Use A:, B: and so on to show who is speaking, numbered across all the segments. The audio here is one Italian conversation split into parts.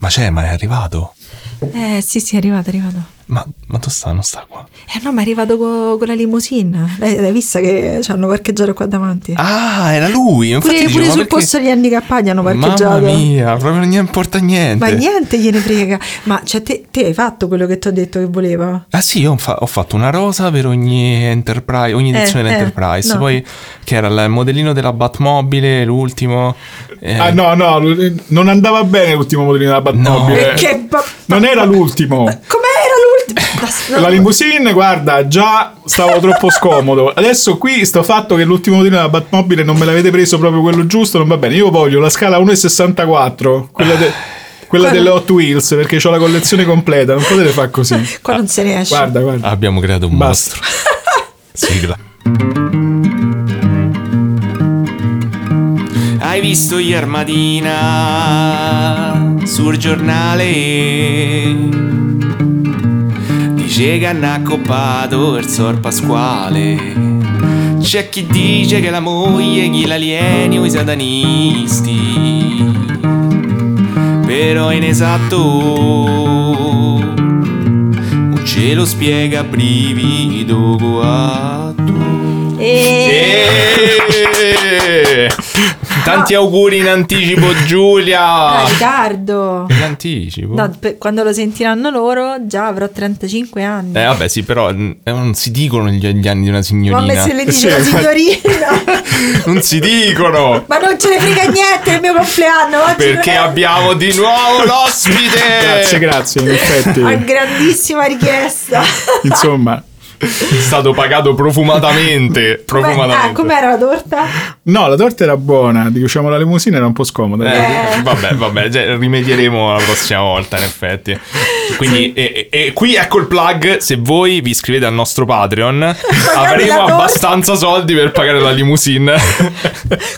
A: Ma c'è, ma è arrivato?
B: Eh sì, sì, è arrivato, è arrivato.
A: Ma, ma tu sta, non sta qua?
B: Eh no, ma è arrivato co- con la limousine. L'hai, l'hai vista che ci hanno parcheggiato qua davanti?
A: Ah, era lui! Infatti
B: pure
A: dicevo,
B: pure
A: ma
B: sul
A: perché-
B: posto degli handicappati hanno parcheggiato.
A: Mamma mia, proprio non gli importa niente.
B: Ma niente gliene frega. Ma cioè, te, te hai fatto quello che ti ho detto che voleva?
A: Ah sì, io ho fa- ho fatto una rosa per ogni Enterprise, ogni
B: Eh,
A: edizione
B: eh,
A: dell'Enterprise,
B: no.
A: poi che era il modellino della Batmobile, l'ultimo. eh,
C: Ah no, no, non andava bene l'ultimo modellino della Batmobile.
A: No.
B: Perché ba-
C: Non era l'ultimo.
B: Com'era l'ultimo?
C: La limousine, guarda, già stavo troppo scomodo. Adesso qui sto fatto che l'ultimo modellino della Batmobile non me l'avete preso proprio quello giusto, non va bene. Io voglio la scala 1,64, quella, de- quella delle Hot Wheels, perché ho la collezione completa, non potete far così.
B: Qua non se
A: Ah,
B: ne esce.
C: Guarda, guarda.
A: Abbiamo creato un
C: Basta.
A: mostro. Sigla.
D: Hai visto Iermadina sul giornale? Dice che hanno accoppato il sor Pasquale. C'è chi dice che la moglie gli l'alieni o i satanisti. Però esatto è inesatto. Non ce lo spiega brivido guato.
B: E...
A: Eh, Tanti auguri in anticipo Giulia.
B: Dai, ritardo.
A: In anticipo.
B: ah, No, per- quando lo sentiranno loro già avrò 35 anni.
A: Eh vabbè sì, però mm, eh, non si dicono gli, gli anni di una
B: Mamma
A: signorina.
B: se le dice la
C: Sì,
B: signorina.
A: Non si dicono.
B: Ma non ce ne frega niente il mio compleanno oggi.
A: Perché
B: non è-
A: abbiamo di nuovo l'ospite.
C: Grazie, grazie, in effetti.
B: a grandissima richiesta.
C: Insomma.
A: È stato pagato profumatamente.
B: Come-
A: Profumatamente.
B: ah, com'era la torta?
C: No, la torta era buona, diciamo la limousine era un po' scomoda.
A: Eh, vabbè, vabbè, già rimedieremo la prossima volta, in effetti. Quindi, e, e- e qui ecco il plug: se voi vi iscrivete al nostro Patreon,
B: la
A: avremo
B: torta.
A: abbastanza soldi per pagare la limousine.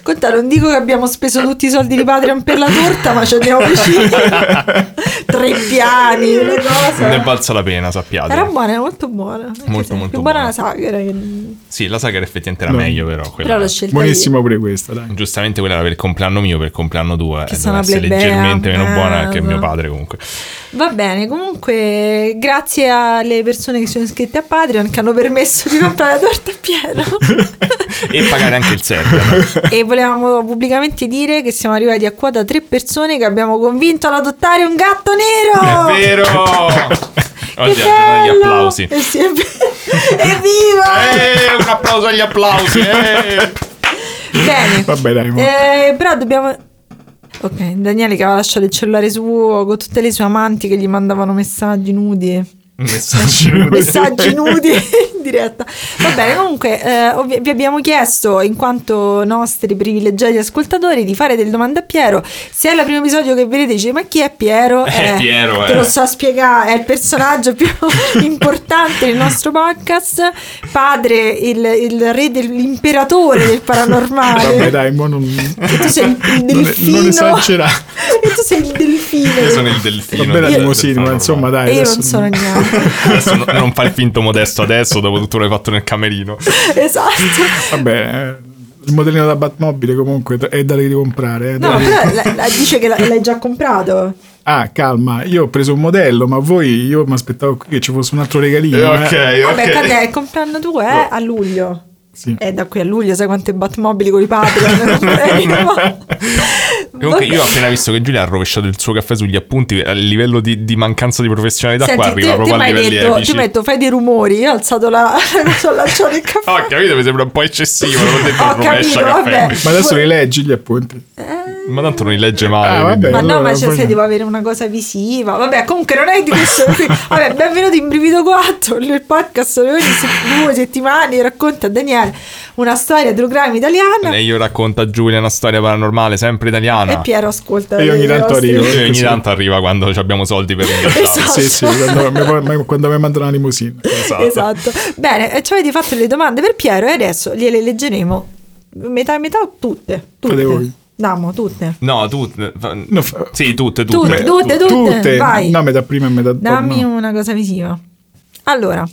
B: Conta, non dico che abbiamo speso tutti i soldi di Patreon per la torta, ma ci andiamo vicini. Tre piani, una
A: ne è
B: cosa.
A: valsa la pena, sappiate.
B: Era buona, era molto buona. Anche
A: Molto,
B: se-
A: molto
B: più buona
A: buona.
B: la sagra. che-
A: Sì, la saga effettivamente era
C: No.
A: meglio, però. quella-
B: Però l'ho scelta io.
C: Buonissima pure questa, dai.
A: Giustamente quella era per il compleanno mio, per il compleanno tuo.
B: Che
A: eh,
B: sono
A: doveva essere
B: plebea.
A: leggermente meno buona che
B: Ah,
A: mio
B: no.
A: padre, comunque.
B: Va bene, comunque grazie alle persone che sono iscritte a Patreon che hanno permesso di comprare la torta a pieno.
A: E pagare anche il server.
B: e volevamo pubblicamente dire che siamo arrivati a quota tre persone che abbiamo convinto ad adottare un gatto nero.
A: È vero!
B: Oh. Che
A: Oggi aggiornano gli
B: bello!
A: applausi.
B: Eh sì, è vero. Evviva!
A: Eh, un applauso agli applausi. eh.
B: Bene.
C: Vabbè, dai, mo.
B: Eh, però dobbiamo... Ok, Daniele che aveva lasciato il cellulare suo con tutte le sue amanti che gli mandavano messaggi nudi.
A: Messaggio.
B: Messaggi nudi in diretta. Va bene, comunque eh, ovvi- vi abbiamo chiesto, in quanto nostri privilegiati ascoltatori, di fare delle domande a Piero. Se è il primo episodio che vedete, dice ma chi è Piero?
A: Eh, Piero,
B: Te
A: eh.
B: lo so spiegare, è il personaggio più importante del nostro podcast, padre, il, il re dell'imperatore del
C: Vabbè,
B: paranormale.
C: dai, mo non,
B: E tu sei il, il
C: non,
B: delfino.
C: non esagerare.
B: e tu sei il delfino.
A: Io sono il delfino.
C: Vabbè, la
A: del- del
C: limousine, ma
A: Faro.
C: insomma, dai.
B: E io
C: adesso-
B: non sono niente.
A: Adesso no- non fai il finto modesto adesso, dopo tutto l'hai fatto nel camerino.
B: esatto.
C: Vabbè, eh, il modellino da Batmobile comunque è da ricomprare. eh,
B: No,
C: da-
B: però la- la- dice che la- l'hai già comprato.
C: Ah, calma, io ho preso un modello, ma voi, io mi aspettavo qui che ci fosse un altro regalino.
A: Eh, ok,
B: Vabbè,
C: eh.
A: ok.
B: tanto è il compleanno tuo, eh? A luglio.
C: Sì.
B: Eh, da qui a luglio, sai quante Batmobili con i eh, Patreon.
A: Comunque, io ho appena visto che Giulia ha rovesciato il suo caffè sugli appunti. A livello di, di mancanza di professionalità,
B: Senti,
A: qua
B: te,
A: arriva
B: te
A: proprio a
B: mi hai
A: livelli
B: detto,
A: epici.
B: ti metto, fai dei rumori. Io ho alzato la. ho lanciato il caffè.
A: Oh, capito? Mi sembra un po' eccessivo. Non ho detto
B: Ho
A: rovescia
B: capito,
A: caffè.
B: vabbè.
C: Ma adesso rileggi gli appunti.
A: Ma tanto non li legge male.
C: Ah,
A: quindi-
C: vabbè.
B: Ma no,
C: allora,
B: ma cioè,
C: poi-
B: se devo avere una cosa visiva. Vabbè, comunque non è di questo. Vabbè, benvenuti in Brivido 4, il podcast dove ogni se- due settimane racconta a Daniele una storia true crime italiana.
A: E io racconta a Giulia una storia paranormale, sempre
B: E
A: italiana.
B: Piero ascolta.
C: E io ogni
B: le
C: tanto
B: nostre-
C: arrivo.
A: E ogni tanto arriva quando abbiamo soldi per ingaggiarsi.
B: Esatto.
C: Sì, sì, quando mi, mi- quando mi mandano la limousine.
B: Esatto. Bene, e ci avete fatto le domande per Piero e adesso gliele leggeremo metà e metà o tutte?
C: Fate
B: Tutte.
C: voi.
B: Damo, tutte.
A: No, tutte. fa-
C: No, fa-
A: Sì, tutte, tutte.
B: Tutte, tutte, tutte. Vai.
C: No, metà prima e metà dopo.
B: Dammi
C: no.
B: una cosa visiva. Allora,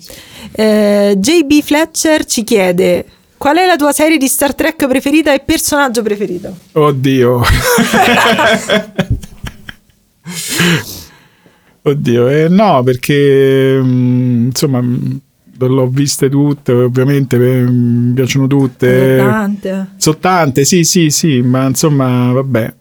B: eh, JB Fletcher ci chiede qual è la tua serie di Star Trek preferita e personaggio preferito?
C: Oddio. Oddio, eh, no, perché mh, insomma mh, l'ho viste tutte, ovviamente beh, mi piacciono tutte.
B: Tante.
C: Sono tante, sì, sì, sì, ma insomma, vabbè.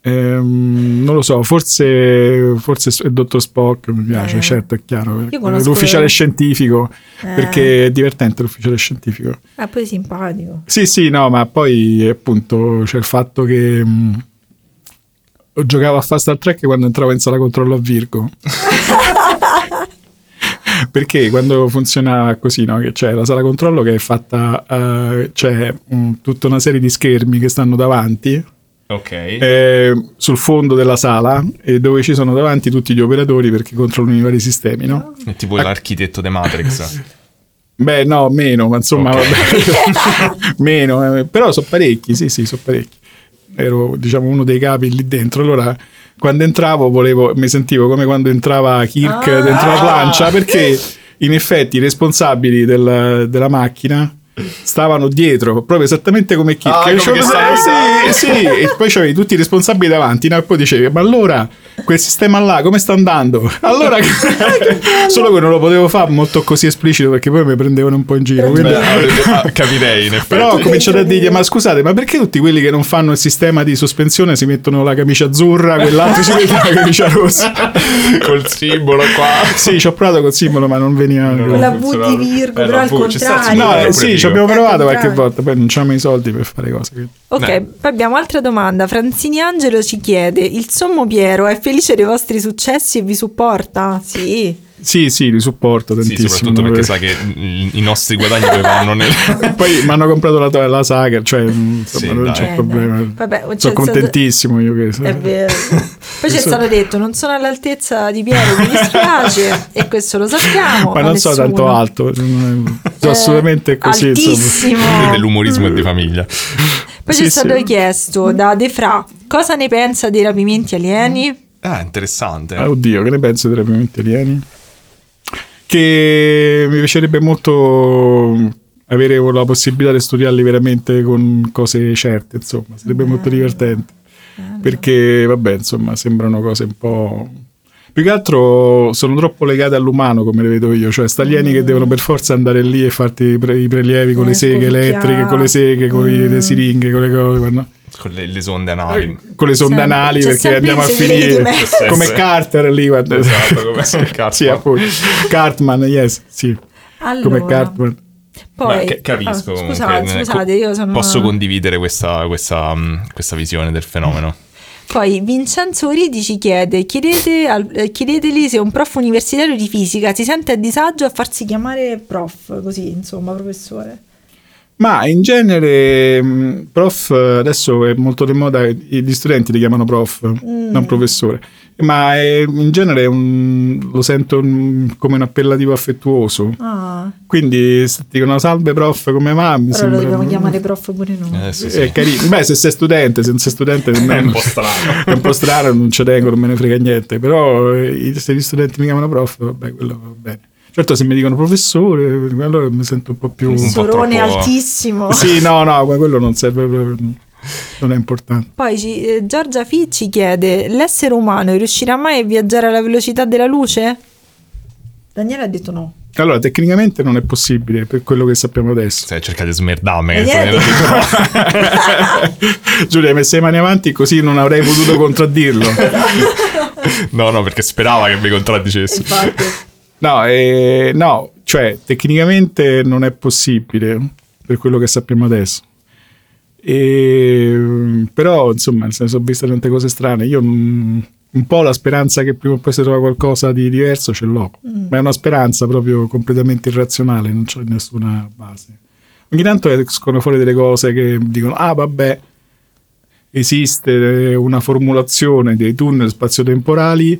C: Ehm, non lo so, forse, forse il dottor Spock mi piace,
B: Eh.
C: certo, è chiaro.
B: Io conosco-
C: L'ufficiale scientifico,
B: Eh.
C: perché è divertente l'ufficiale scientifico.
B: Ah, poi simpatico.
C: Sì, sì, no, ma poi appunto c'è il fatto che mh, giocavo a Fast Track quando entravo in sala controllo a Virgo. Perché quando funzionava così, no? che c'è la sala controllo che è fatta, eh, c'è mh, tutta una serie di schermi che stanno davanti
A: Ok.
C: eh, sul fondo della sala e dove ci sono davanti tutti gli operatori perché controllano i vari sistemi, no?
A: È tipo l'architetto de Matrix.
C: Beh, no, meno, ma insomma,
A: Ok.
C: vabbè. meno, eh, però sono parecchi, sì, sì, sono parecchi. Ero, diciamo, uno dei capi lì dentro. Allora, quando entravo, volevo, mi sentivo come quando entrava Kirk
B: Ah.
C: dentro la
A: Ah.
C: plancia, perché in effetti i responsabili del- della macchina stavano dietro, proprio esattamente come Kirk.
A: Ah, come
C: E dicevo,
A: che
C: "Ah,
A: sai".
C: sì, sì, e poi c'avevi tutti i responsabili davanti, no? e poi dicevi, ma allora quel sistema là come sta andando? Allora, solo che non lo potevo fare molto così esplicito perché poi mi prendevano un po' in giro. quindi-
A: Beh, avrebbe- ah, capirei in effetti.
C: Però ho cominciato a dirgli: Ma scusate, ma perché tutti quelli che non fanno il sistema di sospensione si mettono la camicia azzurra, quell'altro si mette la camicia rossa?
A: Col simbolo qua.
C: Sì, ci ho provato col simbolo, ma non veniva.
B: Con la
A: non
B: V
A: funzionava.
B: di Virgo,
A: Eh,
B: però
A: la
B: al
A: V, ci sta il
B: contrario.
A: simbolo
C: No,
A: pure
C: eh, sì,
A: Virgo.
C: ci abbiamo provato qualche
B: Contrario.
C: volta, poi non c'avevamo i soldi per fare cose. quindi.
B: Ok,
A: Eh.
B: poi abbiamo altra domanda. Franzini Angelo ci chiede: Il sommo Piero è felice dei vostri successi e vi supporta? Sì.
C: Sì, sì, li supporto
A: Sì,
C: tantissimo. eh.
A: soprattutto perché sa che i i nostri guadagni poi vanno nel...
C: Poi mi hanno comprato la, la saga, cioè insomma,
A: Sì,
C: non
A: dai.
C: c'è
B: Eh,
C: problema.
B: dai. Vabbè, c'è
C: Sono
B: stato-
C: contentissimo io che
B: È vero. Poi c'è
C: Sì.
B: stato detto: non sono all'altezza di Piero, mi dispiace, e questo lo sappiamo.
C: Ma
B: a
C: non so
B: nessuno.
C: tanto alto, cioè, non è- sono
B: Eh,
C: assolutamente così. Insomma.
B: Altissimo.
A: dell'umorismo e di famiglia.
B: Poi
C: Sì,
B: c'è stato
C: sì.
B: chiesto da De Fra: Cosa ne pensa dei rapimenti alieni?
A: Ah, interessante.
C: Ah, Oddio, che ne penso dei rapimenti alieni? Che mi piacerebbe molto avere la possibilità di studiarli veramente con cose certe, insomma, sarebbe molto divertente. Perché, vabbè, insomma, sembrano cose un po'... Più che altro sono troppo legate all'umano, come le vedo io, cioè sta alieni che devono per forza andare lì e farti i, pre- i prelievi con
B: Mm. Eh,
C: le seghe
B: scoppia.
C: elettriche, con le seghe, con
B: Mm.
C: le siringhe, con le cose, no?
A: Con le, le sonde anali.
C: con le sonde
B: Sempre-
C: anali
B: c'è
C: perché
B: sempre
C: andiamo a
B: il segreto di
C: finire
B: me.
A: Sì,
C: come
A: sì.
C: Carter lì guarda.
A: Esatto, come Cartman.
C: sì, appunto. Cartman yes sì come
B: Allora,
C: Cartman
B: poi
A: Beh, ca- capisco
B: Ah,
A: comunque.
B: scusate,
A: ne-
B: scusate,
A: co-
B: io sono
A: Posso condividere questa, questa, mh, questa visione del fenomeno.
B: Poi Vincenzo Oridi ci chiede: chiedete al- eh, chiedeteli se un prof universitario di fisica si sente a disagio a farsi chiamare prof, così insomma, professore.
C: ma in genere mh, prof adesso è molto di moda i- gli studenti li chiamano prof
B: Mm.
C: non professore ma è- in genere è un- lo sento un- come un appellativo affettuoso
B: Ah,
C: quindi se ti dicono salve prof come va mi
B: allora
C: sembra
B: lo dobbiamo chiamare prof pure noi.
A: Eh, sì, sì.
C: è carino beh se sei studente se non sei studente
A: È un po' strano.
C: è un po' strano, non ci tengo, non me ne frega niente, però eh, i- se gli studenti mi chiamano prof, vabbè, quello va bene. Certo, se mi dicono professore, allora mi sento un po' più...
A: Un po'
B: Sorone
A: troppo-
B: altissimo.
C: Sì, no, no, ma quello non serve proprio, non è importante.
B: Poi ci- eh, Giorgia Fi ci chiede: l'essere umano riuscirà mai a viaggiare alla velocità della luce? Daniele ha detto no.
C: Allora, tecnicamente non è possibile per quello che sappiamo adesso.
A: Cioè, cercate di smerdarmi. che
B: Eh,
A: insomma,
B: niente.
A: detto, no.
C: Giulia, hai messo le mani avanti così non avrei potuto contraddirlo.
A: no, no, perché sperava che mi contraddicessi.
B: Infatti.
C: No, eh, no, cioè tecnicamente non è possibile per quello che sappiamo adesso. E, però, insomma, nel senso, ho visto tante cose strane. Io mm, un po' la speranza che prima o poi si trova qualcosa di diverso ce l'ho, ma è una speranza proprio completamente irrazionale, non c'è nessuna base. Ogni tanto escono fuori delle cose che dicono, ah vabbè, esiste una formulazione dei tunnel spazio-temporali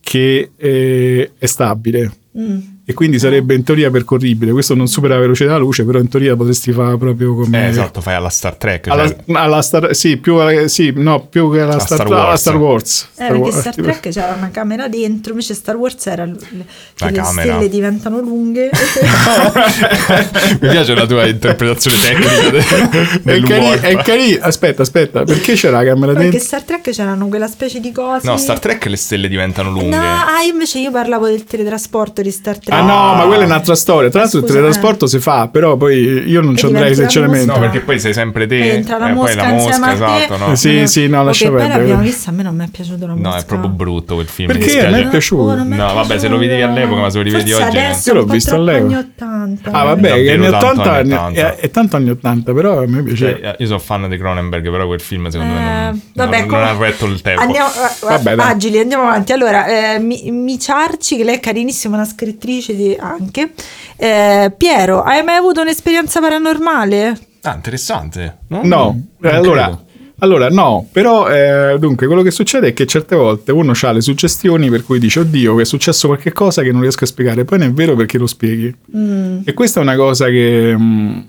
C: che eh, è stabile
B: Mm.
C: e e quindi sarebbe in teoria percorribile. Questo non supera la velocità della luce, però in teoria potresti fare proprio come...
A: Eh, esatto, fai alla Star Trek. cioè-
C: Alla, alla Star, sì, più, alla- sì, no, più che alla
A: Alla
C: Star,
A: Star
C: alla
A: Wars.
C: Star Wars.
B: Eh, perché Star Trek c'era una camera dentro, invece Star Wars era l- l- che
A: La
B: le
A: camera.
B: stelle diventano lunghe.
A: Mi piace la tua interpretazione tecnica de-
C: È
A: del
C: carino,
A: warp.
C: è carino. Aspetta, aspetta, perché c'era la camera
B: perché
C: dentro?
B: Star Trek c'erano quella specie di cose.
A: No, Star Trek le stelle diventano lunghe.
B: No, ah, invece io parlavo del teletrasporto di Star Trek.
C: Ah no, ma quella è un'altra storia. Tra l'altro il
B: Scusa, eh.
C: teletrasporto si fa, però poi io non
B: E
C: ci andrei
B: diventa la
C: sinceramente.
A: No,
B: musica.
A: perché poi sei sempre te.
B: Entra la
A: eh,
B: mosca,
A: poi la
B: insieme
A: mosca,
B: a te.
A: esatto. No,
C: Eh, Sì, sì, no, lascia
B: Ok, poi
C: perdere.
B: l'abbiamo vista, a me non mi è piaciuto la
A: no
B: mosca.
A: è proprio brutto quel film. mi
C: Perché? A me
A: dispiace.
C: è piaciuto.
B: Oh, non mi
A: No,
B: è piaciuto.
A: vabbè, se lo vedevi all'epoca, ma se lo rivedi
B: Forse
A: oggi, eh.
B: adesso
C: Io l'ho
B: un po'
C: visto
B: troppo
C: all'epoca.
B: anni eh. 80.
C: Ah vabbè, gli
A: Davvero
C: anni
A: tanto
C: 80
A: anni
C: anni-
A: 80.
C: è, è tanto anni 80, però a me piaceva.
A: Cioè, io sono fan di Cronenberg, però quel film secondo me
B: Eh,
A: non,
B: vabbè,
A: non,
B: comunque-
A: non ha retto il tempo.
B: Andiamo, eh,
C: Vabbè, dai.
B: agili, andiamo avanti. Allora, eh, Mi- Miciarci, che lei è carinissima, una scrittrice di- anche. Eh, Piero, hai mai avuto un'esperienza paranormale?
A: Ah, interessante. Ah, No,
C: No, eh,
A: non
C: allora,
A: credo.
C: allora no, però eh, dunque quello che succede è che certe volte uno ha le suggestioni per cui dice oddio che è successo qualche cosa che non riesco a spiegare, poi non è vero perché lo spieghi.
B: Mm.
C: E questa è una cosa che, mh,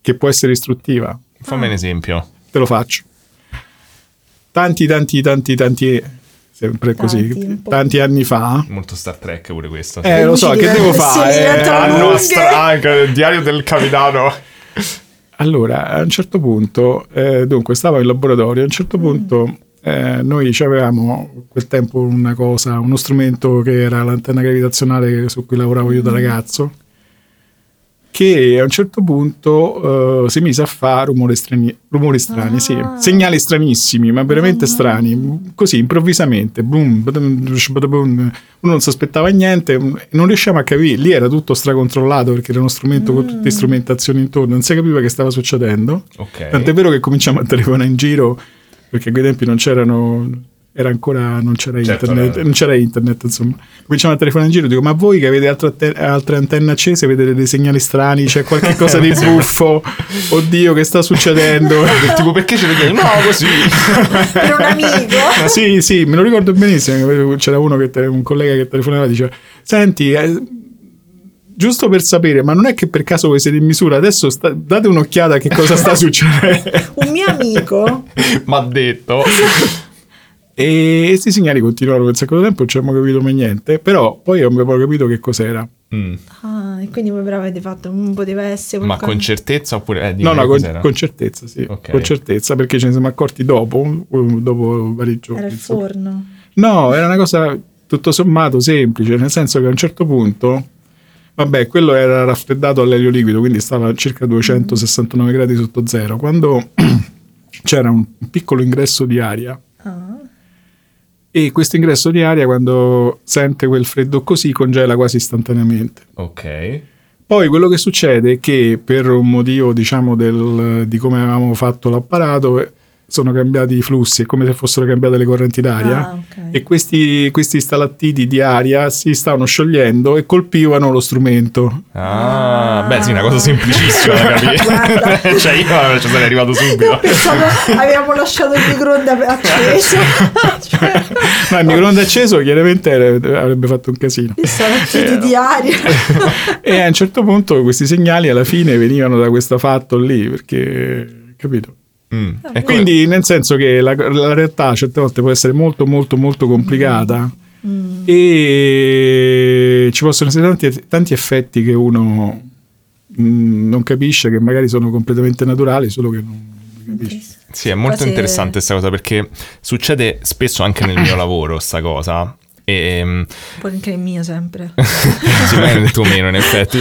C: che può essere istruttiva,
A: Fammi
B: Ah.
A: un esempio.
C: te lo faccio. Tanti, tanti, tanti, tanti, sempre
B: Tanti,
C: così,
B: un po'.
C: tanti anni fa.
A: Molto Star Trek pure questo.
C: Eh,
B: Le
C: lo
B: luci
C: so, che
B: diventano-
C: devo
B: le
C: fare?
B: stelle
A: Eh, Ah,
B: diventano
C: hanno-
B: lunghe.
A: anche il diario del capitano.
C: Allora, a un certo punto, eh, dunque, stavo in laboratorio, a un certo punto eh, noi ci avevamo quel tempo una cosa, uno strumento che era l'antenna gravitazionale su cui lavoravo io da ragazzo, che a un certo punto eh, si mise a fare rumori strani, rumori strani sì, segnali stranissimi, ma veramente strani, così improvvisamente, boom, badum, dush, badabum, uno non si aspettava niente, mm, non riusciamo a capire, lì era tutto stracontrollato perché era uno strumento con tutte strumentazioni intorno, non si capiva che stava succedendo,
A: Ok.
C: tant'è vero che cominciamo a telefonare in giro perché a quei tempi non c'erano... Era ancora, non c'era
A: Certo,
C: internet,
A: no.
C: non c'era internet, insomma. Cominciamo a telefonare in giro, dico, ma voi che avete altre, atte- altre antenne accese, vedete dei segnali strani, c'è qualche cosa di buffo, oddio che sta succedendo?
A: tipo, perché ce lo chiedi? No, così.
B: Per un amico?
C: sì, sì, me lo ricordo benissimo, c'era uno che, te- un collega che telefonava e diceva, senti, eh, giusto per sapere, ma non è che per caso voi siete in misura, adesso sta- date un'occhiata a che cosa sta succedendo.
B: Un mio amico?
A: M'ha detto.
C: E questi segnali continuarono per un sacco di tempo, non ci abbiamo capito mai niente, però poi abbiamo capito che cos'era.
A: Mm.
B: Ah, e quindi voi però avete fatto, non poteva essere...
A: Ma con
B: qualcosa-
A: certezza oppure... eh, dimmi
C: No, no, con,
A: cos'era.
C: con certezza, sì.
A: Ok.
C: Con certezza, perché ce ne siamo accorti dopo, eh, dopo vari giorni.
B: Era il
C: insomma.
B: forno.
C: No, era una cosa tutto sommato semplice, nel senso che a un certo punto, vabbè, quello era raffreddato all'elio liquido, quindi stava a circa 269 gradi sotto zero. Quando c'era un piccolo ingresso di aria,
B: Ah.
C: e questo ingresso di aria, quando sente quel freddo così, congela quasi istantaneamente.
A: Ok.
C: Poi quello che succede è che per un motivo, diciamo, del- di come avevamo fatto l'apparato, eh, sono cambiati i flussi, è come se fossero cambiate le correnti d'aria.
B: Ah, ok.
C: E questi, questi stalattiti di aria si stavano sciogliendo e colpivano lo strumento.
A: Ah,
B: Ah.
A: beh, sì, una cosa semplicissima da capire.
B: Guarda.
A: cioè, io ci sarei arrivato
B: Io
A: subito.
B: pensavo avevamo lasciato il microonde acceso. Cioè,
C: Ma il microonde acceso chiaramente era- avrebbe fatto un casino.
B: mi sono chiusi di aria.
A: Eh,
C: e a un certo punto questi segnali alla fine venivano da questo fatto lì, perché, capito?
A: Mm. Ecco,
C: Quindi, nel senso che la, la realtà certe volte può essere molto, molto, molto complicata.
B: Mm.
C: E ci possono essere tanti, tanti effetti che uno mh, non capisce, che magari sono completamente naturali, solo che non li capisce.
A: Sì, è molto
B: Quasi-
A: interessante questa cosa perché succede spesso anche nel mio lavoro sta cosa. E, mm,
B: Poi anche il mio sempre.
A: sì, ma nel tuo meno in effetti.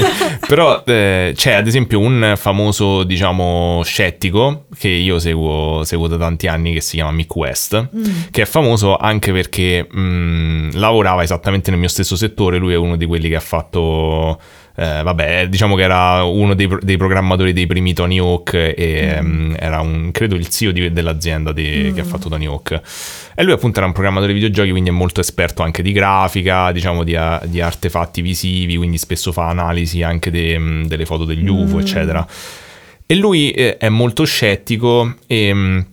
A: Però eh, c'è ad esempio un famoso, diciamo, scettico che io seguo, seguo da tanti anni che si chiama Mick West, che è famoso anche perché mh, lavorava esattamente nel mio stesso settore, lui è uno di quelli che ha fatto... eh, vabbè, diciamo che era uno dei, pro- dei programmatori dei primi Tony Hawk e mh, era un, credo il CEO di- dell'azienda di- che ha fatto Tony Hawk. E lui appunto era un programmatore di videogiochi, quindi è molto esperto anche di grafica, diciamo di, a- di artefatti visivi, quindi spesso fa analisi anche de- mh, delle foto degli UFO, eccetera. E lui eh, è molto scettico e... mh,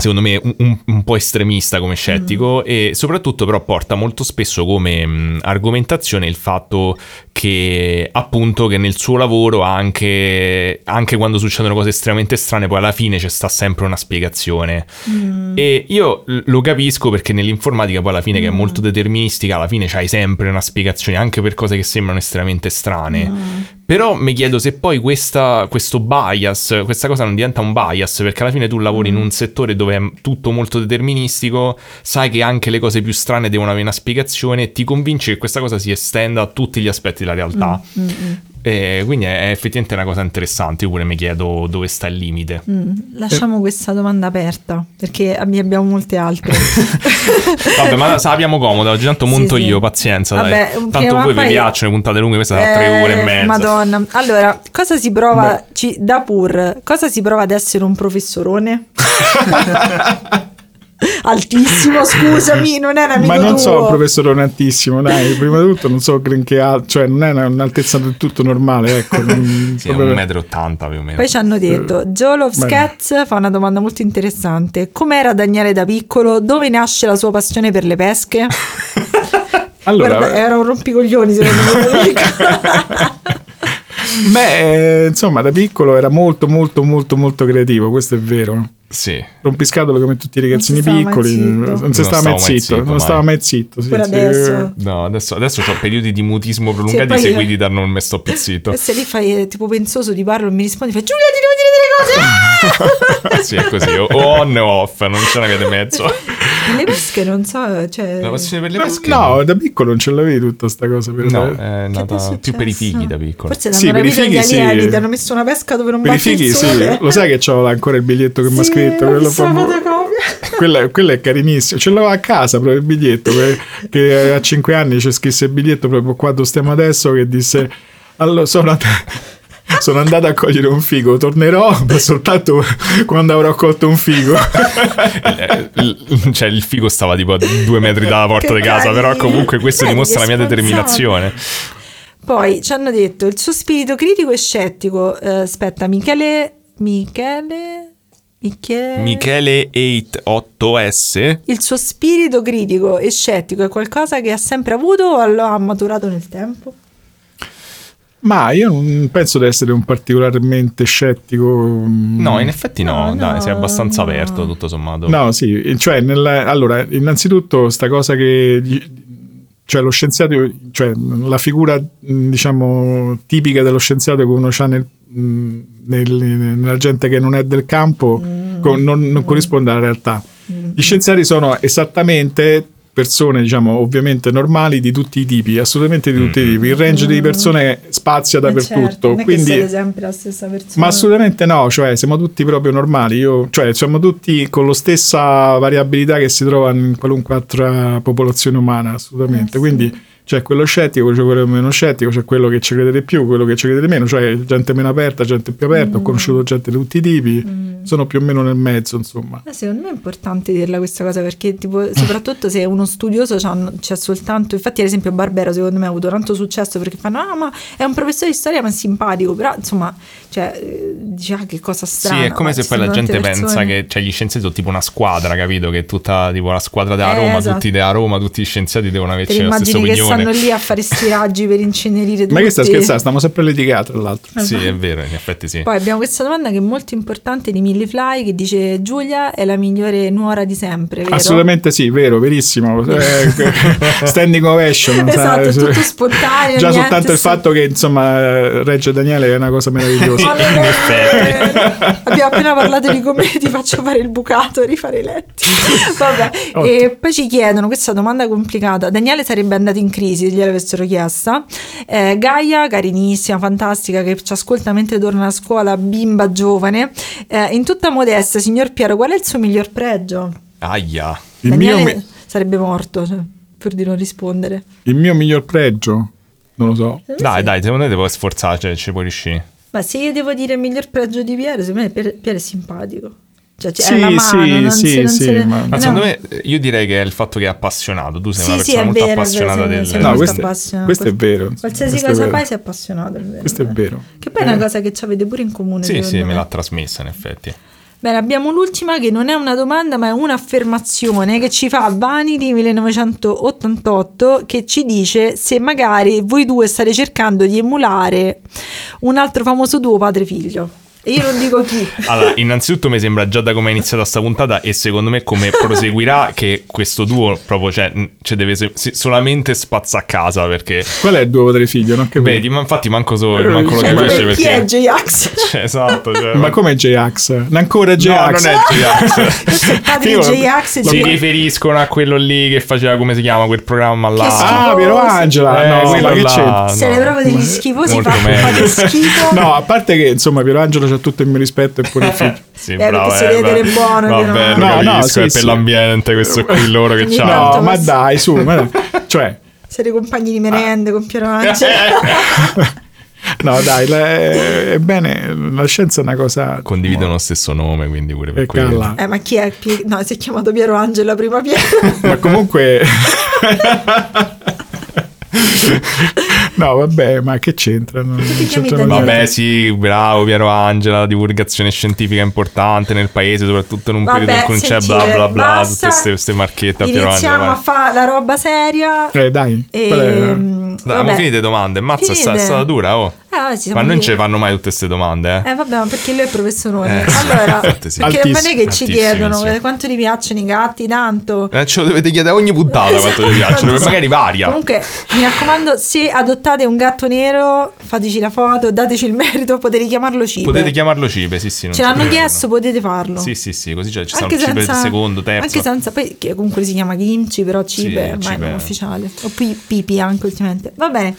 A: secondo me, un, un- un po' estremista come scettico e soprattutto però porta molto spesso come mh, argomentazione il fatto che appunto che nel suo lavoro anche, anche quando succedono cose estremamente strane poi alla fine c'è sta sempre una spiegazione
B: Mm.
A: e io l- lo capisco perché nell'informatica poi alla fine che è molto deterministica alla fine c'hai sempre una spiegazione anche per cose che sembrano estremamente strane
B: Mm.
A: però mi chiedo se poi questa- questo bias, questa cosa non diventa un bias, perché alla fine tu lavori in un settore dove è tutto molto deterministico, sai che anche le cose più strane devono avere una spiegazione e ti convinci che questa cosa si estenda a tutti gli aspetti della
B: Mm.
A: realtà. E quindi è, è effettivamente una cosa interessante, io pure mi chiedo dove sta il limite.
B: Mm, Lasciamo
A: Eh.
B: questa domanda aperta perché abbi- abbiamo molte altre.
A: Vabbè, ma se la abbiamo comoda, oggi tanto
B: Sì,
A: monto
B: sì.
A: io, pazienza.
B: Vabbè,
A: dai. Tanto
B: prima o
A: voi
B: poi-
A: vi piacciono le puntate lunghe, questa da tre
B: Eh,
A: ore e mezza.
B: Madonna. Allora, cosa si prova ci- da pur? Cosa si prova ad essere un professorone? Altissimo, scusami, non era Eh, amico
C: Ma non
B: tuo.
C: so, professorone altissimo, dai, prima di tutto non so granché altro, cioè non è una- un'altezza del tutto normale, ecco. non-
A: Sì, è
C: proprio-
A: un metro e ottanta più o meno.
B: Poi ci hanno
C: Eh,
B: detto, Joe
C: bene.
B: Scats fa una domanda molto interessante. Com'era Daniele da piccolo? Dove nasce la sua passione per le pesche?
C: Allora,
B: Guarda, era un rompicoglioni secondo me. te lo dico.
C: beh, eh, insomma, da piccolo era molto, molto, molto, molto creativo, questo è vero.
A: Sì.
C: Rompiscatole come tutti i ragazzini
B: Non si stava mai
C: piccoli,
B: zitto.
C: non si
A: Non
C: stava mai zitto, non
A: mai.
C: stava mai zitto. sì,
B: Pure
C: sì.
B: adesso.
A: No, adesso, adesso ho periodi di mutismo
B: Sì,
A: prolungati
B: poi-
A: seguiti da non me sto più
B: E
A: zitto.
B: se lì fai eh, tipo pensoso ti parlo e mi rispondi, fai Giulia ti devo dire delle cose! Ah!
A: sì, è così, o o on e off, non c'è una via di mezzo.
B: Le pesche non so, cioè...
A: La passione per le
C: Ma-
A: pesche?
C: No, da piccolo non ce l'avevi tutta sta cosa. Per
A: No, eh.
C: per
A: è
B: che
A: nata
B: ti è
A: più per i
B: successo?
A: figli da piccolo.
B: Forse
C: Sì,
B: l'hanno
C: per i
B: rapita gli
C: figli sì.
B: alieni, ti hanno messo una pesca dove non
C: i
B: batte
C: figli,
B: il
C: sì.
B: sole.
C: Lo sai che c'ho là ancora il biglietto che mi ha
B: Sì,
C: scritto?
B: ho
C: Quello,
B: visto la
C: famo-
B: fotocopia.
C: Quella- quello è carinissimo. Ce l'avevo a casa proprio il biglietto. que- che a 5 anni c'è scritto il biglietto proprio qua dove stiamo adesso. Che disse: Allora, sono, and- sono andato a cogliere un figo. Tornerò ma soltanto quando avrò colto un figo.
A: Eh, l- cioè, il figo stava tipo a due metri dalla porta
B: Che
A: di casa, però
B: carino.
A: comunque questo
B: Vedi che
A: dimostra la mia
B: sforzato.
A: determinazione.
B: Poi ci hanno detto il suo spirito critico e scettico. Eh, aspetta, Michele. Michele. Michele.
A: Michele 88S.
B: Il suo spirito critico e scettico è qualcosa che ha sempre avuto o lo ha maturato nel tempo?
C: Ma io non penso di essere un particolarmente scettico. mm,
A: No, in effetti no,
B: No,
A: dai,
B: no,
A: sei abbastanza
B: no.
A: aperto tutto sommato.
C: No, sì, cioè, nel- allora, innanzitutto sta cosa che... gli- Cioè, lo scienziato, cioè, la figura, mh, diciamo, tipica dello scienziato che uno ha nel- mh, nel- nella gente che non è del campo, co- non, non corrisponde alla realtà. Gli scienziati sono esattamente persone, diciamo, ovviamente normali di tutti i tipi, assolutamente di tutti i tipi. Il range di persone
B: Eh,
C: spazia
B: certo,
C: dappertutto. quindi,
B: sempre la stessa persona.
C: ma assolutamente no, cioè siamo tutti proprio normali, io- cioè siamo tutti con la stessa variabilità che si trova in qualunque altra popolazione umana, assolutamente. Quindi c'è quello scettico, c'è quello meno scettico, c'è quello che ci crede di più, quello che ci crede di meno, cioè gente meno aperta, gente più aperta, ho conosciuto gente di tutti i tipi, sono più o meno nel mezzo, insomma.
B: Eh, Secondo me è importante dirla questa cosa perché tipo, soprattutto se uno studioso c'ha- c'è soltanto, infatti ad esempio Barbero secondo me ha avuto tanto successo perché fanno ah ma è un professore di storia ma è simpatico, però insomma cioè, eh, dice ah, che cosa
A: Sì,
B: strana.
A: è come
B: ma
A: se
B: ci
A: poi la
B: sono
A: gente
B: tante
A: pensa
B: persone.
A: che cioè, gli scienziati sono tipo una squadra, capito? Che è tutta tipo la squadra della
B: Eh,
A: Roma,
B: esatto.
A: tutti della Roma, tutti gli scienziati devono
B: Te
A: averci
B: le
A: lo stesso
B: immagini che stanno
A: cognome.
B: lì a fare stiraggi per incenerire tutti.
C: Ma che sta scherzando? Stiamo sempre a litigare, tra l'altro.
A: Sì, è vero, in effetti sì.
B: Poi abbiamo questa domanda che è molto importante di Millie Fly che dice Giulia è la migliore nuora di sempre, vero?
C: Assolutamente sì, vero, verissimo. Eh, Standing ovation.
B: Esatto,
C: sai, cioè,
B: tutto spontaneo,
C: Già
B: niente,
C: soltanto il
B: sì.
C: fatto che insomma Reggio Daniele è una cosa
B: Ma
C: meravigliosa.
B: non è vero. eh, Abbiamo appena parlato di come ti faccio fare il bucato, rifare i letti. Vabbè. E poi ci chiedono questa domanda complicata. Daniele sarebbe andato in crisi se gliel'avessero chiesta. Eh, Gaia, carinissima, fantastica, che ci ascolta mentre torna a scuola, bimba giovane. Eh, in tutta modestia, signor Piero, qual è il suo miglior pregio?
A: Aia.
C: Il mio,
B: Daniele
C: mi-
B: sarebbe morto, cioè, per di non rispondere.
C: il mio miglior pregio, non lo so.
A: Dai, dai, secondo te devo sforzarci, cioè, ci puoi riuscire.
B: Ma se io devo dire il miglior pregio di Piero, secondo me Pier- Piero è simpatico. Cioè, c'è
C: Sì,
B: la mano,
C: sì,
B: non
C: sì,
B: se- non
C: sì,
B: se ne-
C: ma- Ma
A: Ma
B: no.
A: secondo me eh, io direi che è il fatto che è appassionato. Tu sei
B: Sì,
A: una
B: sì, è
A: persona molto
B: vero, è vero,
A: appassionata
B: sei-
A: del
B: sei
C: No,
B: molto
C: questo,
B: appassionato.
C: questo è vero.
B: Qualsiasi
C: questo è
B: cosa
C: vero.
B: fai sei appassionato.
C: Questo è vero. Eh.
B: Che poi è una cosa che ci avete pure in comune.
A: Sì, sì,
B: secondo
A: me l'ha trasmessa in effetti.
B: Bene, abbiamo l'ultima che non è una domanda ma è un'affermazione che ci fa Vanity 1988 che ci dice se magari voi due state cercando di emulare un altro famoso duo padre-figlio. E io non dico chi.
A: Allora, innanzitutto mi sembra già da come è iniziata sta puntata e secondo me come proseguirà che questo duo proprio, cioè, mh, cioè deve se- si- solamente spazza a casa perché...
C: Qual è il duo padre figlio? Non capito.
A: Vedi, ma infatti manco, so, manco lo
C: Cioè, ma-
A: capisce
B: Eh, Chi è
A: Eh, perché...
B: J-Ax?
A: Cioè, esatto, cioè,
C: Ma com'è J-Ax? Ancora J-Ax?
A: No, non è J-Ax.
B: Questo è il padre di
A: Io-
B: J-Ax cioè, e
A: Si
B: J-
A: riferiscono a quello lì che faceva, come si chiama, quel programma là.
B: Che schifo.
C: Ah, Piero Angela.
A: Eh,
C: no,
A: quello
C: ma che
A: là.
C: c'è?
A: Ah,
B: Siete
A: no.
B: proprio degli schifosi,
A: Molto
B: fa,
A: meglio.
B: fate schifo.
C: No, a parte che insomma Piero Angelo c'ha tutto il mio rispetto e pure il figlio.
A: Sì,
B: Eh, perché
A: bravo,
B: si deve
A: beh.
B: dire buono,
A: Vabbè,
B: però.
A: lo
C: No, no,
A: capisco,
C: sì,
A: è per
C: sì.
A: l'ambiente questo qui loro che
B: Ogni
A: c'hanno.
B: tanto.
C: No, ma
B: Massimo.
C: dai, su, ma dai. Cioè,
B: Siete compagni di merende con Piero Angela.
A: Eh.
C: no, dai, le- eh, ebbene, la scienza è una cosa...
A: Condividono lo stesso nome, quindi pure per
C: E
A: quello.
C: calla.
B: Eh, ma chi è? Pi- No, si è chiamato Piero Angela prima Piero.
C: Ma comunque... no, vabbè, ma che c'entra? Non
B: ti chiami
C: c'entra
B: Daniele?
C: niente.
A: Vabbè, sì, bravo Piero Angela, la divulgazione scientifica è importante nel paese, soprattutto in un periodo in
B: Vabbè,
A: cui non c'è
B: sentite,
A: bla bla bla,
B: basta.
A: tutte queste, queste marchette a Piero Angela.
B: Iniziamo a
A: guarda.
B: fare la roba seria.
C: Eh, dai.
B: E...
C: qual è?
B: mm,
A: Dai, abbiamo
B: vabbè.
A: finito le domande, mazza, è sta- è
B: Finite.
A: stata dura, oh.
B: Eh, vabbè, ci siamo
A: Ma non
B: finiti.
A: ce le fanno mai tutte queste domande, eh.
B: Eh vabbè, ma perché lui è professorone.
A: Eh, sì,
B: allora,
A: infatti sì.
B: perché non è che ci
A: Altissimo,
B: chiedono
A: altissimo, sì.
B: eh, quanto ti piacciono i gatti, tanto.
A: Eh, Ce lo dovete chiedere a ogni puntata quanto vi piacciono,
B: Esatto.
A: magari varia.
B: Comunque, mi raccomando, se adottate un gatto nero, fateci la foto, dateci il merito, potete chiamarlo cibo.
A: Potete chiamarlo Cibe, sì, sì. non
B: Ce
A: si
B: l'hanno
A: preoccupano.
B: chiesto, potete farlo.
A: Sì, sì, sì, così cioè, ci sono Cibe del secondo, terzo.
B: Anche senza, poi che comunque si chiama kimchi, però
A: Sì,
B: cibe ormai è il
A: cibe.
B: nome ufficiale. O pi- pipi anche ultimamente. Va bene.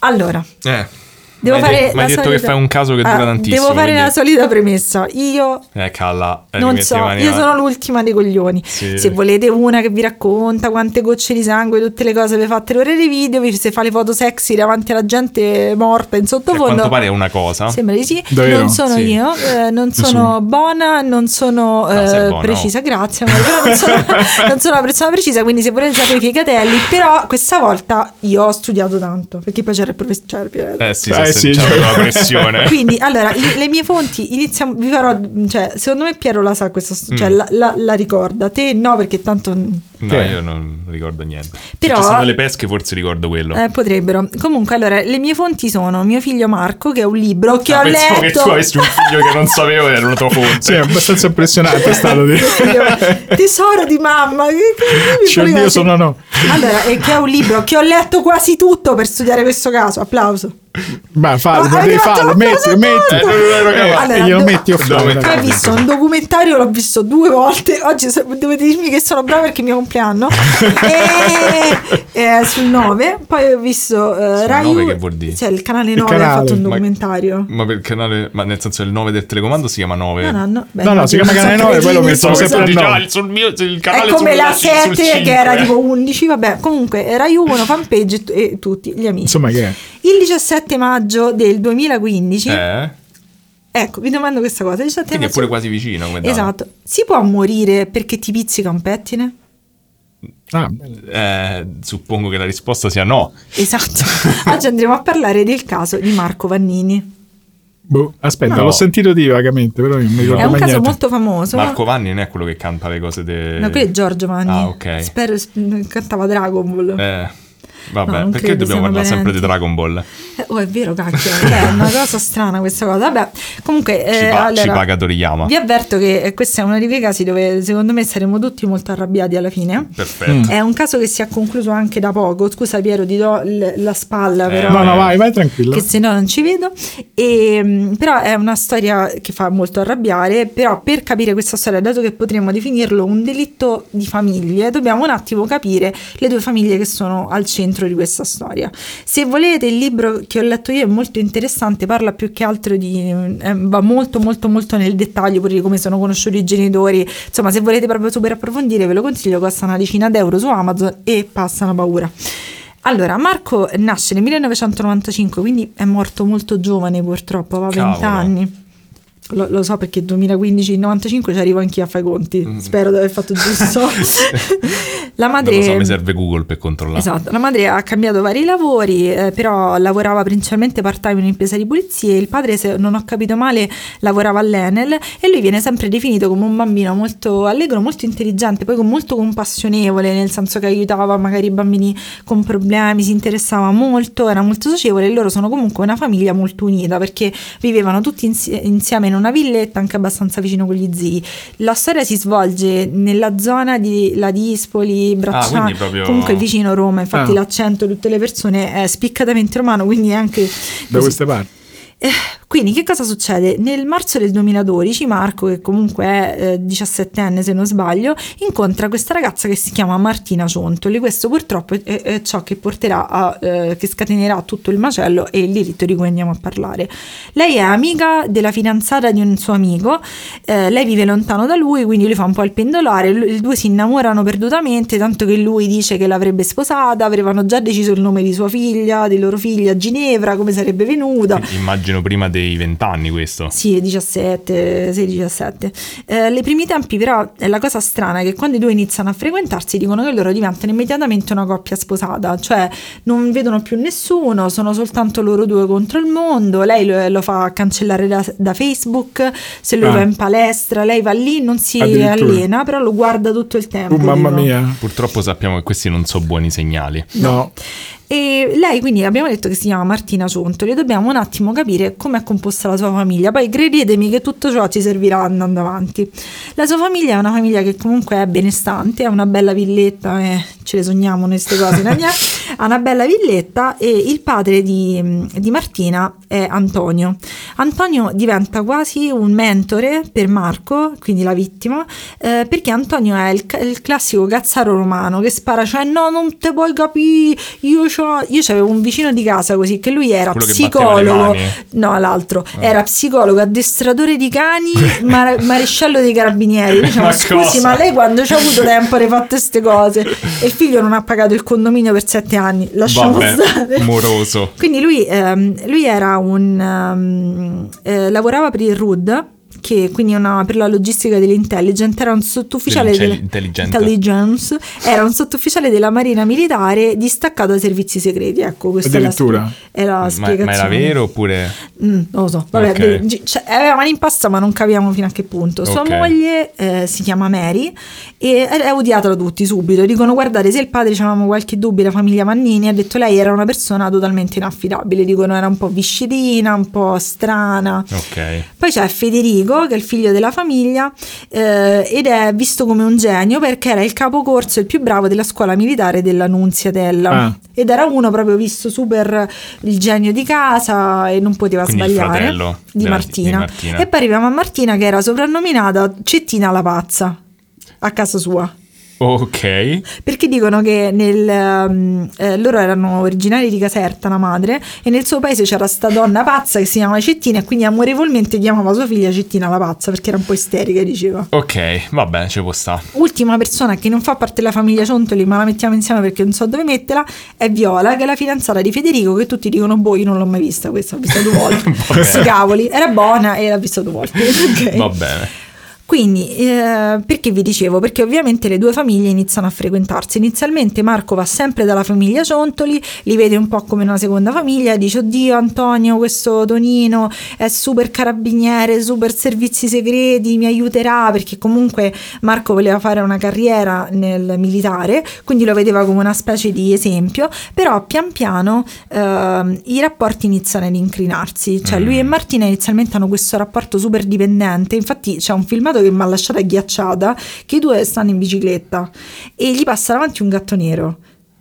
B: Allora,
A: Eh.
B: devo
A: M'hai de-
B: fare...
A: m'hai
B: la
A: detto
B: solita-
A: che fai un caso che dura
B: Ah,
A: tantissimo.
B: Devo fare
A: quindi-
B: la solita premessa. Io
A: Eh, calla. eh,
B: non
A: rimetti le
B: so,
A: mani
B: io
A: avanti.
B: sono l'ultima dei coglioni.
A: Sì.
B: Se volete una che vi racconta quante gocce di sangue, tutte le cose, vi fate le ore di video, vi se fa le foto sexy davanti alla gente morta in
A: Cioè, a
B: sottofondo.
A: quanto pare è una cosa.
B: Sembra di sì,
C: Davvero?
B: non sono
A: Sì.
B: io, eh, non sono buona, non sono eh,
A: sei buona,
B: precisa, grazie, amore, però non sono, non sono una persona precisa, quindi se volete sapere i figatelli, però questa volta io ho studiato tanto, perché poi c'era il professore Piero.
A: Eh sì,
C: Eh,
A: se
C: sì,
A: c'è
C: cioè-
A: una pressione.
B: Quindi, allora, i- le mie fonti, iniziamo, vi farò, cioè, secondo me Piero la sa questa, sto- cioè, la, la- la ricorda, te no perché tanto
A: Mm.
B: eh,
A: No, io non ricordo niente.
B: Però-
A: Se ci sono le pesche, forse ricordo quello.
B: eh, potrebbero. Comunque, allora, le mie fonti sono mio figlio Marco, che è un libro che
A: Ah,
B: ho
A: Pensavo
B: letto.
A: che tu avessi un figlio che non sapevo era una tua fonte.
C: Sì, è abbastanza impressionante è stato di...
B: Figlio, tesoro di mamma. che- che- che mi
C: Cioè,
B: frega
C: oddio,
B: se-
C: sono no.
B: Allora, e che è un libro che ho letto quasi tutto per studiare questo caso. Applauso.
C: Ma fallo,
B: Ma
C: devi
B: avete
C: farlo,
B: Ah, fatto
C: metti,
B: cosa
C: metti.
B: tanto?
A: Eh, non ero capace.
C: E glielo
B: do-
C: metti off
A: Devo
C: camera.
A: mettere-
B: Poi ho visto un documentario, l'ho visto due volte. Oggi so- dovete dirmi che sono brava perché è il mio compleanno. e, eh, sul 9. Poi ho visto eh,
A: Sul
B: Rai
A: nove
B: U-
A: che vuol dire?
B: Cioè, il canale 9 ha
C: canale,
B: fatto un
C: ma-
B: documentario.
A: Ma per canale, ma nel senso il nome del telecomando si chiama 9.
B: No, no, no. Beh,
C: No, no, si
B: immagino
C: chiama Canale
B: sono
C: 9, poi lo
B: cretini,
C: mettono
B: scusa.
C: sempre a
A: Dici,
C: no.
A: ah, il- sul mio, il canale
B: È come
A: sul-
B: la
A: sul
B: 7 che
A: cinque.
C: eh.
A: Eh?
B: era tipo 11, vabbè, comunque eh, Rai 1, fanpage e tu- e tutti gli amici.
C: Insomma, che è?
B: Il 17 maggio del 2015,
A: Eh?
B: ecco, vi domando questa cosa, il 17
A: Quindi è
B: maggio,
A: pure quasi vicino. come data.
B: Esatto, si può morire perché ti pizzica un pettine?
C: Ah,
A: Eh, suppongo che la risposta sia no.
B: Esatto, oggi andremo a parlare del caso di Marco Vannini.
C: boh, aspetta,
A: No.
C: l'ho sentito di vagamente, però non mi ricordo
B: È un
C: mai
B: caso
C: niente.
B: molto famoso.
A: Marco Vanni non è quello che canta le cose del...
B: No, quello è Giorgio Vanni.
A: Ah, ok.
B: Spero sp- cantava Dragon Ball.
A: Eh, vabbè,
B: No, non
A: perché
B: credo
A: dobbiamo
B: siano
A: parlare sempre
B: parenti.
A: di Dragon Ball?
B: Eh, Oh, è vero, cacchio. È una cosa strana questa cosa. Vabbè, comunque.
A: Ci,
B: eh,
A: pa- ci
B: allora,
A: paga Toriyama.
B: Vi avverto che eh, questa è una di quei casi dove secondo me saremo tutti molto arrabbiati alla fine.
A: Perfetto.
B: È un caso che si è concluso anche da poco. Scusa, Piero, ti do l- la spalla,
A: Eh,
B: però.
C: No, no,
A: Eh.
C: vai, vai tranquillo.
B: Che se no non ci vedo, e, mh, però è una storia che fa molto arrabbiare. Però per capire questa storia, dato che potremmo definirlo un delitto di famiglie, dobbiamo un attimo capire le due famiglie che sono al centro di questa storia. Se volete, il libro che ho letto io è molto interessante, parla più che altro di. eh, va molto, molto, molto nel dettaglio pure di come sono conosciuti i genitori. Insomma, se volete proprio super approfondire, ve lo consiglio, costa una decina d'euro su Amazon e passa una paura. Allora, Marco nasce nel 1995, quindi è morto molto giovane purtroppo, aveva
A: Cavolo.
B: 20 anni. Lo, lo so perché 2015-95 ci arrivo anch'io a fare i conti. Spero di aver fatto giusto. la madre.
A: Mm. Non lo so, mi serve Google per controllare.
B: Esatto, la madre ha cambiato vari lavori, eh, però lavorava principalmente part-time in un'impresa di pulizie, il padre, se non ho capito male, lavorava all'Enel e lui viene sempre definito come un bambino molto allegro, molto intelligente, poi con- molto compassionevole, nel senso che aiutava magari i bambini con problemi, si interessava molto, era molto socievole e loro sono comunque una famiglia molto unita perché vivevano tutti insie- insieme in una villetta anche abbastanza vicino con gli zii. La storia si svolge nella zona di Ladispoli,
A: Ah,
B: Bracciano,
A: quindi proprio...
B: comunque vicino Roma, infatti
C: Ah.
B: l'accento di tutte le persone è spiccatamente romano, quindi è anche...
C: da
B: così.
C: queste parti.
B: Eh, Quindi che cosa succede? Nel marzo del 2012 Marco, che comunque è eh, 17enne se non sbaglio, incontra questa ragazza che si chiama Martina Ciontoli. Questo purtroppo è, è- è ciò che porterà a, eh, che scatenerà tutto il macello e il diritto di cui andiamo a parlare. Lei è amica della fidanzata di un suo amico, eh, lei vive lontano da lui, quindi lui fa un po' il pendolare, lu- i due si innamorano perdutamente, tanto che lui dice che l'avrebbe sposata, avevano già deciso il nome di sua figlia, di loro figlia, Ginevra, come sarebbe venuta.
A: Immagino prima dei vent'anni questo.
C: Certo.
B: Sì, 17, 16-17. Eh, le primi tempi però è la cosa strana è che quando i due iniziano a frequentarsi dicono che loro diventano immediatamente una coppia sposata, cioè non vedono più nessuno, sono soltanto loro due contro il mondo, lei lo, lo fa cancellare da, da Facebook, se lui
C: Ah.
B: va in palestra, lei va lì, non si
C: Addirittura.
B: allena, però lo guarda tutto il tempo.
C: Oh, mamma
B: dicono.
C: mia.
A: Purtroppo sappiamo che questi non sono buoni segnali.
C: No.
B: E lei, quindi abbiamo detto che si chiama Martina Ciontoli, dobbiamo un attimo capire come è composta la sua famiglia, poi credetemi che tutto ciò ci servirà andando avanti. La sua famiglia è una famiglia che comunque è benestante, ha una bella villetta, eh, ce le sogniamo noi queste cose, la mia- ha una bella villetta e il padre di, mm, di Martina è Antonio. Antonio diventa quasi un mentore per Marco, quindi la vittima, eh, perché Antonio è il, ca- il classico cazzaro romano che spara, cioè no, non te puoi capire, io, c'ho... io c'avevo un vicino di casa così che lui era
A: Quello che batteva le
B: psicologo,
A: mani. Ah.
B: no l'altro, era psicologo, addestratore di cani, mare- maresciallo dei carabinieri, diciamo
A: Ma
B: scusi
A: cosa?"
B: ma lei quando c'ha avuto tempo di fare queste cose e il figlio non ha pagato il condominio per sette anni, lasciamo stare.
A: Vabbè, moroso.
B: Quindi lui, ehm, lui era un, ehm, eh, lavorava per il RUD, che quindi è una, per la logistica dell'intelligence, era un sottufficiale
A: Dell'ince-
B: della-
A: intelligente.
B: intelligence, era un sottufficiale della Marina Militare distaccato dai servizi segreti. Ecco, questa è la,
C: Addirittura.
B: è la
A: Ma- Ma,
B: spiegazione.
A: era vero oppure...
B: Mm, non lo so, vabbè,
A: Ok.
B: de- gi- cioè, aveva l'impasta ma non capiamo fino a che punto. Sua
A: Ok.
B: moglie eh, si chiama Mary e è odiata da tutti subito. Dicono guardate se il padre avevamo qualche dubbio, la famiglia Mannini ha detto lei era una persona totalmente inaffidabile, dicono era un po' viscidina, un po' strana.
A: Ok.
B: Poi c'è Federico, che è il figlio della famiglia, eh, ed è visto come un genio perché era il capocorso e il più bravo della scuola militare della Nunziatella.
C: Ah.
B: Ed era uno proprio visto super il genio di casa e non poteva
A: Quindi il
B: sbagliare.
A: fratello
B: di,
A: della-
B: Martina.
A: di Martina.
B: E poi arriviamo a Martina, che era soprannominata Cettina la pazza a casa sua.
A: Ok.
B: Perché dicono che nel, ehm, eh, loro erano originari di Caserta, la madre, e nel suo paese c'era sta donna pazza che si chiamava Cettina e quindi amorevolmente chiamava sua figlia Cettina la pazza perché era un po' isterica, diceva.
A: Ok, vabbè, ci può sta.
B: Ultima persona che non fa parte della famiglia Ciontoli, ma la mettiamo insieme perché non so dove metterla, è Viola, che è la fidanzata di Federico, che tutti dicono, boh, io non l'ho mai vista questa, l'ho vista due volte.
A: Vabbè.
B: Sti cavoli, era buona e l'ha vista due volte. ok.
A: Va bene.
B: Quindi, eh, perché vi dicevo? Perché ovviamente le due famiglie iniziano a frequentarsi. Inizialmente Marco va sempre dalla famiglia Ciontoli, li vede un po' come una seconda famiglia, dice oddio Antonio, questo Tonino è super carabiniere, super servizi segreti, mi aiuterà perché comunque Marco voleva fare una carriera nel militare, quindi lo vedeva come una specie di esempio, però pian piano ehm, i rapporti iniziano ad incrinarsi, cioè lui e
C: Mm.
B: Martina inizialmente hanno questo rapporto super dipendente, infatti c'è un filmato che mi ha lasciata agghiacciata, che i due stanno in bicicletta e gli passa davanti un gatto nero.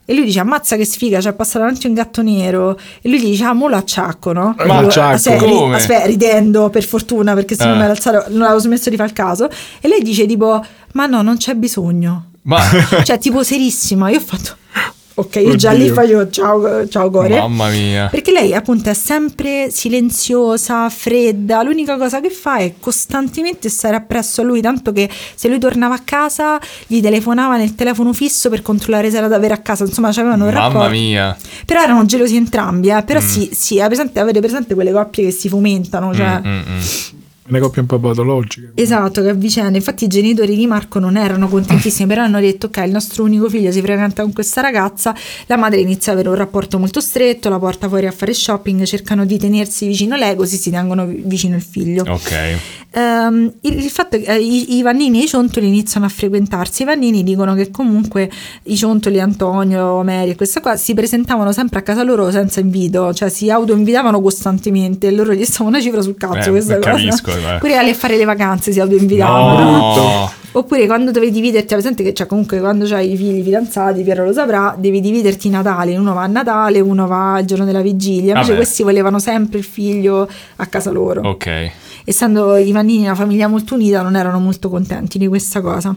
B: E lui dice: Ammazza che sfiga, cioè passa davanti un gatto nero. E lui gli dice: Ah, mo lo acciacco, no?
C: Ma
B: Lo-
C: acciacco,
B: se- ri-
A: come?
B: Aspetta, Eh, ridendo per fortuna, perché se no
A: Eh.
B: mi era alzato, non avevo smesso di far caso. E lei dice: Tipo, ma no, non c'è bisogno
A: Ma...
B: cioè tipo serissima io ho fatto ok io già lì
C: Oddio.
B: faccio ciao, ciao Gore
A: Mamma mia.
B: perché lei appunto è sempre silenziosa, fredda, l'unica cosa che fa è costantemente stare appresso a lui, tanto che se lui tornava a casa gli telefonava nel telefono fisso per controllare se era davvero a casa, insomma c'avevano un
A: Mamma
B: rapporto.
A: mia. Mm.
B: Però erano eh, gelosi entrambi, eh, però sì, sì, ha presente- avete presente quelle coppie che si fomentano, cioè...
A: Mm, mm, mm.
C: Una coppia un po' patologica.
B: Esatto, che avvicenda. Infatti i genitori di Marco non erano contentissimi, però hanno detto ok, il nostro unico figlio si frequenta con questa ragazza, la madre inizia ad avere un rapporto molto stretto, la porta fuori a fare shopping, cercano di tenersi vicino lei così si tengono vi- vicino il figlio.
A: Ok. Eh,
B: Ehm, il, il fatto è che eh, i, i Vannini e i Ciontoli iniziano a frequentarsi. I Vannini dicono che comunque i Ciontoli, Antonio, Mary e questa qua si presentavano sempre a casa loro senza invito, cioè si autoinvitavano costantemente e loro gli stavano una cifra sul cazzo.
A: Eh,
B: questa cosa.
A: capisco, eh.
B: Pure alle fare le vacanze si autoinvitavano.
A: No.
B: Oppure quando dovevi dividerti, hai presente che cioè, comunque quando hai i figli fidanzati, Piero lo saprà, devi dividerti i Natali, uno va a Natale, uno va il giorno della vigilia, invece
A: Vabbè.
B: questi volevano sempre il figlio a casa loro
A: Ok.
B: essendo i Vannini una famiglia molto unita, non erano molto contenti di questa cosa.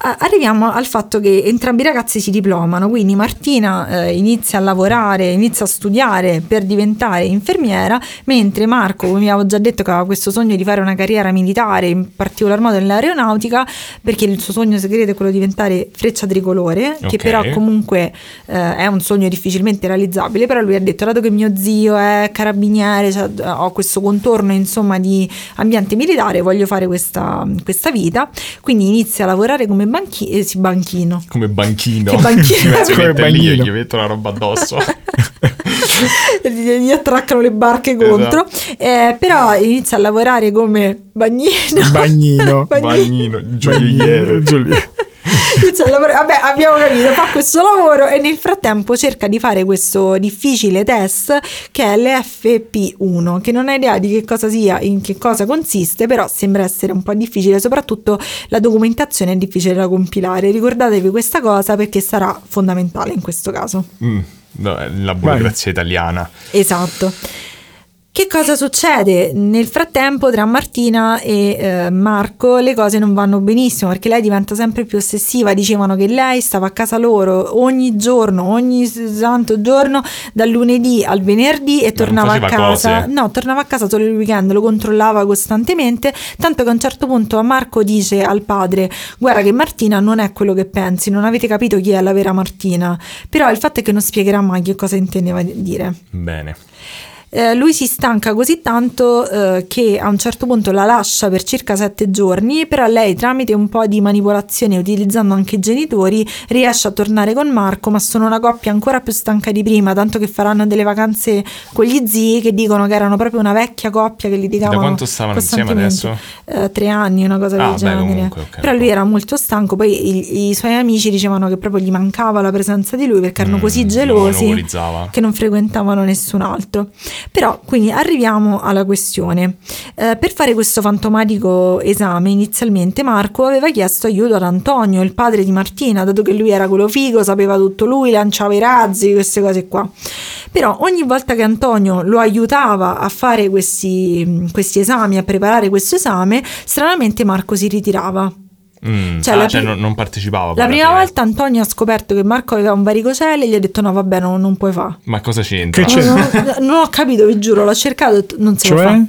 B: A- Arriviamo al fatto che entrambi i ragazzi si diplomano, quindi Martina eh, inizia a lavorare, inizia a studiare per diventare infermiera, mentre Marco, come vi avevo già detto, che aveva questo sogno di fare una carriera militare, in particolar modo nell'aeronautica, perché il suo sogno segreto è quello di diventare freccia tricolore,
A: Ok.
B: che però comunque eh, è un sogno difficilmente realizzabile, però lui ha detto, dato che mio zio è carabiniere, cioè, d- ho questo contorno insomma di ambiente militare, voglio fare questa, questa vita, quindi inizia a lavorare come banchi- eh, sì, banchino.
A: Come banchino.
B: Che banchino.
A: Ci metto-
C: Come
A: mette lì e
C: bagnino.
A: gli metto la roba addosso.
B: gli gli attraccano le barche
A: Esatto.
B: contro, eh, però inizia a lavorare come bagnino.
C: Bagnino.
A: bagnino, gioielliere.
C: Giulia.
B: Inizia a lavorare- Vabbè, abbiamo capito, fa questo lavoro e nel frattempo cerca di fare questo difficile test che è l'FP1, che non ha idea di che cosa sia, in che cosa consiste, però sembra essere un po' difficile, soprattutto la documentazione è difficile da compilare. Ricordatevi questa cosa perché sarà fondamentale in questo caso.
A: Mm, no, è la burocrazia italiana.
B: Esatto. Che cosa succede? Nel frattempo tra Martina e eh, Marco le cose non vanno benissimo perché lei diventa sempre più ossessiva, dicevano che lei stava a casa loro ogni giorno, ogni s- santo giorno, dal lunedì al venerdì e tornava a
A: faceva
B: casa.
A: cose.
B: No, tornava a casa solo il weekend, lo controllava costantemente, tanto che a un certo punto a Marco dice al padre guarda che Martina non è quello che pensi, non avete capito chi è la vera Martina, però il fatto è che non spiegherà mai che cosa intendeva dire.
A: Bene.
B: Eh, lui si stanca così tanto eh, che a un certo punto la lascia per circa sette giorni, però lei tramite un po' di manipolazione utilizzando anche i genitori riesce a tornare con Marco, ma sono una coppia ancora più stanca di prima, tanto che faranno delle vacanze con gli zii che dicono che erano proprio una vecchia coppia che litigavano.
A: da quanto stavano insieme
B: costantemente.
A: adesso?
B: Eh, tre anni, una cosa
A: Ah,
B: del
A: beh,
B: genere.
A: comunque, ok,
B: Però
A: ok.
B: lui era molto stanco, poi i, i suoi amici dicevano che proprio gli mancava la presenza di lui perché erano
A: Mm,
B: così
A: lo
B: gelosi
A: monopolizzava.
B: che non frequentavano nessun altro. Però quindi arriviamo alla questione. Eh, per fare questo fantomatico esame, inizialmente Marco aveva chiesto aiuto ad Antonio, il padre di Martina, dato che lui era quello figo, sapeva tutto lui, lanciava i razzi, queste cose qua. Però ogni volta che Antonio lo aiutava a fare questi, questi esami, a preparare questo esame, stranamente Marco si ritirava.
A: Mm,
B: Cioè,
A: ah,
B: la
A: cioè,
B: pri-
A: non, non partecipava. poi
B: La
A: alla
B: prima
A: fine.
B: volta Antonio ha scoperto che Marco aveva un varicocele e gli ha detto no vabbè no, non puoi fare.
A: Ma cosa c'entra?
C: Che c'è?
B: Non, non- Ah, non ho capito, vi giuro, l'ho cercato, t- non si può
C: Cioè?
B: fare.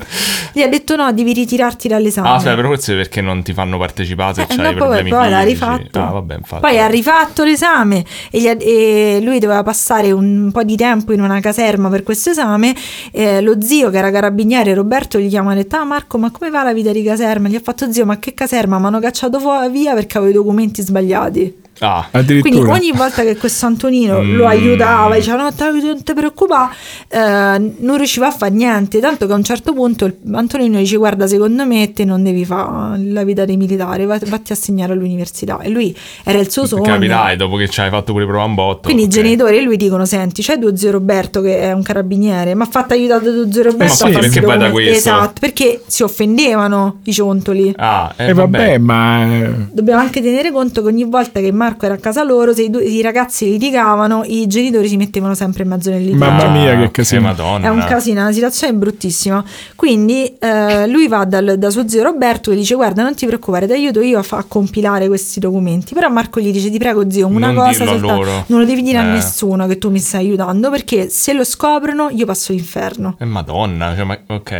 B: Gli ha detto no, devi ritirarti dall'esame.
A: Ah, aspetta, però forse perché non ti fanno partecipare
B: Eh,
A: se
B: no,
A: c'hai
B: poi-
A: problemi
B: poi l'ha
A: clinici.
B: rifatto.
A: Ah, vabbè, infatti.
B: Poi ha rifatto l'esame e, gli ha- e lui doveva passare un po' di tempo in una caserma per questo esame. Eh, lo zio, che era carabiniere, Roberto, gli chiama e ha detto: Ah, Marco, ma come va la vita di caserma? Gli ha fatto zio, ma che caserma? Mi hanno cacciato fu- via perché avevo i documenti sbagliati.
A: Ah,
C: Addirittura.
B: Quindi ogni volta che questo Antonino lo
A: Mm.
B: aiutava, diceva no, te- non ti preoccupare, eh, non riusciva a fare niente, tanto che a un certo punto il- Antonino dice guarda secondo me te non devi fare la vita di militare, va- vatti a segnare all'università. E lui era il suo sogno.
A: capirai, dopo che ci hai fatto pure prova un botto.
B: Quindi
A: ok.
B: i genitori e lui dicono: Senti, c'è tuo zio Roberto che è un carabiniere, ma fatta aiutare tuo zio Roberto.
A: Eh, sì,
B: a farsi
A: perché
B: i
A: poi da
B: documenti."
A: questo.
B: Esatto, perché si offendevano i ciontoli.
A: Ah, eh,
C: E vabbè, ma... eh,
B: Dobbiamo anche tenere conto che ogni volta che Marco era a casa loro, se i, due- i ragazzi litigavano, i genitori si mettevano sempre in mezzo nel litigio.
C: Mamma
A: Ah,
C: mia, che
A: ok,
C: casino.
A: Madonna.
B: È un casino, la situazione è bruttissima. Quindi eh, lui va dal- da suo zio Roberto e dice: Guarda, non ti preoccupare, ti aiuto io a, fa- a compilare questi documenti. Però Marco gli dice: Ti prego, zio, una
A: Non
B: cosa
A: dirlo a
B: soltanto-
A: loro."
B: non lo devi dire
A: Eh.
B: a nessuno che tu mi stai aiutando, perché se lo scoprono io passo l'inferno.
A: Eh, Madonna, cioè, ma- ok.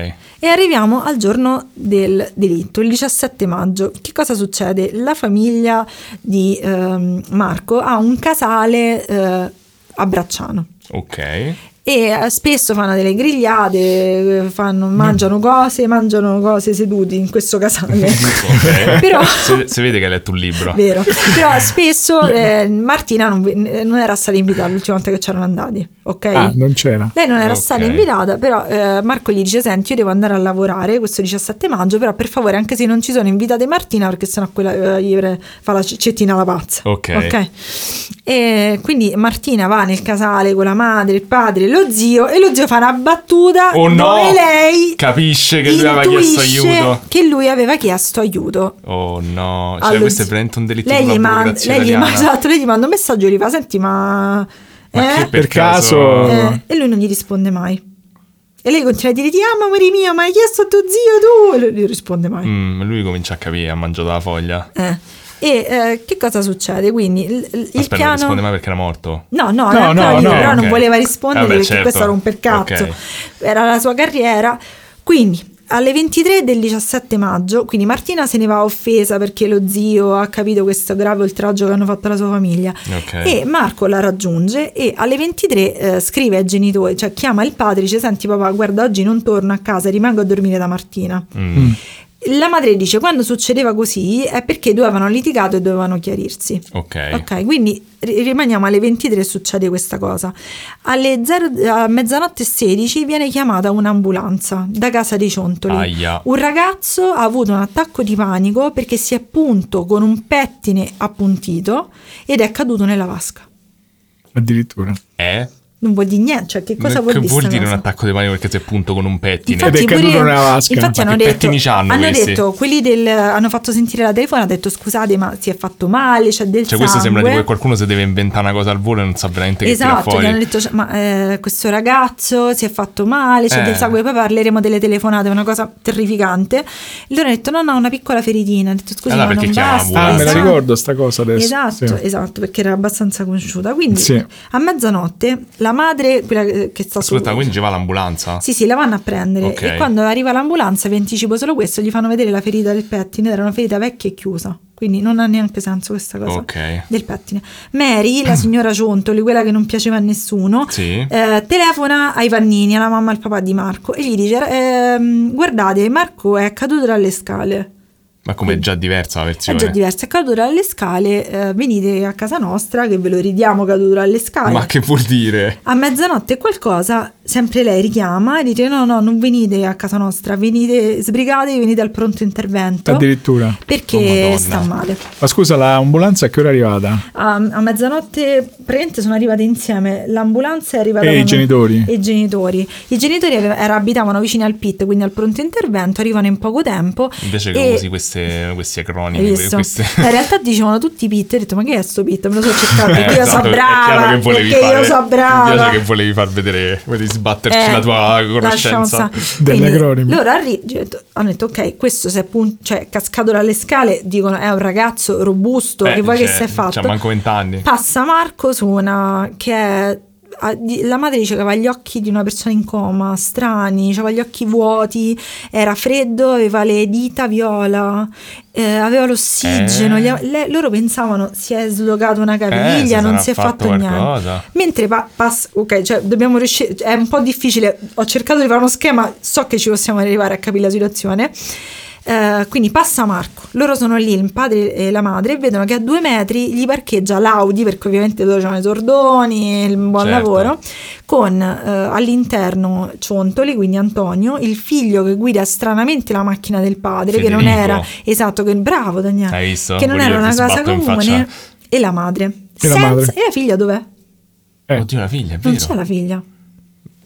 B: E arriviamo al giorno del delitto, il 17 maggio. Che cosa succede? La famiglia di ehm, Marco ha un casale eh, a Bracciano.
A: Ok.
B: e eh, spesso fanno delle grigliate, eh, fanno- mangiano cose, mangiano cose seduti, in questo casale.
A: Ok.
B: Però...
A: Se, se vede che ha letto un libro.
B: Vero. Però spesso eh, Martina non, eh, non era stata invitata l'ultima volta che c'erano andati, ok?
C: Ah, non c'era.
B: Lei non era
A: Ok.
B: stata invitata, però eh, Marco gli dice: Senti, io devo andare a lavorare questo 17 maggio, però per favore, anche se non ci sono, invitate Martina perché sennò quella eh, gli pre- fa la cettina alla pazza.
A: Ok.
B: E quindi Martina va nel casale con la madre, il padre, lo zio e lo zio fa una battuta
A: Oh no!
B: dove lei
A: Capisce che lui aveva chiesto
B: intuisce
A: aiuto.
B: Che lui aveva chiesto aiuto.
A: Oh no, cioè
B: Allo
A: questo è
B: zio.
A: veramente un delitto
B: lei
A: sulla
B: gli, man-
A: burocrazia
B: lei, gli
A: italiana.
B: man- esatto, lei gli manda un messaggio e gli fa: Senti, ma.
A: Ma
B: eh?"
A: che per
C: Per
A: caso...
C: caso-
B: Eh, e lui non gli risponde mai. E lei continua a dire: Ti amo, amore mio, ma hai chiesto a tuo zio tu? E lui non gli risponde mai.
A: Mm, lui comincia a capire, ha mangiato la foglia.
B: Eh. E eh, che cosa succede? Quindi il, il
A: Aspetta, non
B: piano.
A: risponde mai perché era morto.
B: No, no,
C: No,
B: era ancora
C: no,
B: lì,
C: no,
B: però non
A: ok.
B: voleva rispondere
A: Eh, beh,
B: perché
A: certo.
B: questo era un percazzo.
A: Ok.
B: Era la sua carriera. Quindi alle 23 del 17 maggio, quindi Martina se ne va offesa perché lo zio ha capito questo grave oltraggio che hanno fatto alla sua famiglia.
A: Ok.
B: E Marco la raggiunge e alle 23 eh, scrive ai genitori, cioè chiama il padre e dice senti papà guarda oggi non torno a casa, rimango a dormire da Martina.
A: Mm.
B: La madre dice quando succedeva così è perché due avevano litigato e dovevano chiarirsi.
A: Ok.
B: Ok, quindi ri- rimaniamo alle 23 e succede questa cosa. Alle 0, a mezzanotte e 16 viene chiamata un'ambulanza da casa dei Ciontoli.
A: Aia.
B: Un ragazzo ha avuto un attacco di panico perché si è punto con un pettine appuntito ed è caduto nella vasca.
C: Addirittura.
A: Eh?
B: Non vuol dire niente, cioè che cosa
A: che
B: vuol dire? sta
A: dire un
B: cosa?
A: attacco di manico perché si è punto con un pettine?
C: Ed Eh è caduto nella vasca.
B: Infatti
A: Ma
B: hanno
A: che
B: detto,
A: pettini c'hanno
B: hanno
A: questi?
B: detto quelli del hanno fatto sentire la telefono, hanno detto scusate, ma si è fatto male, c'è del
A: Cioè questo sembra
B: sangue."
A: tipo che qualcuno si deve inventare una cosa al volo e non sa veramente che tira
B: Esatto, gli
A: fuori.
B: hanno detto, "Cioè, ma eh, questo ragazzo si è fatto male, c'è
A: Eh.
B: del sangue, poi parleremo delle telefonate, è una cosa terrificante. E loro hanno detto, no, no, una piccola feritina. Ho detto, scusi,
A: Allora,
B: ma
A: perché
B: non
A: chiama
B: basta.
C: Ah,
A: Esatto.
C: me la ricordo sta cosa adesso.
B: Esatto,
C: Sì.
B: esatto, perché era abbastanza conosciuta. Quindi
C: Sì.
B: a mezzanotte la madre, quella eh, che che sta
A: Ascolta,
B: su...
A: quindi ci va l'ambulanza?
B: Sì, sì, la vanno a prendere
A: Ok.
B: e quando arriva l'ambulanza, vi anticipo solo questo, gli fanno vedere la ferita del pettine, ed era una ferita vecchia e chiusa, quindi non ha neanche senso questa cosa
A: Ok.
B: del pettine. Mary, la signora Ciontoli, quella che non piaceva a nessuno,
A: Sì.
B: eh, telefona ai Vannini, alla mamma e al papà di Marco e gli dice ehm, guardate Marco è caduto dalle scale.
A: Ma come è già diversa la
B: È
A: versione?
B: già diverso, è caduto dalle scale, eh, venite a casa nostra che ve lo ridiamo caduto dalle scale.
A: Ma che vuol dire?
B: A mezzanotte qualcosa, sempre lei richiama e dice no no non venite a casa nostra, venite, sbrigatevi, venite al pronto intervento
C: Addirittura.
A: Oh,
B: perché
A: Madonna.
B: sta male.
C: Ma scusa, l'ambulanza a che ora è arrivata?
B: A, a mezzanotte praticamente sono arrivate insieme l'ambulanza è arrivata
C: E
B: con-
C: i genitori?
B: e i genitori i genitori ave- era- abitavano vicino al pit quindi al pronto intervento arrivano in poco tempo
A: Invece che
B: e-
A: usi queste, questi
B: hai
A: acronimi,
B: visto?
A: queste...
B: in realtà dicevano tutti pit ho detto ma che è sto pit me lo so cercato
A: Eh,
B: perché io
A: esatto,
B: so
A: è chiaro
B: brava
A: che volevi
B: perché io
A: fare-
B: so brava
A: Mi piace che volevi far vedere, volevi sbatterci
B: Eh,
A: la tua
B: lasciamo
A: conoscenza.
B: stare.
C: Delle
B: Quindi
C: acronimi.
B: Loro arri- cioè, t- hanno detto: Ok, questo si è pun- cioè, cascato dalle scale. Dicono: È un ragazzo robusto.
A: Eh,
B: che vuoi che
A: cioè,
B: si è fatto?
A: Cioè, manco vent'anni.
B: Passa Marco su una che è. ha- di- La madre dice che aveva gli occhi di una persona in coma, strani, cioè aveva gli occhi vuoti, era freddo, aveva le dita viola, eh, aveva l'ossigeno.
A: Eh.
B: gli av- le- loro pensavano si è slogato una
A: Eh,
B: caviglia,
A: se
B: non
A: sarà
B: si è
A: fatto
B: fatto, niente.
A: qualcosa.
B: Mentre pa- passa, ok, cioè dobbiamo riuscire, è un po' difficile, ho cercato di fare uno schema, so che ci possiamo arrivare a capire la situazione. Eh, quindi passa Marco, loro sono lì, il padre e la madre, e vedono che a due metri gli parcheggia l'Audi, perché ovviamente loro hanno i tordoni, il buon
A: Certo.
B: lavoro, con eh, all'interno Ciontoli, quindi Antonio, il figlio che guida stranamente la macchina del padre, che non
A: Federico.
B: era, esatto, che bravo Daniele,
A: Hai visto?
B: che non
A: Voglio
B: era
A: che
B: una
A: ti
B: cosa
A: sbatto in
B: comune, e la madre.
C: E la madre.
B: e la figlia dov'è?
C: Eh.
A: Oddio, la figlia, è
B: Non
A: vero. Eh,
B: c'è la figlia.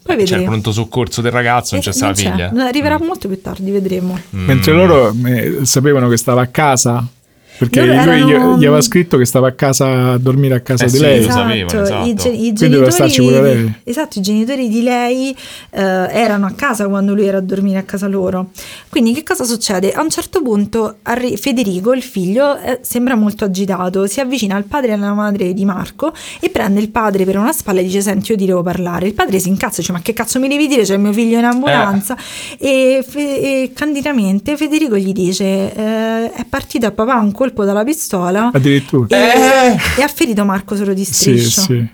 B: Poi
A: C'è il
B: vedremo.
A: pronto soccorso del ragazzo, non c'è
B: Eh,
A: sta la figlia. Mm.
B: Non Arriverà molto più tardi, vedremo.
C: Mentre loro eh, sapevano che stava a casa. Perché
B: Loro
C: lui gli-
B: erano-
C: gli, aveva scritto che stava a casa a dormire a casa
A: Eh
C: di
A: sì,
C: lei.
A: lo sapevano, esatto.
B: I, ge- i
C: doveva
B: genitori
C: starci pure lei.
B: esatto, i genitori di lei eh, erano a casa quando lui era a dormire a casa loro. Quindi che cosa succede? A un certo punto arri- Federico, il figlio, eh, sembra molto agitato, si avvicina al padre e alla madre di Marco e prende il padre per una spalla e dice senti io ti devo parlare. Il padre si incazza e dice ma che cazzo mi devi dire? C'è mio figlio in ambulanza.
A: Eh.
B: E, fe- e candidamente Federico gli dice "Eh, è partito a papà un colpo dalla pistola Eh,
C: Addirittura.
B: e, e ha ferito Marco solo di
C: Sì,
B: striscio.
C: sì.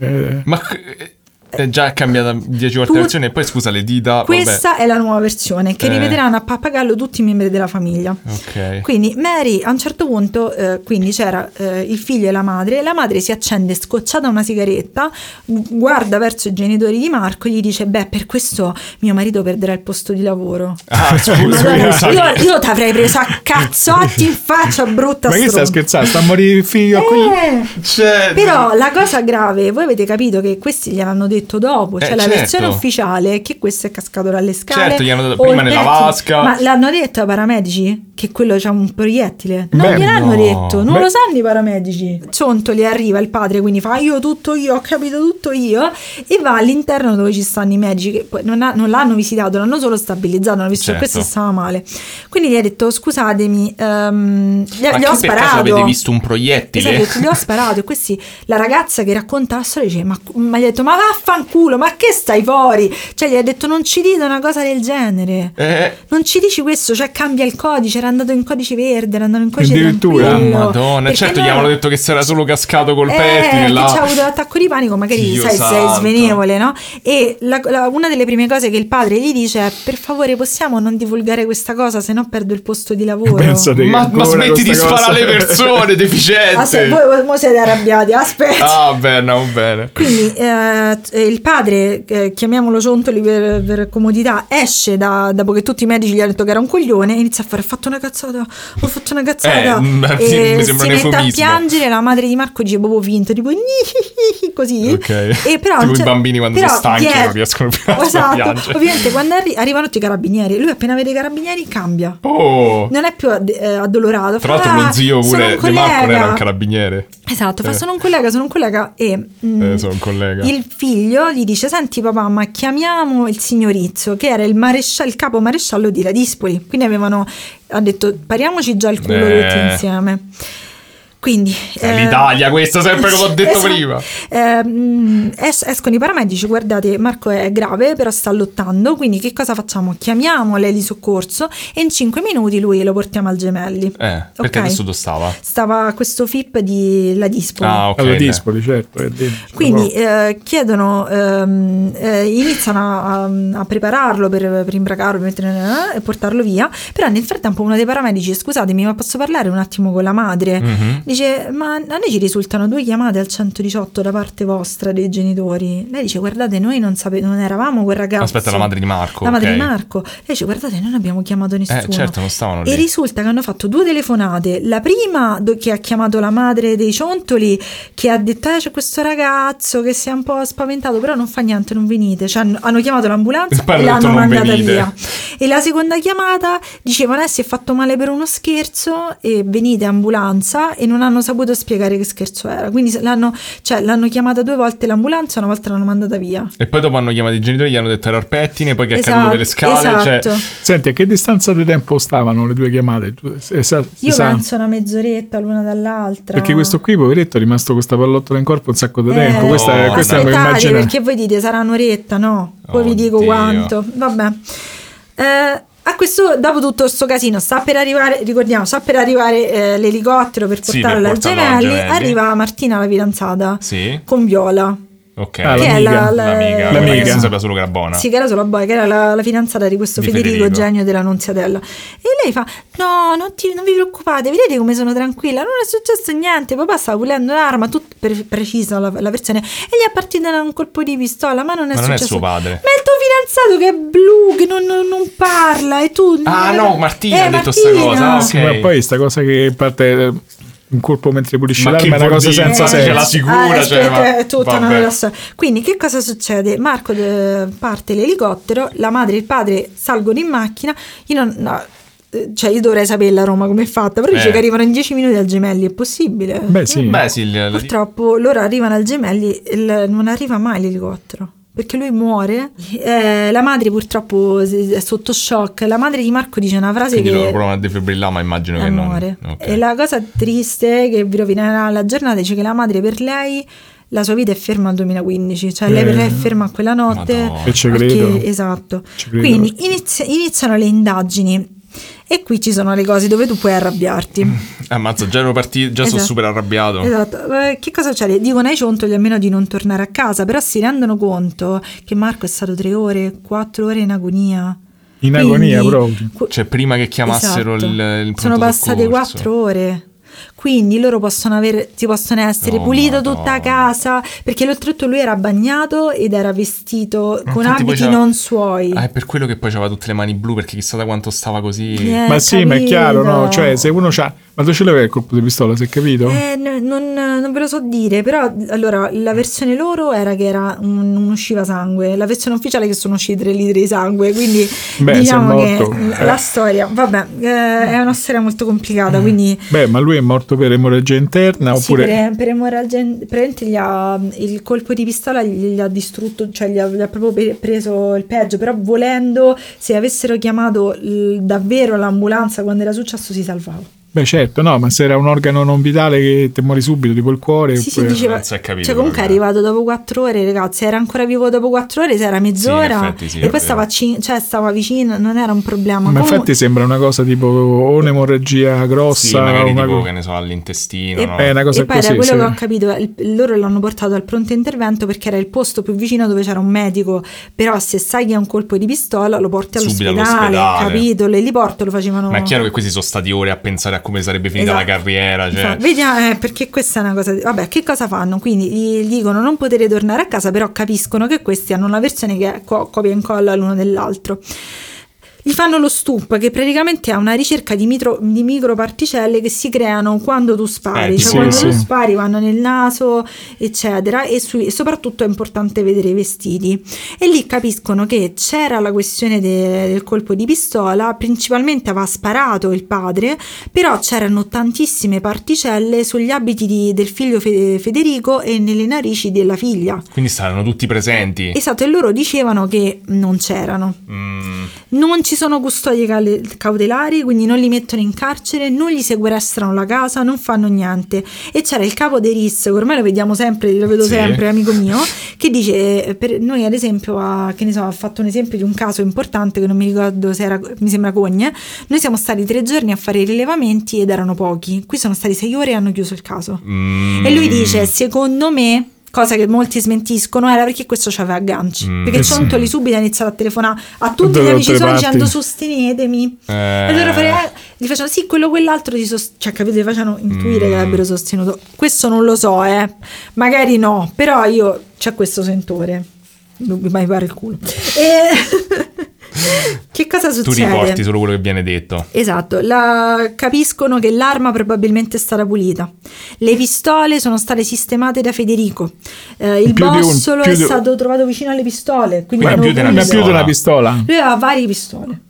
C: Eh,
A: Ma... che-
E: È già cambiata 10 volte
B: Tu-
E: la versione. E poi scusa, le dita.
B: Questa è la nuova versione che
E: Eh.
B: rivedranno a pappagallo tutti i membri della famiglia.
C: Ah,
E: Vabbè. Ok.
B: Quindi Mary a un certo punto, eh, quindi c'era eh, il figlio e la madre, la madre si accende scocciata una sigaretta, gu- guarda verso i genitori di Marco e gli dice, beh per questo mio marito perderà il posto di lavoro.
E: Ah,
B: Madonna,
E: scusa.
B: io, io ti avrei preso a cazzotti in faccia, brutta
C: Ma che sta
B: stronza.
C: scherzando? Sta a morire il figlio a quelli.
B: Eh.
E: Cioè,
B: Però la cosa grave, voi avete capito che questi gliel'hanno detto dopo, cioè
E: Eh,
B: la
E: certo.
B: versione ufficiale è che questo è cascato dalle scale.
E: Certo, gli hanno detto
B: o
E: prima
B: il
E: nella
B: pettine-
E: vasca.
B: Ma l'hanno detto ai paramedici che quello c'ha un proiettile? Non
C: Beh,
E: no.
B: gliel'hanno detto, non
C: Beh.
B: lo sanno i paramedici. Ciontoli arriva il padre, quindi fa io tutto io, ho capito tutto io e va all'interno dove ci stanno i medici che poi non, ha- non l'hanno visitato, l'hanno solo stabilizzato, hanno visto che
E: Certo.
B: questo stava male. Quindi gli ha detto scusatemi, ehm, gli,
A: Ma
B: gli
A: che
B: ho
A: per
B: sparato.
A: caso avete visto un proiettile?
B: Esatto, detto, gli ho sparato e questi la ragazza che racconta la storia dice ma, ma gli ha detto ma vaffanculo ma che stai fuori cioè gli ha detto non ci dite una cosa del genere
E: eh,
B: non ci dici questo cioè cambia il codice era andato in codice verde era andato in codice
C: Addirittura.
A: Ah,
B: tranquillo
E: Madonna,
B: Perché
E: certo,
B: noi-
E: gli avevano detto che si era solo cascato col
B: eh,
E: pettine.
B: che
E: là.
B: c'ha avuto l'attacco di panico magari
E: Dio
B: sai sei
E: santo.
B: svenevole no e la- la- una delle prime cose che il padre gli dice è per favore possiamo non divulgare questa cosa se no perdo il posto di lavoro
C: Pensate che
E: Ma, ma
C: ancora
E: smetti di
C: questa cosa-
E: sparare alle persone, deficiente.
B: Ah, se- voi mo siete arrabbiati aspetta
E: Ah, bene, va bene.
B: Quindi eh, t- eh, il padre, eh, chiamiamolo Ciontoli per, per comodità, esce da, dopo che tutti i medici gli hanno detto che era un coglione e inizia a fare: Ho fatto una cazzata, ho fatto una cazzata.
E: Eh, ma sì,
B: e
E: mi sembra
B: si
E: un
B: mette a
E: eufemismo.
B: piangere. La madre di Marco dice proprio vinto, tipo "Gnihihihi", così.
E: Ok.
B: E però,
E: Tipo i
B: cioè,
E: bambini quando
B: però
E: sono stanchi
B: dietro-
E: non riescono più a
B: Esatto,
E: piangere.
B: ovviamente quando arri- arrivano tutti i carabinieri, lui appena vede i carabinieri cambia.
E: Oh.
B: Non è più ad- eh, addolorato.
E: Tra
B: fa,
E: l'altro
B: "Ah,
E: lo zio
B: sono
E: pure
B: un
E: di Marco non era
B: collega".
E: un carabiniere.
B: Esatto, fa
E: Eh.
B: sono un collega, sono un collega e mm,
E: Eh, sono un collega.
B: il figlio gli dice senti papà ma chiamiamo il signorizzo che era il, marescia- il capo maresciallo di Radispoli, quindi avevano ha detto pariamoci già il culo
E: Eh.
B: tutti insieme. Quindi
E: È
B: eh,
E: L'Italia, questa sempre come ho detto
B: esatto.
E: prima.
B: Eh, mm, es- escono i paramedici, guardate, Marco è grave, però sta lottando, quindi che cosa facciamo? Chiamiamo lei di soccorso e in 5 minuti lui lo portiamo al gemelli.
E: Eh, perché
B: Ok.
E: adesso dove stava?
B: Stava questo FIP di La Dispoli.
E: Ah, ok.
C: Alla
E: dai.
C: Dispoli, certo. che dire.
B: Quindi
C: Cioè,
B: eh, chiedono, ehm, eh, iniziano a, a- a prepararlo per, per imbracarlo mettere- eh, e portarlo via, però nel frattempo uno dei paramedici, scusatemi ma posso parlare un attimo con la madre?
E: Mhm.
B: Dice, ma a noi ci risultano due chiamate al 118 da parte vostra dei genitori. Lei dice, guardate, noi non, sape- non eravamo quel ragazzo.
E: Aspetta, la madre di Marco.
B: La madre
E: ok.
B: di Marco. Lei dice, guardate, noi non abbiamo chiamato nessuno.
E: Eh, certo, non stavano lì.
B: E risulta che hanno fatto due telefonate. La prima do- che ha chiamato la madre dei ciontoli, che ha detto: "Eh, c'è questo ragazzo che si è un po' spaventato, però non fa niente, non venite. Cioè, hanno- hanno chiamato l'ambulanza
E: Poi
B: e
E: hanno
B: l'hanno
E: detto, "Non
B: mandata
E: venite".
B: via. E la seconda chiamata dicevano: eh, si è fatto male per uno scherzo e venite ambulanza e non hanno saputo spiegare che scherzo era. Quindi se- l'hanno, cioè, l'hanno chiamata due volte l'ambulanza, una volta l'hanno mandata via.
E: E poi dopo hanno chiamato i genitori, gli hanno detto era al pettine, poi che è
B: Esatto,
E: caduto per le scale. cioè-
B: esatto.
C: Senti, a che distanza di tempo stavano le due chiamate? Esa-
B: Io
C: esatto.
B: penso una mezz'oretta l'una dall'altra. Oh,
C: Perché questo qui, poveretto, è rimasto con questa pallottola in corpo un sacco di tempo.
B: Eh,
C: questa è,
E: no,
C: questa è
B: aspettate,
C: un'immagine.
B: perché voi dite sarà un'oretta, no? Poi vi dico
E: Oddio.
B: quanto. Vabbè. Eh, a questo, dopo tutto questo casino, sta per arrivare, ricordiamo, sta per arrivare eh, l'elicottero per
E: Sì,
B: portarlo
E: per
B: al
E: portarlo al
B: gemelli,
E: Gemelli.
B: arriva Martina la fidanzata
E: Sì,
B: con Viola.
E: ok.
C: Ah,
B: che è la, la-
C: l'amica.
E: L'amica,
C: L'amica.
E: quella che si sapeva solo che era buona.
B: Sì, che era solo boy, che era la, la fidanzata di questo
E: Di
B: Federico,
E: Federico.
B: genio della Nunziatella. E lei fa: No, non, ti- non vi preoccupate, vedete come sono tranquilla. Non è successo niente. Papà stava pulendo un'arma, tutto pre- precisa la, la versione, e gli è partito un colpo di pistola. Ma non è
E: Ma non è
B: successo.
E: suo padre.
B: Ma è il tuo fidanzato che è blu, che non, non- non parla. E tu. Eh,
E: Ah, no, Martina ha detto sta cosa, ah,
C: Sì,
E: Ok.
C: ma poi sta cosa che parte eh, un colpo mentre pulisce
E: Ma che
C: l'arma è una
E: vuol
C: cosa
E: dire?
C: senza
E: Eh,
C: senso.
E: ce la sicura,
B: Ah,
E: cioè,
B: aspetta,
E: ma-
B: è tutta una
E: vabbè.
B: bella storia. Quindi che cosa succede? Marco eh, parte l'elicottero, la madre e il padre salgono in macchina, io non... no, eh, cioè io dovrei saperla a Roma com'è fatta, però dice
E: Eh.
B: che arrivano in 10 minuti al gemelli, è possibile? Eh,
C: Beh, sì.
E: Beh, sì, il- la-
B: Purtroppo loro arrivano al gemelli il- non arriva mai l'elicottero. Perché lui muore, Eh, la madre purtroppo si- è sotto shock. La madre di Marco dice una frase
E: quindi
B: che.
E: loro provano a defibrillare, ma immagino che
B: Amore.
E: non... ok.
B: E la cosa triste che vi rovinerà la giornata dice che la madre per lei la sua vita è ferma al 2015, cioè lei per
C: Eh.
B: lei è ferma a quella notte.
E: Madonna.
C: E ci
B: perché-
C: credo.
B: esatto.
C: Ci credo.
B: Quindi inizia- iniziano le indagini. E qui ci sono le cose dove tu puoi arrabbiarti.
E: Eh, Ammazza, già ero partito, già Mm. sono
B: Esatto.
E: super arrabbiato.
B: Esatto, Eh, che cosa c'è? Dicono ai ciontoli almeno di non tornare a casa, però si rendono conto che Marco è stato tre ore, quattro ore in agonia.
C: In agonia proprio.
B: cu-
E: Cioè, prima che chiamassero
B: esatto.
E: il, il pronto
B: Sono passate
E: soccorso.
B: quattro ore. Quindi loro possono avere, si possono essere
E: Oh,
B: pulito
E: Madonna.
B: tutta casa, perché oltretutto lui era bagnato ed era vestito con
E: Infatti poi
B: abiti
E: c'ha-
B: non suoi.
E: Ah, è per quello che poi aveva tutte le mani blu perché chissà da quanto stava così.
B: Eh,
C: ma sì, ma è
B: capito?
C: chiaro, no? Cioè, se uno c'ha. Ma dove ce l'aveva il colpo di pistola, si è capito?
B: Eh, n- non, non ve lo so dire, però allora la versione loro era che era un, non usciva sangue, la versione ufficiale che sono usciti tre litri di sangue, quindi
C: Beh, se è
B: diciamo che
C: morto,
B: l-
C: eh.
B: la storia, vabbè, eh, è una storia molto
E: Mm.
B: complicata, quindi
C: Beh, ma lui è morto per emorragia interna
E: Ah,
B: sì,
C: oppure.
B: per, per emorragia, praticamente gli ha- il colpo di pistola gli, gli ha distrutto, cioè gli ha, gli ha proprio pe- preso il peggio, però volendo, se avessero chiamato l- davvero l'ambulanza quando era successo si salvava.
C: Beh, certo, no, ma se era un organo non vitale che te muori subito, tipo il cuore.
B: Sì, sì,
C: oppure-
B: diceva.
E: non si è capito,
B: cioè, comunque è
E: vabbè.
B: arrivato dopo quattro ore, ragazzi. Era ancora vivo dopo quattro ore, se era mezz'ora.
E: Sì, in effetti sì,
B: e
E: è
B: poi
E: vero.
B: stava, ci- cioè, stava vicino, non era un problema.
C: Ma
B: Comunque-
C: infatti sembra una cosa tipo o un'emorragia grossa,
E: Sì, magari
C: o una
E: tipo,
C: co-
E: che ne so, all'intestino.
B: E-
E: no?
C: eh, una cosa
B: e poi
C: così.
B: da quello
C: sì.
B: che ho capito, il- loro l'hanno portato al pronto intervento perché era il posto più vicino dove c'era un medico. Però se sai che è un colpo di pistola, lo porti
E: Subito
B: all'ospedale,
E: all'ospedale.
B: capito? Le li porto, lo facevano.
E: Ma è chiaro che questi sono stati ore a pensare a come sarebbe finita
B: Esatto.
E: la carriera. Cioè,
B: Infatti, vediamo, eh, perché questa è una cosa. di- Vabbè, che cosa fanno? Quindi gli gli dicono non poter tornare a casa, però capiscono che questi hanno una versione che è co- copia e incolla l'uno dell'altro. Gli fanno lo stup, che praticamente è una ricerca di, mitro- di microparticelle che si creano quando tu spari.
E: Eh,
B: cioè,
C: sì,
B: quando
C: sì.
B: tu spari vanno nel naso, eccetera. E, sui- e soprattutto è importante vedere i vestiti. E lì capiscono che c'era la questione de- del colpo di pistola, principalmente aveva sparato il padre, però c'erano tantissime particelle sugli abiti di- del figlio Fe- Federico e nelle narici della figlia.
E: Quindi saranno tutti presenti.
B: Esatto, e loro dicevano che non c'erano.
E: Mm,
B: Non ci sono custodie cale- cautelari, quindi non li mettono in carcere, non gli sequestrano la casa, non fanno niente. E c'era il capo dei RIS, che ormai lo vediamo sempre, lo vedo
E: Sì.
B: sempre, amico mio, che dice, eh, per noi ad esempio, ha, che ne so, ha fatto un esempio di un caso importante che non mi ricordo se era, mi sembra Cogne, noi siamo stati tre giorni a fare i rilevamenti ed erano pochi, qui sono stati sei ore e hanno chiuso il caso.
E: mm,
B: E lui dice: Secondo me, cosa che molti smentiscono, era perché questo c'aveva agganci.
E: Mm,
B: perché
E: eh
B: Ciontoli subito ha iniziato a telefonare a tutti gli amici
C: Da tutte le
B: suoi
C: parti.
B: dicendo: Sostenetemi.
E: eh,
B: E loro fare- gli facevano sì, quello quell'altro ti sost- cioè, capito, gli facevano
E: Mm.
B: intuire che l'avrebbero sostenuto. Questo non lo so, eh. Magari no, però io c'è questo sentore. Non mi mai pare il culo. E- che cosa
E: tu
B: succede?
E: riporti solo quello che viene detto.
B: Esatto, la- capiscono che l'arma probabilmente è stata pulita. Le pistole sono state sistemate da Federico. Eh, il
C: Più di un-
B: bossolo
C: più
B: è
C: di-
B: stato trovato vicino alle pistole. Quindi
C: Ma
E: Ma
B: erano
E: più della
C: ma
B: pulite.
C: più di una pistola.
B: Lui aveva varie pistole.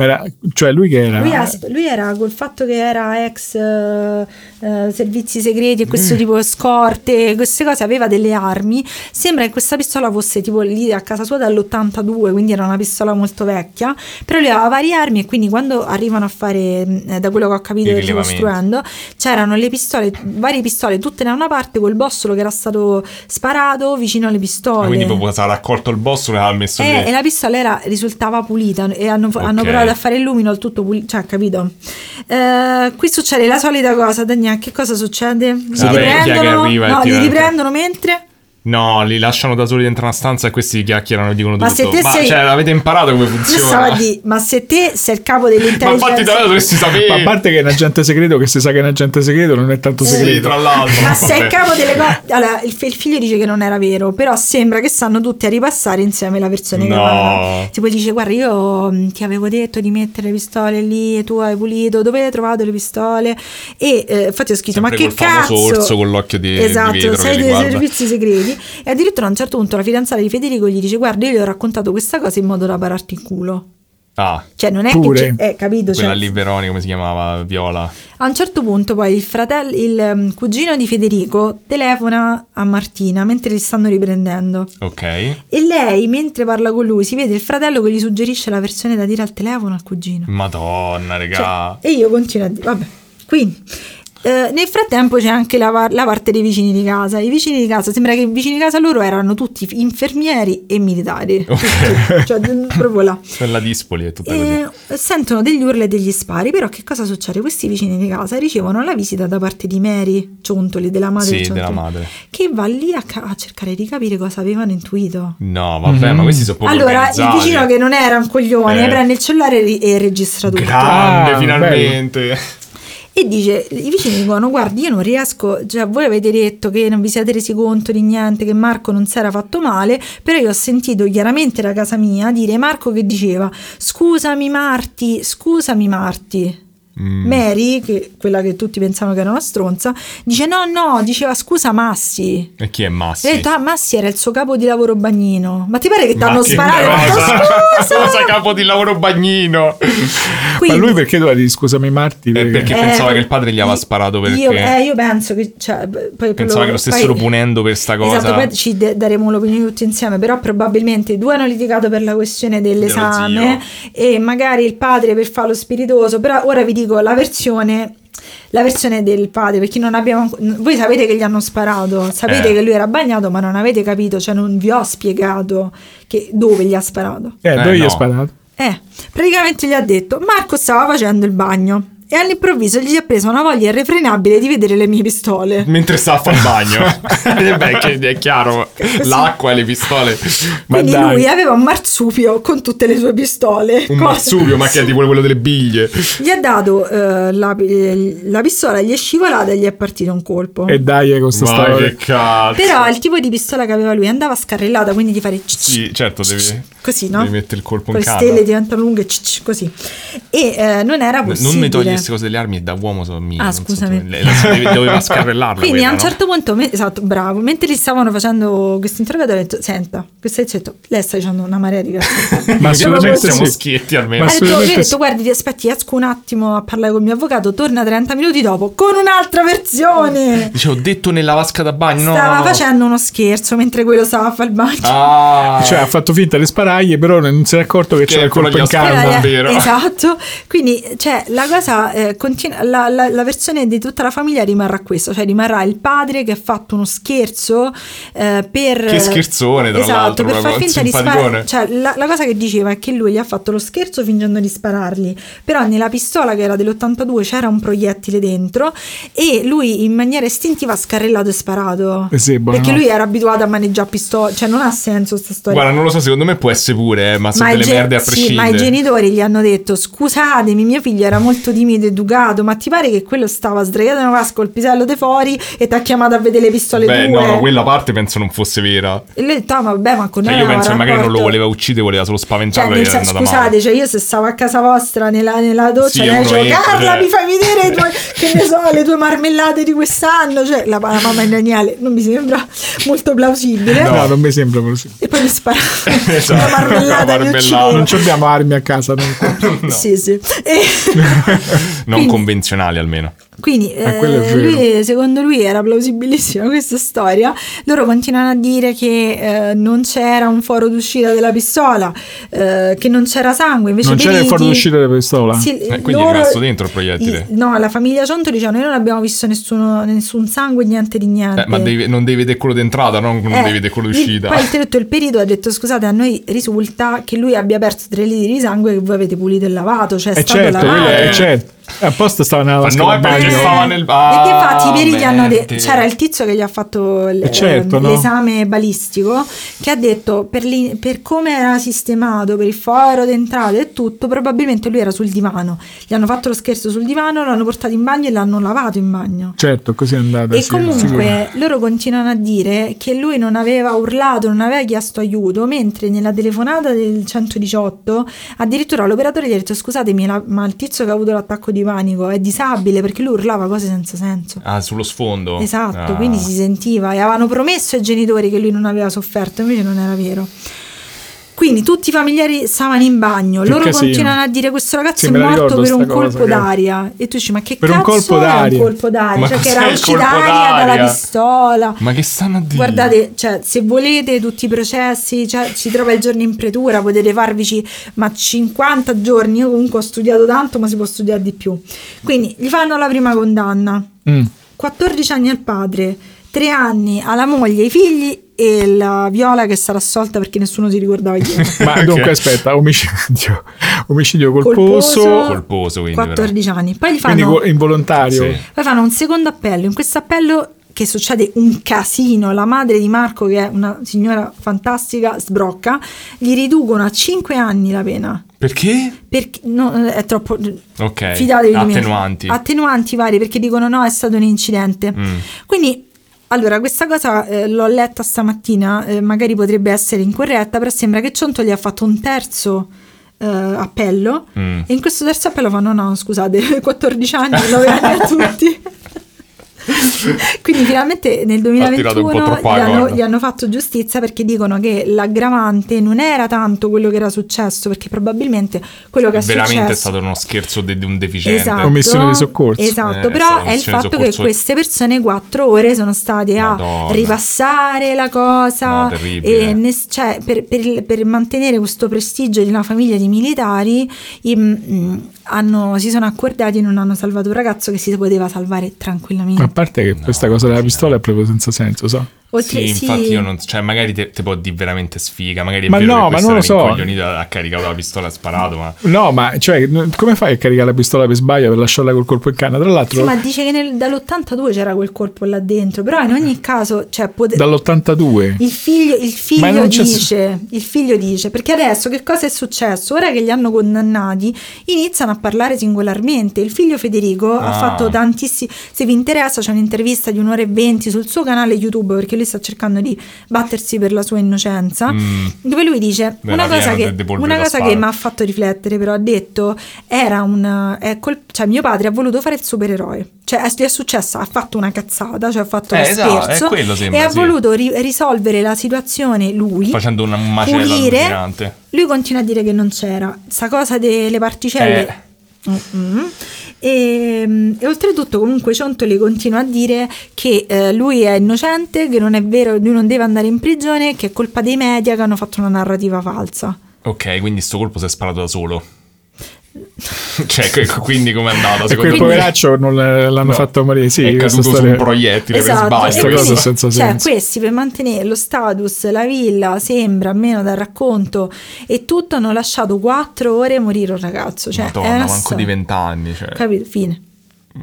C: Ma era- cioè, lui che era.
B: Lui, ha- lui era col fatto che era ex eh, eh, servizi segreti e
E: Mm.
B: questo tipo di scorte, queste cose, aveva delle armi. Sembra che questa pistola fosse tipo lì a casa sua dall'82, quindi era una pistola molto vecchia. Però lui aveva varie armi e quindi quando arrivano a fare, mh, eh, da quello che ho capito
E: I
B: che
E: rilevamenti.
B: ricostruendo, c'erano le pistole, varie pistole, tutte da una parte, col bossolo che era stato sparato vicino alle
E: Ah,
B: pistole.
E: Quindi proprio sarà raccolto il boss e l'ha messo
B: Oh, Eh,
E: lì.
B: e la pistola era- risultava pulita e hanno, hanno
E: Ok.
B: provato a fare il lumino al tutto pulito, cioè capito? Eh, qui succede la solita cosa, Daniel, che cosa succede? Li
E: Vabbè, chi è che
B: riprendono,
E: arriva e
B: no,
E: ti
B: li
E: mette?
B: riprendono mentre...
E: No, li lasciano da soli dentro una stanza e questi chiacchierano e dicono
B: Ma se
E: tutto.
B: te
E: ma
B: sei-
E: cioè, avete imparato come
B: Io stavo a
E: funziona?
B: dire, ma se te sei il capo
E: Ma infatti da
B: dell'intelligenza...
E: me dovresti sapere.
C: Ma a parte che è un agente segreto, che se sa che è un agente segreto, non è tanto
E: Sì,
C: segreto.
E: tra l'altro.
B: Ma sei il
E: vabbè.
B: capo delle cose. Allora, il, fi- il figlio dice che non era vero, però sembra che stanno tutti a ripassare insieme la versione che
E: No.
B: parla. Tipo dice: Guarda, io mh, ti avevo detto di mettere le pistole lì, e tu hai pulito, dove hai trovato le pistole? E eh, infatti ho scritto:
E: Sempre
B: Ma che
E: quel famoso
B: cazzo?
E: orso con l'occhio di- di
B: Esatto,
E: vetro che
B: sei
E: li
B: dei
E: guarda.
B: servizi segreti. E addirittura a un certo punto la fidanzata di Federico gli dice: Guarda, io gli ho raccontato questa cosa in modo da pararti il culo.
E: Ah,
B: Cioè, non è
C: Pure.
B: che. ci- Eh, capito?
E: quella
B: Cioè,
E: lì Veronica, come si chiamava? Viola.
B: a un certo punto poi il fratello, il ehm, cugino di Federico telefona a Martina mentre li stanno riprendendo
E: Ok.
B: e lei mentre parla con lui si vede il fratello che gli suggerisce la versione da dire al telefono al cugino.
E: Madonna,
B: Cioè,
E: regà.
B: e io continuo a dire, vabbè, quindi Eh, nel frattempo c'è anche la, par- la parte dei vicini di casa. I vicini di casa, sembra che i vicini di casa loro erano tutti infermieri e militari. Tutti. Cioè, Eh, d- proprio là.
E: Quella dispoli è tutta così.
B: E sentono degli urli e degli spari, però che cosa succede? Questi vicini di casa ricevono la visita da parte di Mary Ciontoli, della madre di
A: Sì,
B: Ciontoli,
A: della madre.
B: che va lì a, ca- a cercare di capire cosa avevano intuito.
A: No, vabbè,
E: Mhm.
A: ma questi sono proprio
B: Mm-hmm. Allora, il
A: organizzati.
B: vicino che non era un coglione
E: Eh.
B: prende il cellulare e ri- e registra tutto.
E: Grande,
C: Ah,
E: finalmente.
B: E dice, i vicini dicono, guardi io non riesco, cioè voi avete detto che non vi siete resi conto di niente, che Marco non si era fatto male, però io ho sentito chiaramente da casa mia dire Marco che diceva, scusami Marti, scusami Marti.
A: Mm.
B: Mary, che, quella che tutti pensavano che era una stronza, dice no no, diceva scusa Massi.
A: E chi è Massi?
B: In realtà Massi era il suo capo di lavoro bagnino. Ma ti pare che ti hanno
E: che
B: sparato?
E: cosa?
B: Scusa!
A: Cosa capo di lavoro bagnino?
C: Ma
B: Quindi-
C: lui perché doveva dire scusami Marti?
A: Eh, perché
B: Eh,
A: pensava che il padre gli aveva
B: io-
A: sparato perché...
B: Io, eh, io penso che. Cioè, beh, poi-
A: Pensava che lo stessero punendo per sta cosa.
B: Esatto, poi ci de- daremo l'opinione tutti insieme, però probabilmente i due hanno litigato per la questione dell'esame e magari il padre per farlo spiritoso, però ora vi dico la versione la versione del padre, perché non abbiamo anco- voi sapete che gli hanno sparato, sapete
A: Eh.
B: che lui era bagnato, ma non avete capito, cioè non vi ho spiegato che- dove gli ha sparato.
C: Eh, dove
A: Eh,
C: gli ha
A: no.
C: sparato?
B: Eh, praticamente gli ha detto: Marco stava facendo il bagno. E all'improvviso gli è presa una voglia irrefrenabile di vedere le mie pistole.
A: Mentre sta a fare il bagno. Eh, Beh, che- è chiaro, l'acqua e le pistole. Ma
B: Quindi
A: dai,
B: lui aveva un marsupio con tutte le sue pistole.
A: un
B: Cosa-
A: marsupio, ma che è tipo quello delle biglie.
B: Gli ha dato eh, la, la pistola, gli è scivolata e gli è partito un colpo.
C: E dai, con questa
E: Ma
C: storia.
E: che cazzo.
B: Però il tipo di pistola che aveva lui andava scarrellata, quindi di fare
A: Sì, certo, devi...
B: così, no?
A: devi mettere il colpo in
B: Poi
A: canna.
B: stelle diventano lunghe, così. E eh, non era possibile.
A: Non mi togli queste cose delle armi, da uomo sono mie.
B: Ah,
A: non so
B: scusami.
A: tu- lei- lei- Doveva scarrellarla
B: Quindi
A: quella,
B: a un
A: no?
B: certo punto, me- esatto, bravo, mentre li stavano facendo questo interrogatorio, ho detto, senta, questo è detto, lei sta dicendo una marea di cazzo.
A: Diciamo
C: Ma
E: Noi
C: assolutamente
E: siamo
C: sì.
E: schietti almeno.
C: Ma-
B: Ha detto- Io ho
C: assolutamente
B: Eh, detto,
C: sì.
B: guardi, ti aspetti, esco un attimo a parlare con il mio avvocato, torna 30 minuti dopo con un'altra versione.
A: Dice, ho detto nella vasca da bagno. Ah, no,
B: Stava
A: no, no.
B: facendo uno scherzo mentre quello stava a fare il bagno.
A: Ah,
C: Cioè, ha fatto finta di sparargli, però non si è accorto che, c'era il
E: quello
C: colpo in
E: gli ha
B: Però,
E: sparato.
C: canna.
E: calma,
B: eh,
E: vero.
B: Esatto, quindi cioè, la cosa eh, continua- la, la- la versione di tutta la famiglia rimarrà questa, cioè rimarrà il padre che ha fatto uno scherzo eh, per...
A: Che scherzone, tra
B: esatto,
A: l'altro,
B: per far
A: proprio,
B: finta di sparare.
A: simpaticone.
B: Cioè, la, la cosa che diceva è che lui gli ha fatto lo scherzo fingendo di sparargli, però nella pistola che era dell'82 c'era un proiettile dentro e lui in maniera istintiva ha scarrellato e sparato.
C: Eh sì, buonanotte.
B: perché lui era abituato a maneggiare pistole, cioè non ha senso questa storia.
A: Guarda, non lo so, secondo me può essere pure, eh, ma sono
B: i
A: delle
B: gen-
A: merde a
B: sì,
A: prescindere.
B: ma i genitori gli hanno detto: Scusatemi, mio figlio era molto timido ed educato. Ma ti pare che quello stava sdraiato in una vasca col pisello de fuori e ti ha chiamato a vedere le pistole
A: Beh,
B: tue?
A: no, no, quella parte penso non fosse vera.
B: E lui ha detto: "Ah, ma vabbè, ma con
A: Cioè,
B: noi
A: io
B: aveva
A: penso che magari non lo
B: rapporto."
A: voleva uccidere, voleva solo
B: Cioè,
A: spaventarlo
B: nel
A: e gli era
B: senso,
A: andata male.
B: scusate, cioè io se stavo a casa vostra nella, nella doccia,
A: Sì,
B: lei
A: uno
B: dicevo,
A: entra,
B: Carla,
A: eh."
B: mi fai vedere i tuoi- che ne so, le tue marmellate di quest'anno. Cioè, la, la mamma di Daniele non mi sembra molto plausibile.
C: No, non mi sembra così.
B: E poi mi sparava
A: Esatto,
B: la marmellata,
A: la
B: mi
A: marmellata.
B: uccideva.
C: Non ci abbiamo armi a casa. Eh, no.
B: Sì, sì. E-
A: Non
B: Quindi-
A: convenzionali almeno.
B: Quindi eh,
C: quello è
B: lui, secondo lui era plausibilissima questa storia. Loro continuano a dire che eh, non c'era un foro d'uscita della pistola, eh, che non c'era sangue. Invece
C: Non c'era il
B: Beniti-
C: fuoco d'uscita della pistola.
B: Sì,
A: Eh, quindi è rimasto dentro il proiettile.
B: i- no, la famiglia Cionto diceva: Noi non abbiamo visto nessuno- nessun sangue, niente di niente.
A: Eh, ma devi- non devi vedere quello d'entrata, no? non
B: Eh,
A: devi vedere quello
B: il-
A: d'uscita.
B: Poi oltretutto il perito ha detto: Scusate, a noi risulta che lui abbia perso tre litri di sangue che voi avete pulito e lavato. Cioè, è
C: Eh,
B: stato
C: certo,
B: lavato.
C: quello è certo. Eh, Apposta stava nella
A: Ma
C: vasca
A: no,
C: da
A: è perché
C: bagno.
A: stava nel bar.
B: Perché infatti i veri gli hanno detto,
A: Mente.
B: c'era il tizio che gli ha fatto l-
C: Eh, certo,
B: ehm,
C: no?
B: l'esame balistico, che ha detto per, li- per come era sistemato, per il foro d'entrata e tutto, probabilmente lui era sul divano. Gli hanno fatto lo scherzo sul divano, l'hanno portato in bagno e l'hanno lavato in bagno.
C: Certo, così è andata.
B: E
C: sì, sicuro.
B: comunque loro continuano a dire che lui non aveva urlato, non aveva chiesto aiuto, mentre nella telefonata del 118 addirittura l'operatore gli ha detto scusatemi, la- ma il tizio che ha avuto l'attacco di panico è disabile perché lui urlava cose senza senso.
A: Ah, sullo sfondo.
B: Esatto,
A: Ah.
B: quindi si sentiva e avevano promesso ai genitori che lui non aveva sofferto, invece non era vero. Quindi tutti i familiari stavano in bagno,
C: Che
B: loro
C: casino.
B: continuano a dire questo ragazzo
C: Sì,
B: è
C: me la
B: morto
C: ricordo
B: per un
C: sta cosa,
B: colpo
C: che-
B: d'aria. E tu dici ma che
C: Per un
B: cazzo
C: colpo
B: è
C: d'aria?
B: un colpo d'aria?
A: Ma
B: Cioè che
A: cos'è
B: era
A: il
B: uscita
A: colpo
B: aria dalla
A: d'aria?
B: pistola.
A: Ma che stanno a dire?
B: Guardate, cioè, se volete tutti i processi, cioè, ci trova il giorno in pretura, potete farvici ma 50 giorni. Io comunque ho studiato tanto, ma si può studiare di più. Quindi gli fanno la prima condanna.
C: Mm.
B: 14 anni al padre, 3 anni alla moglie, ai figli e la Viola che sarà assolta perché nessuno si ricordava chi era.
C: Ma dunque aspetta, omicidio, omicidio colposo,
A: Colposo, quindi,
B: 14 anni. Poi gli
C: quindi
B: fanno,
C: co- involontario.
A: Sì.
B: poi fanno un secondo appello. In questo appello che succede un casino, la madre di Marco, che è una signora fantastica, sbrocca, gli riducono a 5 anni la pena.
A: Perché?
B: Perché no, è troppo.
A: Ok,
B: Fidatevi di me.
A: attenuanti.
B: Attenuanti vari perché dicono no, è stato un incidente.
A: Mm.
B: Quindi, allora, questa cosa eh, l'ho letta stamattina, eh, magari potrebbe essere incorretta, però sembra che Ciontoli ha fatto un terzo eh, appello
A: Mm.
B: e in questo terzo appello fanno no, scusate, 14 anni, 9 anni a tutti. Quindi finalmente nel
A: Ha tirato un po'
B: 2021 gli
A: troppo alla
B: hanno,
A: corda.
B: gli hanno fatto giustizia perché dicono che l'aggravante non era tanto quello che era successo, perché probabilmente quello che è
A: Veramente è
B: successo
A: stato uno scherzo di, di un deficiente.
B: Esatto.
C: Omissione di soccorso.
B: Esatto,
A: Eh,
B: però
A: stavo
B: è il
A: omissione di
B: fatto che
A: soccorso.
B: queste persone quattro ore sono state a
A: Madonna.
B: ripassare la cosa
A: No, terribile.
B: e ne- cioè, per, per- per mantenere questo prestigio di una famiglia di militari im- mm, hanno- si sono accordati e non hanno salvato un ragazzo che si poteva salvare
C: Ma
B: tranquillamente.
C: a parte che questa cosa della pistola è proprio senza senso, so.
B: Oltre-
A: Sì, infatti io non... Cioè, magari te, te può dire veramente sfiga, magari è
C: Ma
A: vero
C: no,
A: che
C: ma
A: questo
C: non lo
A: era
C: so.
A: rincoglionito, ha caricato la pistola e ha sparato, ma...
C: No, ma cioè, n- come fai a caricare la pistola per sbaglio per lasciarla col colpo in canna? Tra l'altro,
B: Sì, ma dice che nel- dall'82 c'era quel colpo là dentro, però in ogni caso cioè, pote-
C: dall'82.
B: Il figlio, il
C: Ma
B: figlio
C: non c'è-
B: dice, il figlio dice, perché adesso che cosa è successo? Ora che li hanno condannati, iniziano a parlare singolarmente. Il figlio Federico ha
A: Ah.
B: fatto tantissimi. Se vi interessa, c'è un'intervista di un'ora e venti sul suo canale YouTube perché lui sta cercando di battersi per la sua innocenza.
A: Mm.
B: Dove lui dice
A: Beh,
B: una
A: la
B: cosa,
A: piena
B: che,
A: de- de polvere
B: una
A: da
B: cosa
A: sparo.
B: che mi ha fatto riflettere, però ha detto: era un. è col- cioè, mio padre ha voluto fare il supereroe. Cioè, è, gli è successa, ha fatto una cazzata, cioè ha fatto
A: Eh,
B: uno
A: esatto, è
B: scherzo.
A: quello sembra,
B: e ha
A: sì.
B: voluto ri- risolvere la situazione lui.
A: Facendo una macella allucinante.
B: Lui continua a dire che non c'era. Sta cosa delle particelle.
A: Eh.
B: Mm-mm. E, e oltretutto comunque Ciontoli continua a dire che eh, lui è innocente, che non è vero, lui non deve andare in prigione, che è colpa dei media che hanno fatto una narrativa falsa.
A: Ok, quindi sto colpo si è sparato da solo. cioè, que- quindi com'è andata?
C: E
A: Secondo
C: quel
A: me
C: poveraccio non l- l'hanno
B: Boh.
A: No.
C: fatto morire. Sì,
A: è
C: questa
A: caduto su
C: storia-
A: un proiettile per
B: Esatto. e
C: Questa
A: sbaglio.
C: cosa
B: quindi,
C: ha senza
B: cioè,
C: senso.
B: questi per mantenere lo status, la villa, sembra almeno dal racconto e tutto, hanno lasciato quattro ore morire un ragazzo. Cioè, è
A: Madonna,
B: una
A: manco
B: storia.
A: di vent'anni. Cioè.
B: Capito? Fine.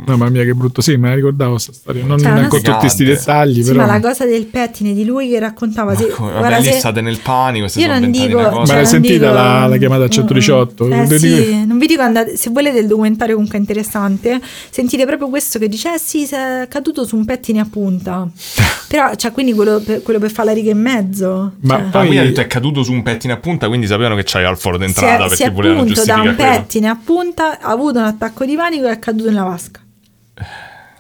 C: Mamma mia, che brutto. Sì, me la ricordavo questa storia. Non
B: Cioè, una
C: con tutti questi
A: gigante.
C: dettagli,
B: Sì, ma
C: però.
B: la cosa del pettine di lui che raccontava.
A: Ma
B: se-
A: come- vabbè,
B: guarda,
A: lì
B: se-
A: state nel panico, si
B: Io
A: sono
B: non
A: inventate
B: dico.
A: le cose.
B: cioè,
C: Ma l'hai
B: non
C: sentita
B: dico-
C: la- la chiamata al
B: Mm,
C: 118?
B: mm. Eh,
C: Non vi
B: sì,
C: dico-
B: non vi dico andate. Se volete il documentario comunque interessante, sentite proprio questo che dice: eh sì, si è caduto su un pettine a punta. Però, cioè, quindi quello per, quello per fare la riga e mezzo.
C: Ma
B: cioè.
A: Ah, quindi ha
C: Poi-
A: detto è caduto su un pettine a punta, quindi sapevano che c'aveva il foro
B: si è,
A: d'entrata
B: cioè, si è
A: perché volevano
B: punto da
A: giustificare
B: un
A: quello.
B: pettine a punta, ha avuto un attacco di panico e è caduto nella vasca.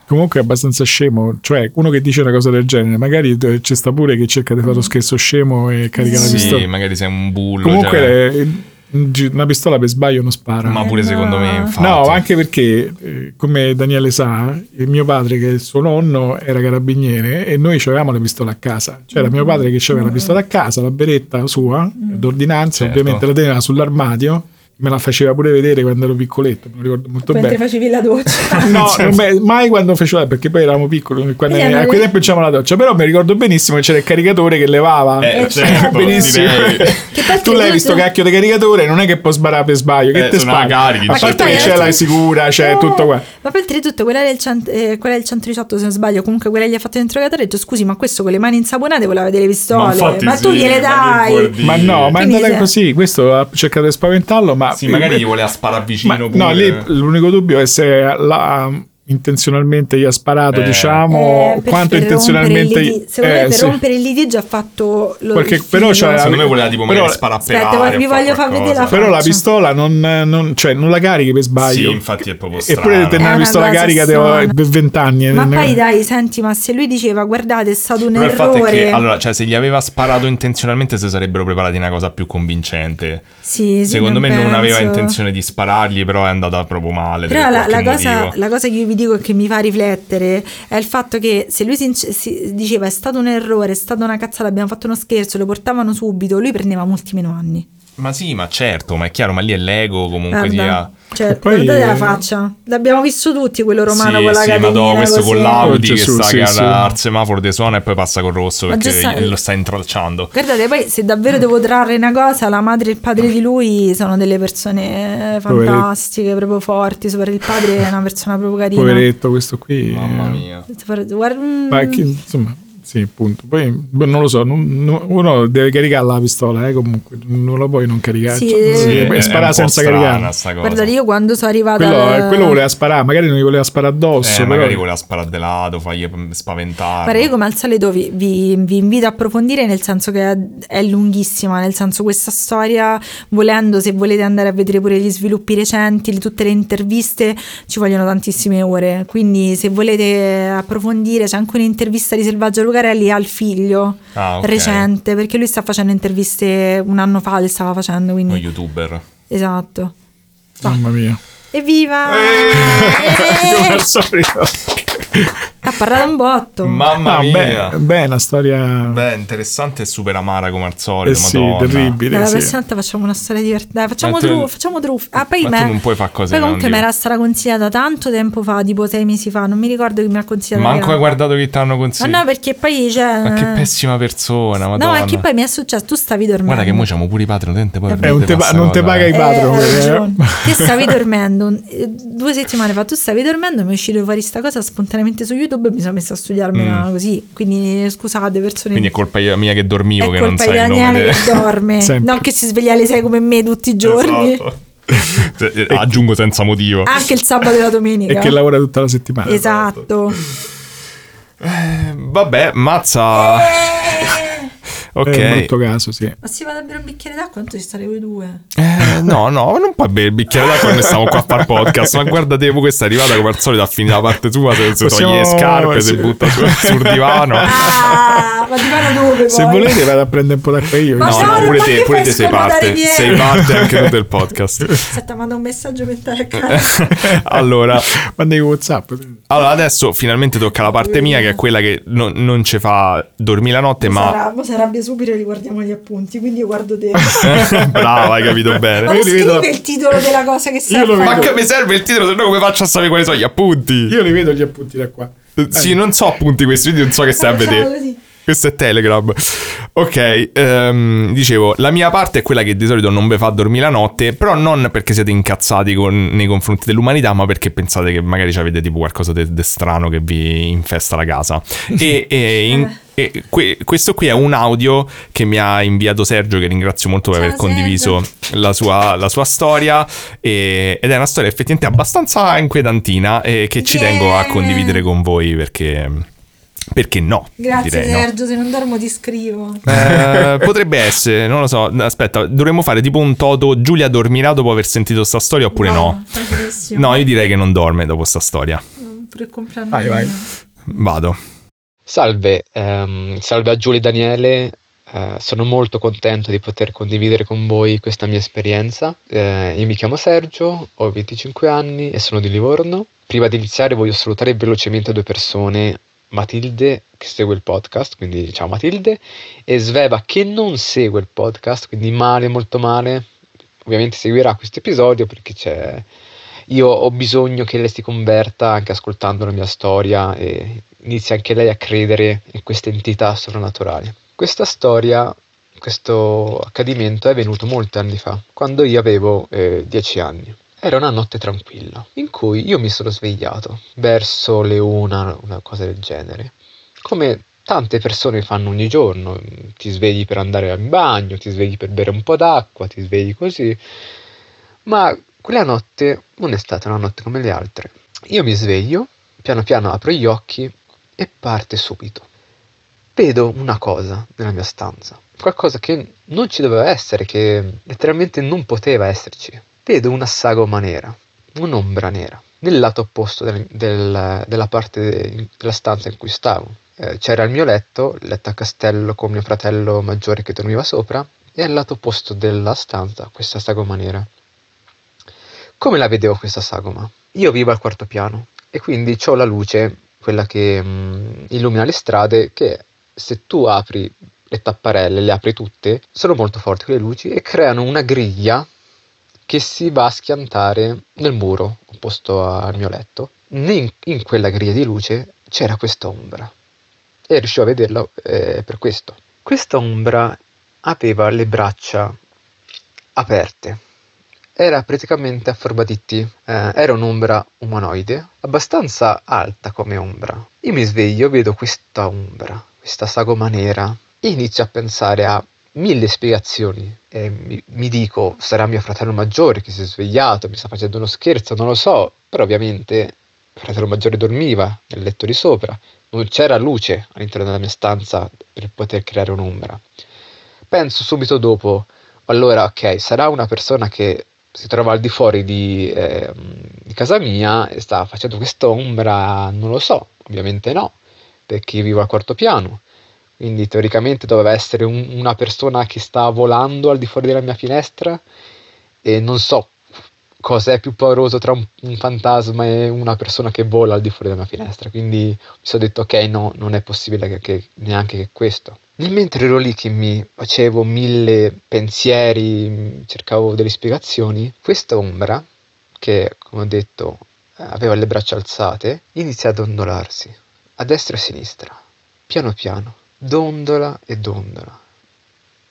C: Comunque è abbastanza scemo. Cioè, uno che dice una cosa del genere, magari eh, c'è sta pure che cerca di
B: Mm.
C: fare lo scherzo scemo e carica la
A: Sì,
C: pistola.
A: magari sei un bullo.
C: Comunque,
A: cioè,
C: eh, gi- una pistola per sbaglio non spara.
A: ma
B: Eh,
A: pure
B: no.
A: secondo me, infatti.
C: No, anche perché, eh, come Daniele sa, il mio padre, che è il suo nonno, era carabiniere e noi avevamo le pistole a casa. C'era mio padre che aveva la pistola a casa, la beretta sua, d'ordinanza,
A: Certo.
C: ovviamente la teneva sull'armadio, me la faceva pure vedere quando ero piccoletto, me lo ricordo molto
B: Mentre
C: bene.
B: facevi la doccia.
A: Ah,
C: No, beh, Cioè, mai quando faceva, perché poi eravamo piccoli, quando-
B: Quindi
C: a
B: hanno-
C: quel tempo c'era la doccia, però mi ricordo benissimo che c'era il caricatore che levava.
A: Eh,
B: Eh,
A: certo,
C: benissimo.
A: direi.
B: Che poi
C: tu levi
B: credo-
C: sto cacchio di caricatore, non è che può sparare per sbaglio, che
A: Eh,
C: te
A: sono certo.
C: spara.
A: una carica,
C: A parte
A: infatti.
C: che c'è la sicura, c'è
B: Eh,
C: tutto qua.
B: Ma poi oltretutto quella del, cent- eh, quella del 118, se non sbaglio, comunque quella che gli ha fatto l'interrogatore, ha detto scusi, ma questo con le mani insaponate voleva vedere le
A: Ma
B: pistole. Ma,
A: infatti
B: tu
A: sì,
B: gliele
A: ma che vuol
B: dai.
A: dire?
C: Ma no, ma è
B: Quindi
C: andata
B: se-
C: così. Questo ha cercato
A: Ah,
C: di spaventarlo, ma
A: Sì, magari gli voleva sparare
C: Ma-
A: vicino pure.
C: no, lì l'unico dubbio è se la- mm, intenzionalmente gli ha sparato,
E: Eh.
C: diciamo,
B: Eh, per
C: quanto
B: rompere
C: intenzionalmente...
B: il lidi- secondo me
C: eh,
B: per
C: sì.
B: rompere il litigio ha fatto lo
C: Qualche-
B: il
C: però
B: figlio.
C: c'è-
E: Secondo me voleva tipo
C: Però-
E: magari sparapellare.
B: Aspetta, guarda, vi
E: fare
B: voglio far vedere la
E: qualcosa.
C: Però la
B: faccia.
C: pistola non, non- cioè, non la carichi per sbaglio.
E: Sì, infatti è proprio
C: Eppure
E: strano.
C: te
B: È
C: ne
B: una
C: hai visto la
B: cosa
C: carica
B: strana.
C: per eh, 20 anni.
B: ma
C: Ne-
B: poi dai senti ma se lui diceva guardate è stato un
A: Però il fatto
B: errore
A: è che, allora, cioè, se gli aveva sparato intenzionalmente, si sarebbero preparati una cosa più convincente.
B: Sì, sì,
A: Secondo me non aveva
B: penso.
A: intenzione di sparargli, però è andata proprio male.
B: Però
A: per
B: la, la
A: qualche
B: cosa,
A: motivo.
B: la cosa che io vi dico e che mi fa riflettere è il fatto che se lui si, si diceva è stato un errore, è stata una cazzata, abbiamo fatto uno scherzo, lo portavano subito, lui prendeva molti meno anni.
A: Ma sì, ma certo, ma è chiaro, ma lì è l'ego comunque
B: Guarda,
A: sia.
B: cioè,
C: E poi- eh,
B: guardate la faccia, l'abbiamo visto tutti quello romano
A: sì,
B: con la
A: sì, ma
B: catenina
A: no, questo
B: così.
A: con l'Audi
C: Oh,
A: che
C: Gesù,
A: sta
C: sì,
A: che
C: sì.
A: alla- al semaforo di suona e poi passa col rosso
B: Ma
A: perché
B: già sa-
A: lo sta intralciando.
B: Guardate, poi se davvero devo trarre una cosa, la madre e il padre di lui sono delle persone eh,
C: Poveretti.
B: fantastiche, proprio forti, sopra il padre è una persona proprio carina.
C: Poveretto, questo qui.
A: Mamma mia.
B: Guarda, mm,
C: Ma chi- insomma, sì, punto. Poi boh, non lo so, non- non- uno deve caricare la pistola, eh, comunque non la puoi non caricare.
B: Sì,
C: cioè,
B: eh. Sì,
C: e
A: è- è
C: sparare
A: un po'
C: senza
A: strana
C: caricare.
A: sta cosa.
B: guarda, io quando sono arrivata...
C: Quello, eh,
B: alla-
C: quello voleva sparare, magari non gli voleva sparare
A: Eh,
C: addosso.
A: magari
C: però-
A: voleva sparare de lato, fargli spaventare.
B: Guarda, io come al solito vi, vi- vi invito a approfondire nel senso che è, è lunghissima, nel senso questa storia, volendo, se volete andare a vedere pure gli sviluppi recenti, le- tutte le interviste, ci vogliono tantissime ore, quindi se volete approfondire c'è anche un'intervista di Selvaggio Lucarelli al figlio
A: Ah, ok.
B: recente, perché lui sta facendo interviste un anno fa, le stava facendo, quindi...
A: Uno youtuber.
B: Esatto.
C: Mamma mia.
B: Evviva!
C: Come
B: Eh!
C: al solito.
B: Ha parlato un botto.
A: Mamma
C: Ah,
A: mia.
C: beh, beh, una storia
A: Beh, interessante e super amara come al
C: eh,
A: solito.
C: sì,
A: Madonna.
C: terribile.
B: Dalla
C: sì.
B: prossima volta facciamo una storia divertente. Dai, facciamo
A: Ma tu-
B: truffa. Facciamo truffa. Ah, poi
A: ma
B: me-
A: tu non puoi fare cose
B: Poi comunque
A: non
B: mi
A: dire.
B: era stata consigliata tanto tempo fa, tipo sei mesi fa. Non mi ricordo chi mi ha consigliato.
A: Manco
B: era.
A: hai guardato che ti hanno
B: Ma
A: consigliato.
B: no, perché poi c'è.
A: Ma che pessima persona,
B: No,
A: madonna.
B: ma che poi mi è successo? Tu stavi dormendo.
A: Guarda che mo siamo pure i patron, tente poi
C: Eh, non te, pa- non te paga i
B: Eh,
C: padron.
B: hai
C: eh.
B: ragione. Che stavi dormendo un- eh, due settimane fa, tu stavi dormendo, mi è uscito fuori sta cosa spontaneamente su YouTube e mi sono messa a studiarmela così. Quindi scusate, persone.
A: Mm. Quindi è colpa mia che
B: È
A: dormivo, che non
B: colpa
A: sai
B: di
A: il nome.
B: Daniele
A: del-
B: che dorme,
C: Sempre.
B: non che si sveglia alle 6 come me tutti i giorni.
A: Esatto. Cioè, eh, Aggiungo senza motivo.
B: Anche il sabato e la domenica.
C: E che lavora tutta la settimana.
B: Esatto.
A: Vabbè, mazza. Ok.
C: È un brutto caso, sì.
B: Ma si va davvero un bicchiere d'acqua, quanto ci sarevo due?
A: Eh, no, no, non puoi bere il bicchiere d'acqua quando stiamo qua a far podcast. Ma guarda te, poi questa è arrivata come al solito a finire la parte tua. Se, se
C: Possiamo-
A: togli le scarpe,
C: sì.
A: se butta su- sul divano.
B: Ah, ma di mano dove poi?
C: Se volete vado a prendere un po' d'acqua io.
B: Ma
A: No,
B: Paolo,
A: no, pure
B: ma
A: te,
B: che
A: pure
B: fai
A: te sei
B: scomodare i
A: parte.
B: miei?
A: Sei parte anche tu del podcast.
B: Aspetta, manda un messaggio mentale a
A: Eh,
B: casa.
A: Allora,
C: Quando hai Whatsapp.
A: allora, adesso finalmente tocca la parte mia, che è quella che non, non ci fa dormire la notte, ma.
B: Sarà, mo si arrabbia subito e riguardiamo gli appunti, quindi io guardo te.
A: Brava, hai capito
B: Ma
A: bene.
C: io
B: lo
C: li vedo-
B: scrive il titolo della cosa che sai
C: lo
B: fare.
A: Ma che mi serve il titolo, se no come faccio a sapere quali sono gli appunti?
C: Io li vedo gli appunti da qua.
A: Eh, Sì, non so appunti questi, quindi non so che stai a
B: Eh. Facciamo
A: vedere.
B: così.
A: Questo è Telegram. Ok, ehm, dicevo, la mia parte è quella che di solito non vi fa dormire la notte, però non perché siete incazzati con- nei confronti dell'umanità, ma perché pensate che magari ci avete tipo qualcosa di strano che vi infesta la casa. E, e in- e que- questo qui è un audio che mi ha inviato Sergio, che ringrazio molto per
B: Ciao,
A: aver condiviso la sua, la sua storia. e- ed è una storia effettivamente abbastanza inquietantina e che ci
B: Yeah.
A: tengo a condividere con voi perché, perché no.
B: Grazie
A: direi, no?
B: Sergio, se non dormo ti scrivo.
A: Eh, potrebbe essere, non lo so. Aspetta, dovremmo fare tipo un toto. Giulia dormirà dopo aver sentito sta storia oppure no?
B: Tantissimo.
A: No, io direi che non dorme dopo sta storia.
B: Mm, Pure il compleanno
C: Vai, vai.
B: mio.
A: Vado.
F: Salve, ehm, salve a Giulio e Daniele, eh, sono molto contento di poter condividere con voi questa mia esperienza. Eh, io mi chiamo Sergio, ho 25 anni e sono di Livorno. Prima di iniziare voglio salutare velocemente due persone, Matilde che segue il podcast, quindi ciao Matilde, e Sveva che non segue il podcast, quindi male, molto male. Ovviamente seguirà questo episodio perché c'è... Io ho bisogno che lei si converta anche ascoltando la mia storia e inizi anche lei a credere in questa entità sovrannaturale. Questa storia, questo accadimento è venuto molti anni fa, quando io avevo eh, 10 anni. Era una notte tranquilla, in cui io mi sono svegliato, verso le una, una cosa del genere. Come tante persone fanno ogni giorno, ti svegli per andare in bagno, ti svegli per bere un po' d'acqua, ti svegli così. Ma quella notte non è stata una notte come le altre. Io mi sveglio piano piano apro gli occhi e parte subito. Vedo una cosa nella mia stanza, qualcosa che non ci doveva essere, che letteralmente non poteva esserci. Vedo una sagoma nera, un'ombra nera, nel lato opposto del- del- della parte della stanza in cui stavo. Eh, c'era il mio letto, letto a castello con mio fratello maggiore che dormiva sopra, e al lato opposto della stanza questa sagoma nera. Come la vedevo questa sagoma? Io vivo al quarto piano e quindi ho la luce, quella che mm, illumina le strade, che se tu apri le tapparelle, le apri tutte, sono molto forti quelle luci e creano una griglia che si va a schiantare nel muro opposto al mio letto. In, in quella griglia di luce c'era questa ombra e riuscivo a vederla eh, per questo. Questa ombra aveva le braccia aperte. Era praticamente a forbaditti, eh, era un'ombra umanoide, abbastanza alta come ombra. Io mi sveglio, vedo questa ombra, questa sagoma nera, e inizio a pensare a mille spiegazioni. E mi, mi dico, sarà mio fratello maggiore che si è svegliato, mi sta facendo uno scherzo, non lo so, però ovviamente il fratello maggiore dormiva nel letto di sopra, non c'era luce all'interno della mia stanza per poter creare un'ombra. Penso subito dopo, allora ok, sarà una persona che si trova al di fuori di, ehm, di casa mia e sta facendo questa ombra, non lo so, ovviamente no, perché vivo al quarto piano, quindi teoricamente doveva essere un- una persona che sta volando al di fuori della mia finestra e non so cos'è più pauroso tra un, un fantasma e una persona che vola al di fuori della mia finestra, quindi mi sono detto ok no, non è possibile che, che- neanche che questo. Nel mentre ero lì che mi facevo mille pensieri, mh, cercavo delle spiegazioni, questa ombra, che come ho detto eh, aveva le braccia alzate, inizia a dondolarsi, a destra e a sinistra, piano piano, dondola e dondola.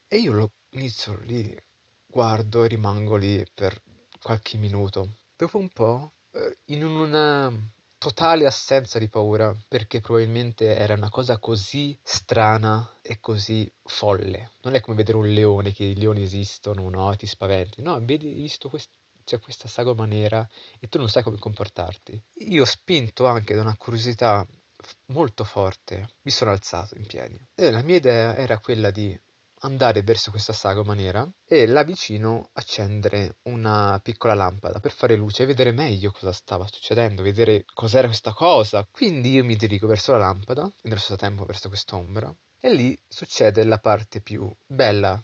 F: E io lo inizio lì, guardo e rimango lì per qualche minuto. Dopo un po', eh, in una totale assenza di paura, perché probabilmente era una cosa così strana e così folle. Non è come vedere un leone, che i leoni esistono, no? Ti spaventi. No, vedi, hai visto quest- c'è questa sagoma nera e tu non sai come comportarti. Io spinto anche da una curiosità f- molto forte, mi sono alzato in piedi. E la mia idea era quella di andare verso questa sagoma nera e là vicino accendere una piccola lampada per fare luce e vedere meglio cosa stava succedendo, vedere cos'era questa cosa. Quindi io mi dirigo verso la lampada e nello stesso tempo verso quest'ombra e lì succede la parte più bella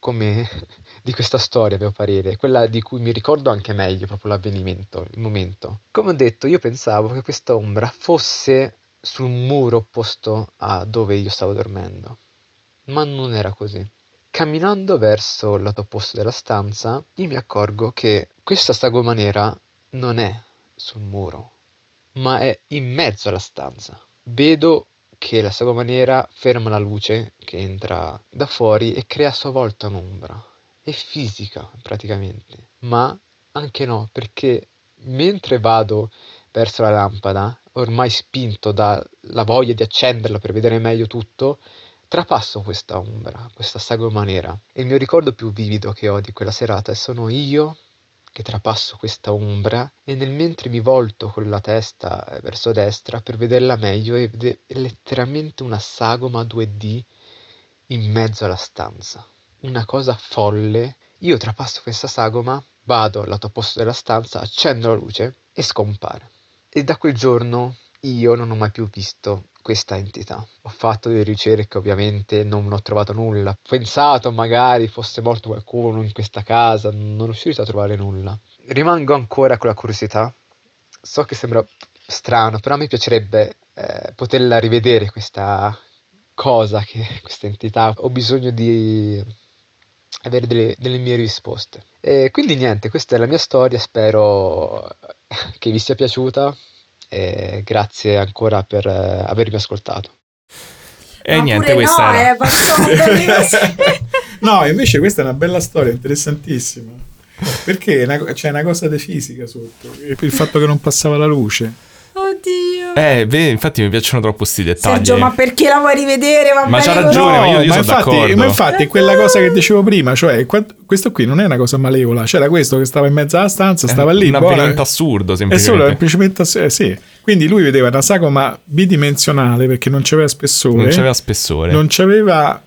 F: come di questa storia, a mio parere, quella di cui mi ricordo anche meglio proprio l'avvenimento, il momento. Come ho detto, io pensavo che questa ombra fosse sul muro opposto a dove io stavo dormendo ma non era così. Camminando verso il lato opposto della stanza, io mi accorgo che questa sagoma nera non è sul muro, ma è in mezzo alla stanza. Vedo che la sagoma nera ferma la luce che entra da fuori e crea a sua volta un'ombra. È fisica praticamente, ma anche no, perché mentre vado verso la lampada, ormai spinto dalla voglia di accenderla per vedere meglio tutto, trapasso questa ombra, questa sagoma nera. E il mio ricordo più vivido che ho di quella serata è sono io che trapasso questa ombra e nel mentre mi volto con la testa eh, verso destra per vederla meglio e vede- è letteralmente una sagoma 2D in mezzo alla stanza. Una cosa folle. Io trapasso questa sagoma, vado al lato opposto della stanza, accendo la luce e scompare. E da quel giorno io non ho mai più visto questa entità. Ho fatto delle ricerche, ovviamente non ho trovato nulla. Ho pensato magari fosse morto qualcuno in questa casa, non sono riuscito a trovare nulla. Rimango ancora con la curiosità. So che sembra strano, però mi piacerebbe eh, poterla rivedere questa cosa, che, questa entità. Ho bisogno di avere delle, delle mie risposte. E quindi niente, questa è la mia storia, spero eh, che vi sia piaciuta e grazie ancora per eh, avermi ascoltato.
A: E
B: Ma
A: Eh, niente,
B: pure
A: questa
B: no,
A: era.
B: eh, facciamo bene così.
C: No, invece questa è una bella storia, interessantissima. Perché è una- c'è una cosa di fisica sotto, e il fatto che non passava la luce.
B: Oddio.
A: Eh, beh, infatti mi piacciono troppo sti dettagli. eh.
B: Sergio, ma perché la vuoi rivedere? Va
A: Ma
B: bene
A: c'ha
B: così.
A: ragione, ma io- io sono
C: infatti,
A: d'accordo.
C: ma infatti è quella cosa che dicevo prima, cioè quant- questo qui non è una cosa malevola, c'era questo che stava in mezzo alla stanza, stava lì.
A: un
C: buona-
A: avvenimento assurdo,
C: È solo
A: semplicemente.
C: semplicemente ass- eh, sì. Quindi lui vedeva una sagoma bidimensionale perché non c'aveva spessore,
A: Non c'aveva spessore.
C: non c'aveva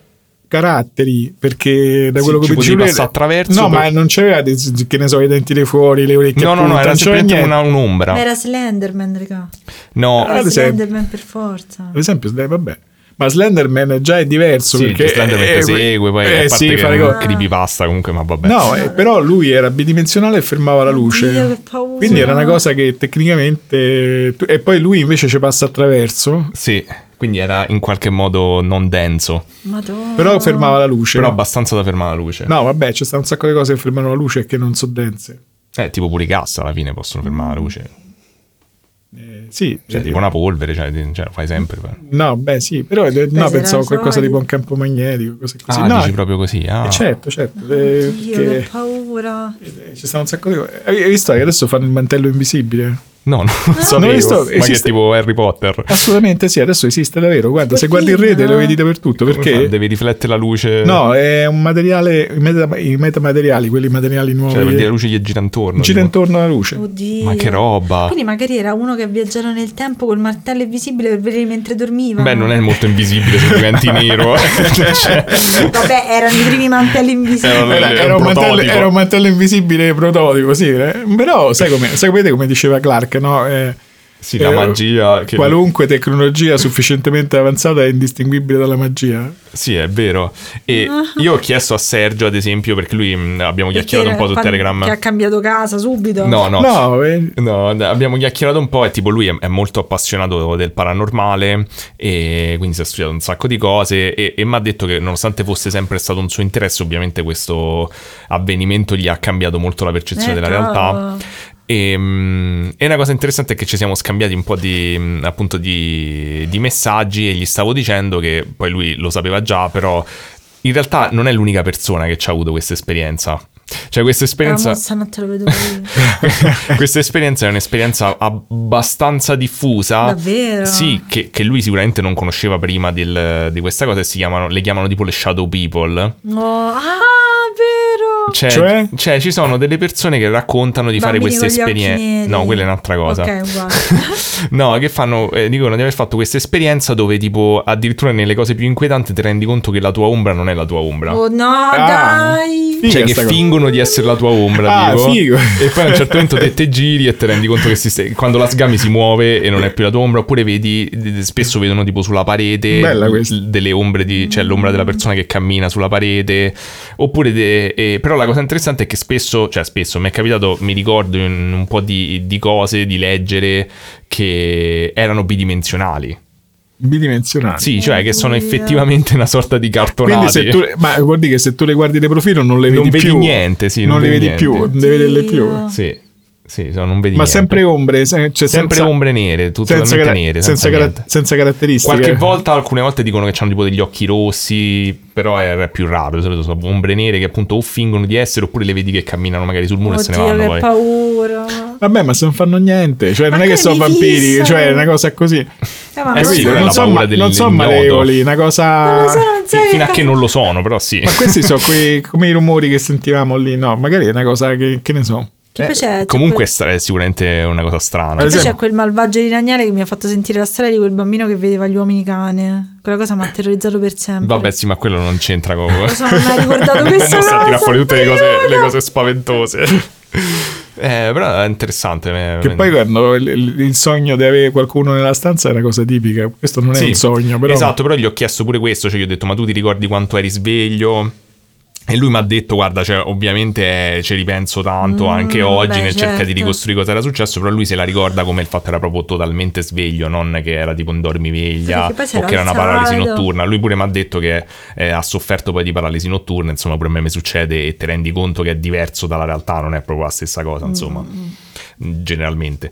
C: caratteri perché da
A: Sì,
C: quello
A: ci
C: che
A: potevi
C: dicevo-
A: passare attraverso,
C: No,
A: per-
C: ma non c'aveva dei- che ne so, i denti di fuori, le orecchie
A: No,
C: a
A: no, no,
C: punta,
A: era
C: non c'aveva
A: semplicemente
C: niente.
A: una- un'ombra.
B: Ma era Slenderman, raga.
A: No,
C: Ah,
B: Era
C: sì.
B: Slenderman per forza.
C: Ad esempio, eh, valenderman ma Slenderman già è diverso
A: sì,
C: perché
A: perché Slenderman
C: eh,
A: te segue, poi
C: eh,
A: a parte
C: sì,
A: che
C: fare
A: è un
C: co-
A: creepypasta comunque, ma vabbè.
C: No, eh, però lui era bidimensionale e fermava la
B: Oddio,
C: luce.
B: che paura.
C: Quindi era una cosa che tecnicamente. tu- E poi lui invece ci passa attraverso.
A: Sì, quindi era in qualche modo non denso,
B: Madonna.
C: Però fermava la luce.
A: però abbastanza da fermare la luce.
C: no, vabbè, c'è sta un sacco di cose che fermano la luce e che non sono dense.
A: Eh, tipo pure i gas alla fine possono fermare la luce.
C: Eh, sì,
A: Cioè,
C: cioè,
A: tipo una polvere, cioè, di- cioè, lo fai sempre. per-
C: no, beh, sì, però eh,
B: se
C: no,
B: era
C: pensavo a
B: un
C: qualcosa
B: solido.
C: tipo un campo magnetico, cose così.
A: ah,
C: no,
A: dici
C: eh,
A: proprio così, ah.
C: certo, certo. eh,
B: Oddio,
C: perché-
B: che paura.
C: eh, Ci stanno un sacco di cose. Hai visto che adesso fanno il mantello invisibile?
A: No, non lo sapevo.
C: Ah. Non lo so,
A: ma che è
C: esiste- Eh, certo,
A: tipo Harry Potter.
C: Assolutamente sì, adesso esiste davvero. Guarda, se guardi il
B: Sportino,
C: rete lo
B: no?
C: vedi dappertutto
A: Come fa?
C: perché
A: Devi riflettere la luce.
C: No, è un materiale, i, meta- i metamateriali, quelli materiali nuovi.
A: Cioè, perché la luce gli gira intorno.
C: gira
A: tipo.
C: intorno alla luce.
B: Oddio.
A: Ma che roba.
B: Quindi magari era uno che viaggiava nel tempo col martello invisibile per vedere mentre dormiva.
A: Beh, non è molto invisibile se diventi
C: Eh,
A: nero.
C: certo.
A: Cioè,
B: Vabbè, erano i primi mantelli invisibili.
A: Eh, vabbè.
C: Era,
A: è
C: era
A: un
C: un mantello,
A: prototipo.
C: era un mantello invisibile prototipo, sì. eh. Però, sai come, sapete come diceva Clark, no? Eh,
A: sì, la
C: eh,
A: magia. Che...
C: Qualunque tecnologia sufficientemente avanzata è indistinguibile dalla magia.
A: Sì, è vero. E io ho chiesto a Sergio, ad esempio, perché lui mh, abbiamo
B: Ah. Perché
A: chiacchierato un po' su
B: quando- Che ha
A: Telegram.
B: cambiato casa subito.
A: No, no.
C: No, eh,
A: No, d- abbiamo chiacchierato un po' e tipo lui è, è molto appassionato del paranormale e quindi si è studiato un sacco di cose e, e mi ha detto che nonostante fosse sempre stato un suo interesse, ovviamente questo avvenimento gli ha cambiato molto la percezione
B: Eh,
A: della
B: cavolo.
A: realtà. E, mm, e una cosa interessante è che ci siamo scambiati un po' di, mm, appunto, di, di messaggi e gli stavo dicendo che poi lui lo sapeva già, però in realtà non è l'unica persona che ci ha avuto questa esperienza. Cioè questa
B: La
A: esperienza...
B: mossa non te lo vedo io.
A: Questa esperienza è un'esperienza abbastanza diffusa.
B: Davvero?
A: Sì, che, che lui sicuramente non conosceva prima del- di questa cosa. e Si chiamano, le chiamano tipo le shadow people.
B: No, ah, vero.
A: Cioè,
C: Cioè?
A: cioè, ci sono delle persone che raccontano di fare
B: Bambini
A: queste
B: con gli occhi
A: esperienze.
B: neri.
A: No, quella è un'altra cosa.
B: Ok, uguale.
A: no, che fanno, eh, dicono di aver fatto questa esperienza dove, tipo, addirittura nelle cose più inquietanti ti rendi conto che la tua ombra non è la tua ombra.
B: Oh no,
C: Ah.
B: dai.
C: figa
A: Cioè, che
C: sta cosa.
A: fingono di essere la tua ombra,
C: Ah,
A: tipo.
C: figo.
A: E poi a un certo momento te, te giri e te rendi conto che si stai- quando la sgami si muove e non è più la tua ombra. Oppure vedi, spesso vedono tipo sulla parete
C: Bella questa.
A: l- delle ombre, di, cioè l'ombra della persona che cammina sulla parete. Oppure, de- e- però la cosa interessante è che spesso, cioè spesso mi è capitato, mi ricordo in un po' di, di cose, di leggere che erano bidimensionali.
C: bidimensionale.
A: Sì, cioè che sono
B: Oddio.
A: effettivamente una sorta di
C: Quindi
A: cartonati.
C: se tu, ma vuol dire che se tu le guardi di profilo non le vedi
A: Non vedi
C: più.
A: niente, sì,
C: non,
A: non
C: le
A: vedi
C: vedi
A: niente.
C: più, non devi vederle più.
B: Oddio.
A: Sì, sì, so, non vedi
C: Ma
A: niente.
C: sempre ombre, se- cioè
A: Sempre
C: senza-
A: ombre nere, tutte
C: senza,
A: totalmente
C: cara-
A: nere, senza
C: senza, cara-
A: niente.
C: senza caratteristiche.
A: Qualche volta, alcune volte dicono che hanno tipo degli occhi rossi, però è, è più raro. Di solito sono ombre nere che appunto o fingono di essere oppure le vedi che camminano magari sul muro e se ne
B: Oddio,
A: vanno
B: che
A: poi.
B: paura.
C: Vabbè, ma se non fanno niente, cioè
B: Ma
C: non è che
B: come
C: sono
B: li
C: vampiri,
B: fissano?
C: cioè è una cosa così.
B: Eh, ma
A: Eh sì,
B: non-
A: quella è
C: non
A: la
C: sono
A: paura
C: ma-
A: del-
C: non sono
A: del nodo.
C: malevoli, una cosa
B: non lo so, non
A: Sì,
B: so che
A: fino a
B: ca-
A: che non lo sono, però sì.
C: Ma questi sono quei come i rumori che sentivamo lì, no, magari è una cosa che, che ne so.
B: Che poi c'è, c'è
A: Comunque
B: quel-
A: è stra- è sicuramente una cosa strana.
C: Ad
B: poi
C: Eh, esempio-
B: c'è quel malvagio di Ragnale che mi ha fatto sentire la storia di quel bambino che vedeva gli uomini cane. Quella cosa mi ha terrorizzato per sempre.
A: Vabbè, sì, ma quello non c'entra con.
B: Cosa non mi ha ricordato questa
A: Non sta a
B: cosa?
A: tirare fuori tutte le cose, le cose spaventose. Eh, però è interessante. eh,
C: Che poi quando il, il- il sogno di avere qualcuno nella stanza è una cosa tipica. Questo non è
A: Sì,
C: un sogno, però
A: Esatto, però gli ho chiesto pure questo, cioè gli ho detto "Ma tu ti ricordi quanto eri sveglio?" E lui mi ha detto, guarda, cioè, ovviamente eh, ci ripenso tanto
B: Mm,
A: anche oggi
B: beh,
A: nel cercare di
B: certo.
A: ricostruire cosa era successo, però lui se la ricorda come il fatto era proprio totalmente sveglio, non che era tipo un dormiveglia
B: Perché poi si
A: o
B: era
A: che era una paralisi
B: alzato.
A: notturna. Lui pure mi ha detto che eh, ha sofferto poi di paralisi notturna, insomma pure a me mi succede e te rendi conto che è diverso dalla realtà, non è proprio la stessa cosa,
B: Mm.
A: insomma, generalmente.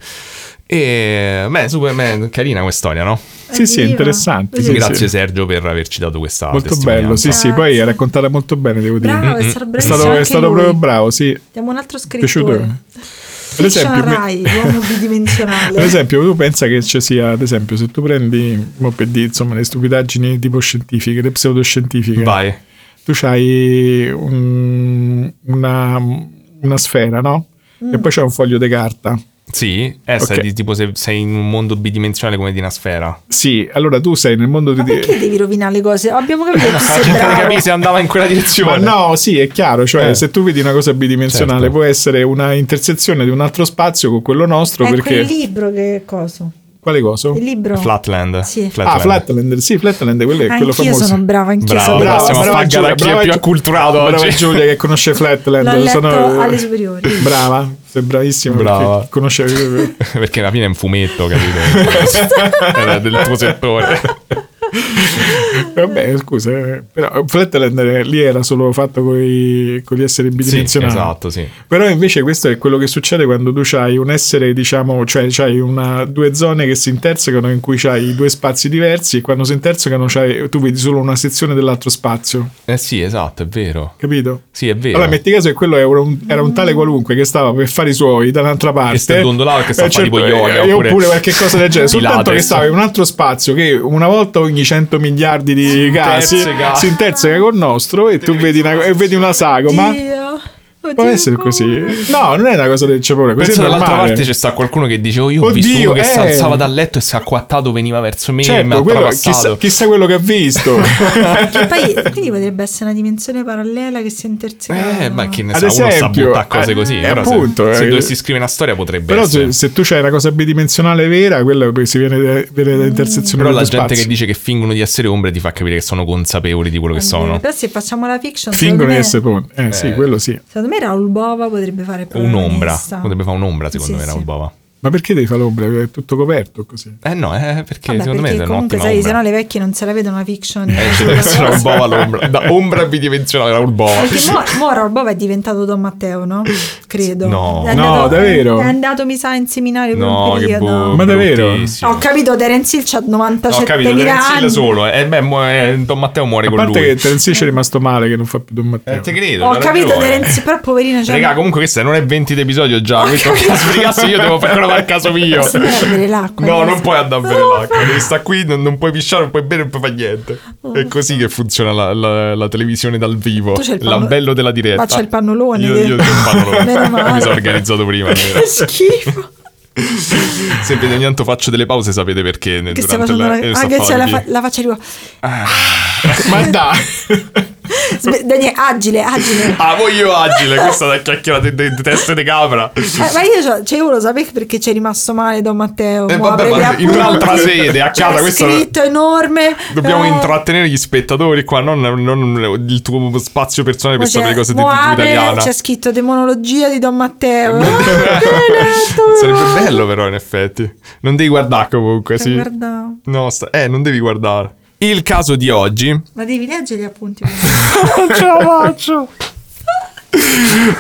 A: E, beh, super, beh, carina questa storia, no?
C: sì, sì, è
B: Evviva.
C: interessante.
B: Sì,
A: Grazie
C: sì.
A: Sergio per averci dato questa
C: Molto bello,
A: testimonianza.
C: sì, sì, poi è raccontata molto bene, devo dire.
B: Ah, Bravo, è
A: Mm, mm.
B: stato
C: È
B: bravissimo
C: stato, è
B: anche
C: stato
B: lui.
C: proprio bravo, sì.
B: Diamo un altro
C: Piaciuto.
B: scrittore.
C: per
B: Fiction
C: esempio, me-
B: Rai, l'uomo bidimensionale.
C: per esempio, tu pensa che ci sia, ad esempio, se tu prendi mo per dire, insomma, le stupidaggini tipo scientifiche, le pseudoscientifiche,
A: Vai.
C: tu hai una, una sfera, no?
B: Mm.
C: E poi c'è un foglio di carta.
A: Sì, eh,
C: Ok.
A: sai, di- tipo se sei in un mondo bidimensionale come di una sfera.
C: Sì, allora tu sei nel mondo di...
B: Ma perché devi rovinare le cose? Abbiamo capito che sei
A: Cercate di
B: bravo.
A: capire se andava in quella
C: Ma
A: direzione.
C: no, sì, è chiaro, cioè
A: Eh.
C: se tu vedi una cosa bidimensionale
A: Certo.
C: può essere una intersezione di un altro spazio con quello nostro
B: È
C: perché...
B: quel libro che coso?
C: Quale cosa?
B: Il libro.
A: Flatland.
B: Sì.
C: Ah, Flatland, sì, Flatland, quello è eh, quello
B: anch'io
C: famoso.
B: sono brava, anch'io
A: Brava,
B: sono
A: brava,
B: brava.
A: Ah, siamo a
C: brava
A: spaccare
C: Giulia,
A: a chi è
C: brava
A: più
C: Gi-
A: acculturato
C: brava
A: oggi.
C: Giulia che conosce Flatland.
B: L'ho letto
C: sono-
B: alle superiori.
C: Brava, sei bravissima.
A: Brava.
C: perché Conosce...
A: Perché alla fine è un fumetto, capito? Era del tuo settore.
C: Vabbè, scusa, eh, però Flatland eh, lì era solo fatto con gli esseri
A: Sì,
C: bidimensionali.
A: esatto, sì.
C: Però invece questo è quello che succede quando tu hai un essere, diciamo, cioè hai una, due zone che si intersecano in cui hai due spazi diversi e quando si intersecano c'hai- tu vedi solo una sezione dell'altro spazio,
A: Eh sì, esatto, è vero.
C: capito?
A: Sì, è vero.
C: Allora metti caso che quello era un, era un tale qualunque che stava per fare i suoi da un'altra parte
A: sta dondolando, che sta
C: Eh,
A: a fare tipo yoga,
C: eh,
A: oppure
C: oppure qualche cosa del genere soltanto
A: Pilates.
C: che stava in un altro spazio che una volta ogni 100 miliardi di casi
A: interseca.
C: si interseca col nostro e tu vedi una, e vedi una sagoma
B: Oddio. Oddio,
C: Può essere
B: come?
C: così? No, non è una cosa del c'è paura, così
A: Penso
C: è
A: dall'altra
C: normale.
A: parte c'è sta qualcuno che dice "Oh, io ho visto
C: Oddio,
A: uno che si
C: eh.
A: alzava dal letto e si è acquattato veniva verso me e mi ha
C: certo, quello,
A: attraversato.
C: chissà, chissà quello che ha visto.
B: Che poi, quindi potrebbe essere una dimensione parallela che si interseca.
A: Eh, ma che ne
C: Ad
A: sa, uno sa
C: esempio,
A: buttare cose
C: eh,
A: così.
C: eh,
A: però se-
C: appunto,
A: se,
C: eh.
A: dovessi scrivere una storia potrebbe
C: Però
A: essere.
C: se, se tu c'hai una cosa bidimensionale vera, quella che si viene, da- viene da intersezione
A: Però
C: dello
A: la gente
C: spazio.
A: che dice che fingono di essere ombre ti fa capire che sono consapevoli di quello che sono.
B: Però se facciamo la fiction,
C: Fingono
B: secondo
C: di
B: me,
C: essere pronti. Eh, sì, quello sì.
B: secondo me Raul Bova potrebbe fare il
A: Un'ombra.
B: protagonista.
A: Potrebbe fare un'ombra, secondo
B: Sì,
A: me,
B: sì.
A: Raul Bova.
C: Ma perché devi fare l'ombra? È tutto coperto così.
A: Eh no, eh, perché
B: Vabbè,
A: secondo
B: perché
A: me è
B: comunque
A: un'ottima
B: sai, se
A: ombra.
B: no le vecchie non se la vedono la fiction.
A: Eh, ci deve essere Raul Bova all'ombra. Da ombra bidimensionale Raul Bova.
B: Perché mo, mo Raul Bova è diventato Don Matteo, no? Credo.
A: No.
B: È
C: No, davvero?
B: È andato, mi sa, in seminario per
A: No,
B: un
A: che
B: periodo.
A: boh,
C: Ma davvero?
A: bruttissimo.
B: Ho capito, Terence Hill c'ha 97.000
A: No, ho capito, Terence Hill
B: anni.
A: solo. eh. Eh, beh, mu- eh, Don Matteo muore
C: A
A: con
C: parte
A: lui.
C: che Terence Hill è rimasto male, che non fa più Don
A: Eh,
C: Matteo.
A: te credo.
B: Ho
A: hai
B: capito,
A: ragione.
B: Terence Hill, però poverino c'è
A: eh. Raga, comunque questo non è 20 d'episodio già, questo che sbrigassi io devo fare quello per caso mio.
B: Posso andare a bere l'acqua?
A: No, non puoi andare a bere l'acqua, devi stare qui, non, non puoi pisciare, non puoi bere, non puoi fare niente. È così che funziona la, la- la televisione dal vivo,
B: Oh. Tu c'è il panno-
A: l'ambello della diretta.
B: Ma c'è il pannolone.
A: Io, io ho il
B: Meno
A: pannolone,
B: male.
A: mi sono organizzato prima. almeno.
B: Che schifo.
A: Se vedi ogni tanto faccio delle pause sapete perché.
B: Che stiamo facendo la...
A: eh,
B: Ah, che c'è la, fa- la faccia di qua.
C: Ma dai!
B: Sve- Daniele, agile, agile.
A: Ah, voi io agile, questa è la chiacchierata di di teste di capra.
B: Eh, ma io, c'ho- cioè, io lo sapevo perché c'è rimasto male Don Matteo.
A: Eh,
B: Mo'
A: vabbè,
B: avrei
A: ma
B: gli
A: in
B: appunti. Cioè,
A: un'altra sede, a
B: C'è
A: casa, questo-
B: scritto enorme.
A: Dobbiamo
B: Eh,
A: intrattenere gli spettatori qua, non, non il tuo spazio personale
B: mo
A: per sapere
B: c'è-
A: cose di
B: mo
A: TV
B: apre,
A: italiana.
B: cioè,
A: Eh,
B: C'è scritto demonologia di Don Matteo. Ah, che
A: Sarebbe bello però in effetti. Non devi guardare comunque, sì.
B: Eh, Guarda,
A: No, sta- eh, non devi guardare. Il caso di oggi.
B: ma devi leggere gli appunti.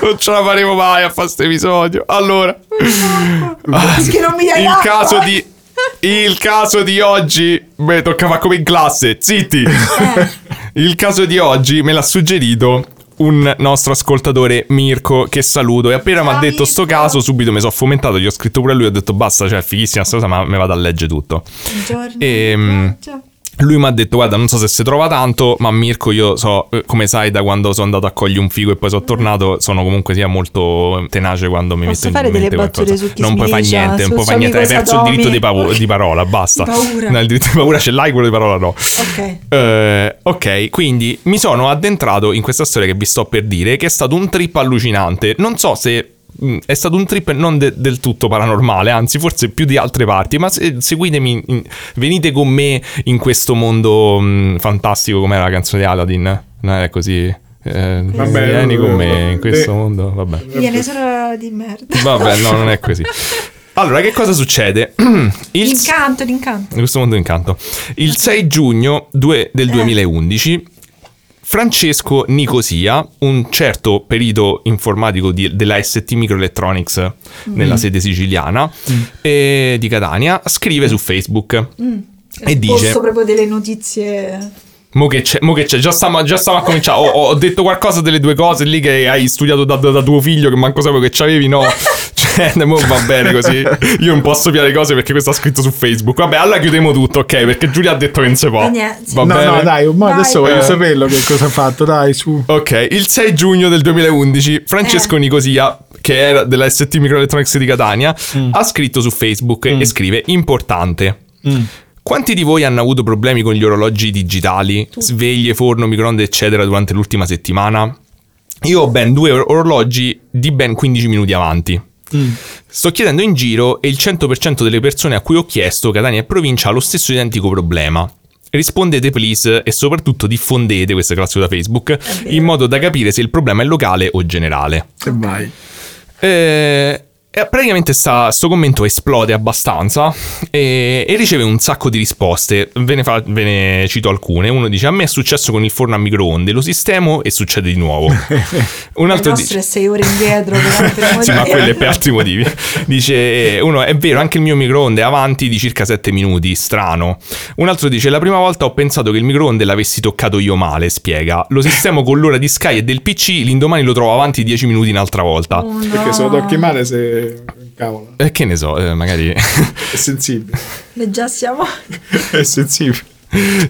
A: Non ce la faremo mai a fare questo episodio. Allora,
B: Perché non mi dai
A: il
B: l'acqua?
A: caso di... Il caso di oggi... Beh, toccava come in classe. Zitti!
B: Eh,
A: Il caso di oggi me l'ha suggerito un nostro ascoltatore Mirko che saluto e appena mi ha
B: Ciao,
A: detto sto
B: Mirko.
A: caso subito mi sono fomentato, gli ho scritto pure a lui, ho detto basta, cioè è fighissima sta cosa, ma me vado a leggere tutto.
B: Buongiorno.
A: Ehm,
B: Ciao.
A: Lui mi ha detto: Guarda, non so se si trova tanto, ma Mirko, io so, eh, come sai, da quando sono andato a cogliere un figo e poi sono tornato, sono comunque sia molto tenace quando mi
B: Mm-hmm. Posso
A: metto
B: fare
A: in mente
B: delle
A: qualcosa.
B: battute su chi
A: non puoi fare
B: smidicia,
A: niente, non
B: sul
A: puoi fare
B: suo
A: niente. Hai
B: amico
A: perso il diritto di,
B: Satomi.
A: pavo- di parola, basta.
B: Di paura.
A: No, il diritto di paura ce l'hai, quello di parola no.
B: Ok.
A: Eh, ok, quindi mi sono addentrato in questa storia che vi sto per dire, che è stato un trip allucinante. Non so se mh, è stato un trip non de- del tutto paranormale, anzi forse più di altre parti, ma se- seguitemi, in- venite con me in questo mondo mh, fantastico com'era la canzone di Aladdin. Non era così? Eh,
C: Vabbè,
A: vieni con me
C: eh,
A: in questo
C: eh.
A: mondo, vabbè.
B: Viene solo di merda.
A: Vabbè, no, non è così. Allora, che cosa succede? Il
B: L'incanto, l'incanto.
A: in questo mondo incanto. Il 6 giugno due- del 2011, Francesco Nicosia, un certo perito informatico di- della ST Microelectronics nella sede siciliana eh, di Catania, scrive su Facebook. E dice,
B: Cioè, Posto proprio delle notizie.
A: mo che c'è, mo che c'è, già stiamo, già stiamo a cominciare. Ho, ho detto qualcosa delle due cose lì che hai studiato da, da- da tuo figlio, che manco sapevo che c'avevi, no? Cioè, Eh, mo va bene così. Io non posso piare cose perché questo ha scritto su Facebook. Vabbè, allora chiudiamo tutto, ok? Perché Giulia ha detto che non si può.
B: Eh, niente, sì.
A: Va
C: no,
A: bene?
C: no, dai, ormai
B: Dai.
C: adesso voglio
A: Eh.
C: saperlo che cosa ha fatto, dai, su.
A: Ok, il 6 giugno del 2011 Francesco
B: Eh.
A: Nicosia, che era della ST Microelectronics di Catania,
C: Mm.
A: ha scritto su Facebook e scrive importante. Quanti di voi hanno avuto problemi con gli orologi digitali, sveglie, forno, microonde, eccetera, durante l'ultima settimana? Io ho ben due or- orologi di ben 15 minuti avanti. Sto chiedendo in giro e il 100% delle persone a cui ho chiesto Catania e provincia ha lo stesso identico problema. Rispondete please e soprattutto diffondete questa classifica da Facebook in modo da capire se il problema è locale o generale.
C: Se vai.
A: Eh, eh, praticamente sta, sto commento esplode abbastanza e, e riceve un sacco di risposte. Ve ne, fa- ve ne cito alcune. Uno dice: A me è successo con il forno a microonde, lo sistemo e succede di nuovo. Un
B: Il
A: altro
B: nostro
A: dice.
B: è sei ore indietro. però, per amor
A: Sì, ma
B: di
A: quello è
B: Dio.
A: per altri motivi. Dice: eh, Uno è vero, anche il mio microonde è avanti di circa 7 minuti. Strano. Un altro dice: La prima volta ho pensato che il microonde l'avessi toccato io male. Spiega. Lo sistemo con l'ora di Sky e del PC. L'indomani lo trovo avanti 10 minuti un'altra volta.
B: Oh, no.
C: Perché se lo tocchi male se... Cavolo,
A: Eh, che ne so, eh, magari
C: è sensibile.
B: Ma già siamo.
C: è sensibile.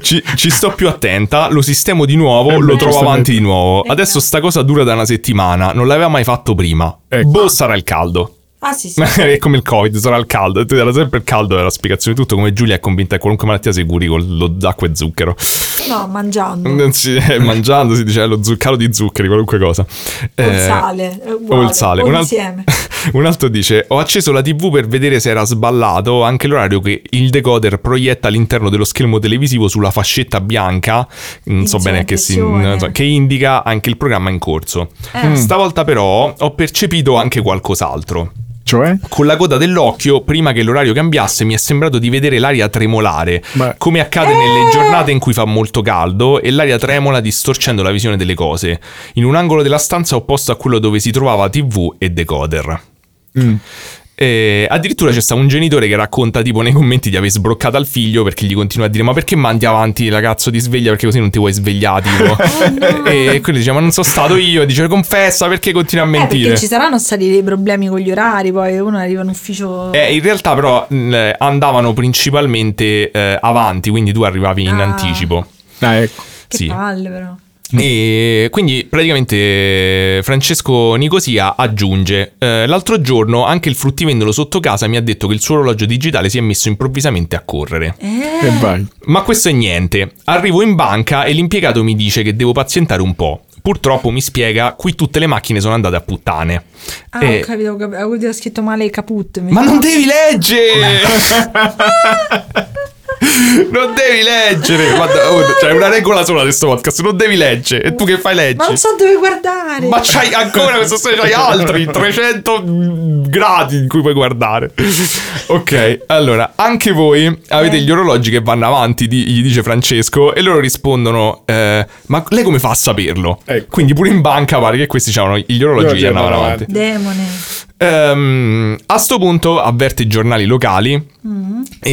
A: ci, ci sto più attenta, lo sistemo di nuovo, lo
C: Eh, beh,
A: trovo
C: giustamente.
A: avanti di nuovo.
B: Eh,
A: Adesso
B: no.
A: sta cosa dura da una settimana, non l'aveva mai fatto prima.
C: Ecco.
A: Boh, sarà il caldo.
B: Ah, sì, sì.
A: è come il covid, sarà il caldo. Tu Era sempre il caldo, è la spiegazione di tutto, come Giulia è convinta che qualunque malattia si curi con lo d'acqua e zucchero.
B: No, mangiando.
A: Non si- eh, mangiando si dice eh, lo zucchero di zuccheri, qualunque cosa.
B: O il
A: Eh,
B: sale. è
A: o
B: uguale,
A: il sale.
B: o
A: Un, al-
B: insieme.
A: un altro dice: Ho acceso la TV per vedere se era sballato anche l'orario che il decoder proietta all'interno dello schermo televisivo sulla fascetta bianca. Non so
B: Inizio
A: bene che, si-
B: impressione.
A: non so- che indica anche il programma in corso.
B: Eh.
A: Mm. Stavolta, però, ho percepito anche qualcos'altro.
C: Cioè?
A: Con la coda dell'occhio, prima che l'orario cambiasse, mi è sembrato di vedere l'aria tremolare,
C: Ma-
A: come accade nelle
B: Eh!
A: giornate in cui fa molto caldo e l'aria tremola distorcendo la visione delle cose, in un angolo della stanza opposto a quello dove si trovava TV e decoder.
C: Mm.
A: E addirittura c'è sta un genitore che racconta tipo nei commenti di aver sbroccato al figlio perché gli continua a dire ma perché mandi avanti la cazzo di sveglia perché così non ti vuoi svegliare tipo.
B: Oh, no.
A: e quello dice ma non sono stato io, dice confessa perché continui a
B: Eh,
A: mentire.
B: perché ci saranno stati dei problemi con gli orari, poi uno arriva in ufficio...
A: Eh, in realtà però mh, andavano principalmente eh, avanti, quindi tu arrivavi in
B: Ah.
A: anticipo.
C: Ah, ecco.
B: che
A: sì.
B: palle però.
A: E quindi praticamente eh, Francesco Nicosia aggiunge: eh, L'altro giorno anche il fruttivendolo sotto casa mi ha detto che il suo orologio digitale si è messo improvvisamente a correre.
B: Eh,
C: E vai.
A: Ma questo è niente. Arrivo in banca e l'impiegato mi dice che devo pazientare un po'. Purtroppo mi spiega, qui tutte le macchine sono andate a puttane.
B: ah,
A: Eh,
B: ho capito, ho capito, ho capito, ho scritto male caput.
A: Ma non devi leggere! non devi leggere! Guarda, oh, c'è una regola sola di sto podcast, non devi leggere. E tu che fai leggi?
B: Ma non so dove guardare.
A: Ma c'hai ancora questo storia, c'hai altri 300 gradi in cui puoi guardare. Ok, allora, anche voi avete
B: Eh.
A: gli orologi che vanno avanti, di- gli dice Francesco, e loro rispondono, eh, ma lei come fa a saperlo?
C: Ecco.
A: Quindi pure in banca pare che questi c'erano gli orologi
C: Orologi
A: che andavano
C: andavano
A: avanti.
B: Demone.
A: Ehm, a sto punto avverte i giornali locali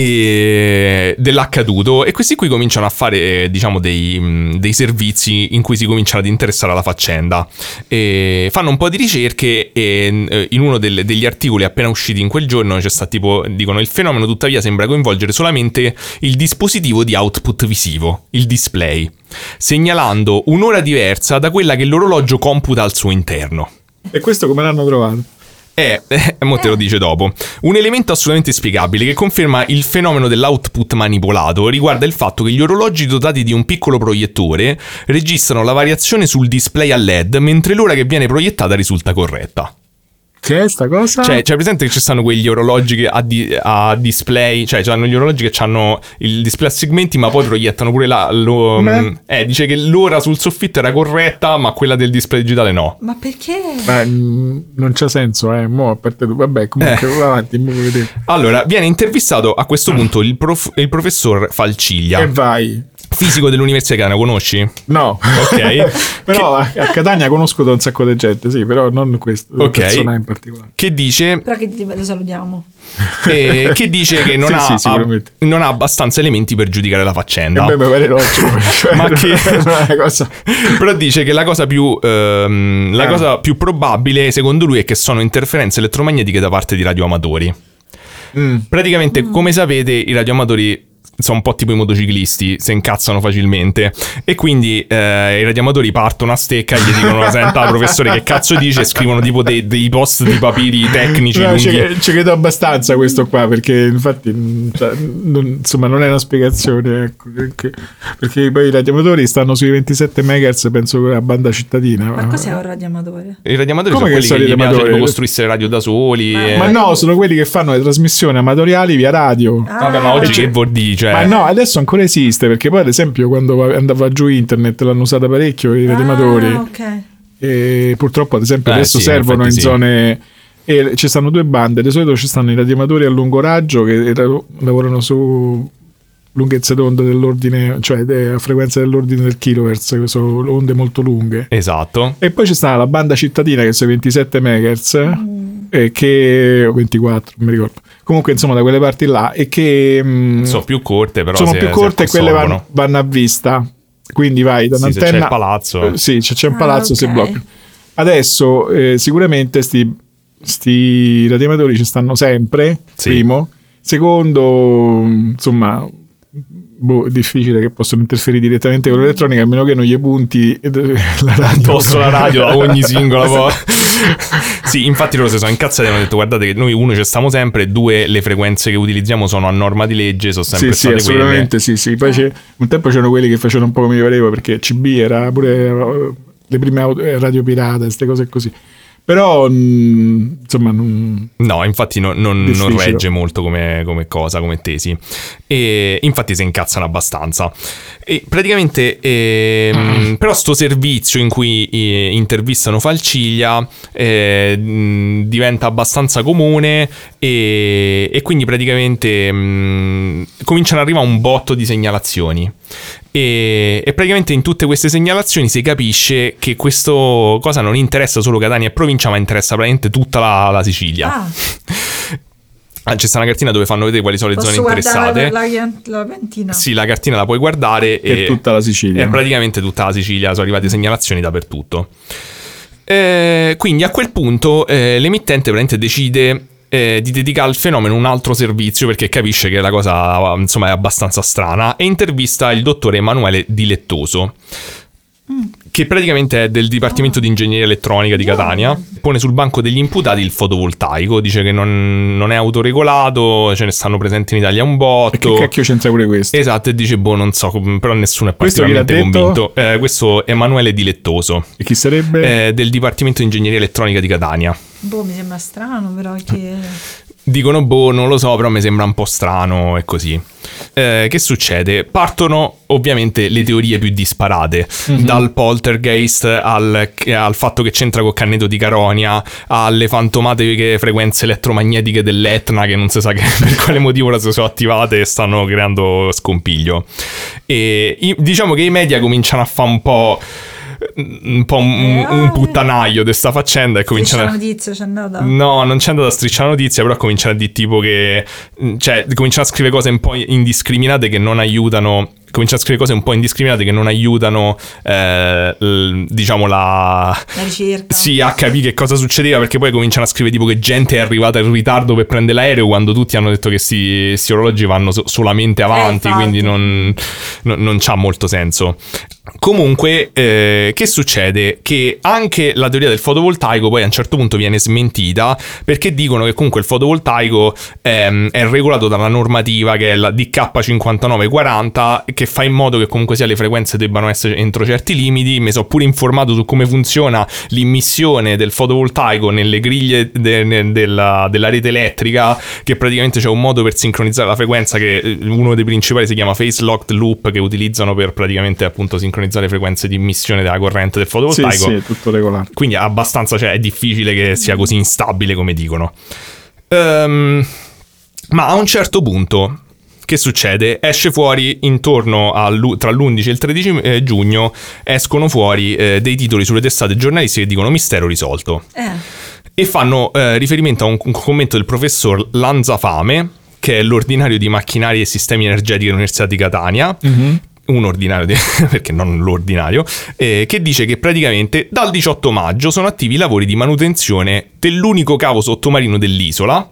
A: e dell'accaduto e questi qui cominciano a fare eh, diciamo dei, mh, dei servizi in cui si cominciano ad interessare alla faccenda e fanno un po' di ricerche e mh, eh, in uno del- degli articoli appena usciti in quel giorno c'è sta tipo dicono il fenomeno tuttavia sembra coinvolgere solamente il dispositivo di output visivo il display segnalando un'ora diversa da quella che l'orologio computa al suo interno
C: E questo come l'hanno trovato?
A: eh, eh, mo te lo dice dopo. Un elemento assolutamente spiegabile che conferma il fenomeno dell'output manipolato riguarda il fatto che gli orologi dotati di un piccolo proiettore registrano la variazione sul display a LED mentre l'ora che viene proiettata risulta corretta.
C: Che è sta cosa?
A: Cioè, c'è presente che ci stanno quegli orologi che a, di- a display, cioè hanno gli orologi che hanno il display a segmenti ma poi proiettano pure la... lo-
C: Beh.
A: mh, eh, dice che l'ora sul soffitto era corretta ma quella del display digitale no.
B: Ma perché?
C: Beh, mh, Eh, non c'ha senso, eh. Mo, a parte tu. Vabbè, comunque,
A: Eh.
C: va avanti. Mo vedete. Eh,
A: Allora, viene intervistato a questo punto il, prof- il professor Falciglia.
C: E vai.
A: Fisico dell'Università di Catania, conosci?
C: No,
A: Ok.
C: però a- a Catania conosco da un sacco di gente, sì, però non questo
A: Ok.
C: persona in particolare.
A: Che dice
B: Però che ti- lo salutiamo.
A: eh, che dice che non,
C: Sì,
A: ha,
C: sì, sicuramente.
A: non ha abbastanza elementi per giudicare la faccenda.
C: E beh, mi pare logico. cioè,
A: Ma che-
C: non è una cosa-
A: Però dice che la cosa più ehm, la
C: Ah.
A: cosa più probabile, secondo lui, è che sono interferenze elettromagnetiche da parte di radioamatori.
C: Mm.
A: Praticamente, come sapete, i radioamatori sono un po' tipo i motociclisti, si incazzano facilmente e quindi eh, i radioamatori partono a stecca, gli dicono senta professore che cazzo dice, e scrivono tipo dei, dei post di papiri tecnici
C: No, cioè
A: lunghi.
C: ci, ci credo abbastanza questo qua perché infatti mh, cioè, non- insomma non è una spiegazione ecco, perché, perché poi i radioamatori stanno sui 27 MHz penso che la banda cittadina
A: Ah.
B: Ma cos'è un radioamatore?
A: I radioamatori
C: Come che
A: sono quelli che
C: sono i
A: gli piace
C: radioamatori?
A: tipo, costruissero radio da soli.
B: Ma-
A: e-
C: ma no sono quelli che fanno le trasmissioni amatoriali via radio
A: Vabbè, ma oggi che vuol dire? Cioè,
C: ma no adesso ancora esiste perché poi ad esempio quando va- andava giù internet l'hanno usata parecchio i radioamatori
B: Ah, ok.
C: e purtroppo ad esempio
A: Eh,
C: adesso
A: sì,
C: servono in
A: infatti sì.
C: zone e ci stanno due bande di solito ci stanno i radioamatori a lungo raggio che ra- lavorano su lunghezze d'onda dell'ordine cioè de- a frequenza dell'ordine del kilohertz che sono onde molto lunghe
A: Esatto.
C: e poi ci sta la banda cittadina che sono i 27 MHz
B: Mm.
C: e che o 24 non mi ricordo comunque insomma da quelle parti là e che mm, mh,
A: Sono più corte, però.
C: sono
A: se-
C: più
A: se
C: corte e quelle van- vanno,
A: assorbono.
C: a vista quindi vai da
A: Sì, se
C: un'antenna
A: c'è il palazzo.
C: eh, sì, c'è, c'è un
B: Ah,
C: palazzo
B: ok.
C: se blocca. Adesso eh, sicuramente sti, sti radioamatori ci stanno sempre,
A: Sì.
C: primo. Secondo, insomma, boh, è difficile che possono interferire direttamente con l'elettronica a meno che non gli punti eh, la radio.
A: Addosso la radio a ogni singola volta. sì, infatti loro si sono incazzati e hanno detto: guardate, che noi uno ci stiamo sempre, due le frequenze che utilizziamo sono a norma di legge, sono
C: Sì,
A: sempre
C: sì,
A: state quelle.
C: assolutamente sì, sì. Poi c'è- un tempo c'erano quelli che facevano un po' come mi pareva perché CB era pure eh, le prime auto- eh, radio pirata, queste cose così. Però, mh, insomma, non...
A: No, infatti no- non, non
C: Difficile.
A: regge molto come, come cosa, come tesi. E infatti si incazzano abbastanza. E praticamente, ehm, però, sto servizio in cui eh, intervistano Falciglia eh, mh, diventa abbastanza comune e, e quindi praticamente mh, cominciano ad arrivare un botto di segnalazioni. E, e praticamente in tutte queste segnalazioni si capisce che questa cosa non interessa solo Catania e provincia, ma interessa praticamente tutta la, la Sicilia.
B: Ah,
A: Ah, c'è sta una cartina dove fanno vedere quali sono le
B: posso
A: zone interessate.
B: guardare la, la, la pentina?
A: Sì, la cartina la puoi guardare
C: è
A: e
C: tutta la Sicilia.
A: Eh, è praticamente tutta la Sicilia, sono arrivate segnalazioni dappertutto. Eh, quindi a quel punto eh, l'emittente veramente decide eh, di dedicare al fenomeno un altro servizio perché capisce che la cosa insomma è abbastanza strana e intervista il dottore Emanuele Di Lettoso. Che praticamente è del Dipartimento di Ingegneria Elettronica di Catania. Pone sul banco degli imputati il fotovoltaico. Dice che non, non è autoregolato. Ce ne stanno presenti in Italia un
C: E che
A: botto.
C: cacchio c'entra pure questo?
A: Esatto, e dice, boh, non so, com- però nessuno è
C: Questo chi l'ha
A: particolarmente
C: detto?
A: convinto. Eh, questo Emanuele Dilettoso,
C: E chi sarebbe?
A: eh, del Dipartimento di Ingegneria Elettronica di Catania.
B: Boh, mi sembra strano però che...
A: Dicono, boh, non lo so, però mi sembra un po' strano e così. Eh, che succede? Partono ovviamente le teorie più disparate, dal poltergeist al, al fatto che c'entra col canneto di Caronia, alle fantomatiche frequenze elettromagnetiche dell'Etna che non si sa che- per quale motivo ora si sono attivate e stanno creando scompiglio. E i- diciamo che i media cominciano a fare un po'... Un po' un, un puttanaio di sta faccenda e
B: C'è
A: cominciano
B: una
A: a...
B: notizia, c'è andata.
A: No, non c'è andata a strisciare la notizia, però cominciano a dire tipo che... mh, Cioè, cominciano a scrivere cose un po' indiscriminate che non aiutano... Cominciano a scrivere cose un po' indiscriminate che non aiutano, eh, l- diciamo, la...
B: La ricerca.
A: Sì, a capire che cosa succedeva, perché poi cominciano a scrivere tipo che gente è arrivata in ritardo per prendere l'aereo quando tutti hanno detto che questi orologi vanno so- solamente avanti,
B: infatti.
A: quindi non, non, non c'ha molto senso. Comunque, eh, che succede? Che anche la teoria del fotovoltaico poi a un certo punto viene smentita perché dicono che comunque il fotovoltaico ehm, è regolato dalla normativa che è la DK5940 che fa in modo che comunque sia le frequenze debbano essere entro certi limiti. Mi sono pure informato su come funziona l'immissione del fotovoltaico nelle griglie de- ne- della, della rete elettrica che praticamente c'è un modo per sincronizzare la frequenza che eh, uno dei principali si chiama face locked loop che utilizzano per praticamente appunto sincronizzare le frequenze di immissione della corrente del
C: sì,
A: fotovoltaico
C: sì, è tutto regolare.
A: quindi abbastanza, cioè è difficile che sia così instabile come dicono. Ehm, ma a un certo punto, che che succede? Esce fuori intorno all'u- tra l'11 e il 13 eh, giugno, escono fuori eh, dei titoli sulle testate giornalistiche che dicono mistero risolto
B: Eh.
A: e fanno eh, riferimento a un, un commento del professor Lanzafame, che è l'ordinario di macchinari e sistemi energetici dell'Università di Catania. Un ordinario, di- perché non l'ordinario, eh, che dice che praticamente dal 18 maggio sono attivi i lavori di manutenzione dell'unico cavo sottomarino dell'isola.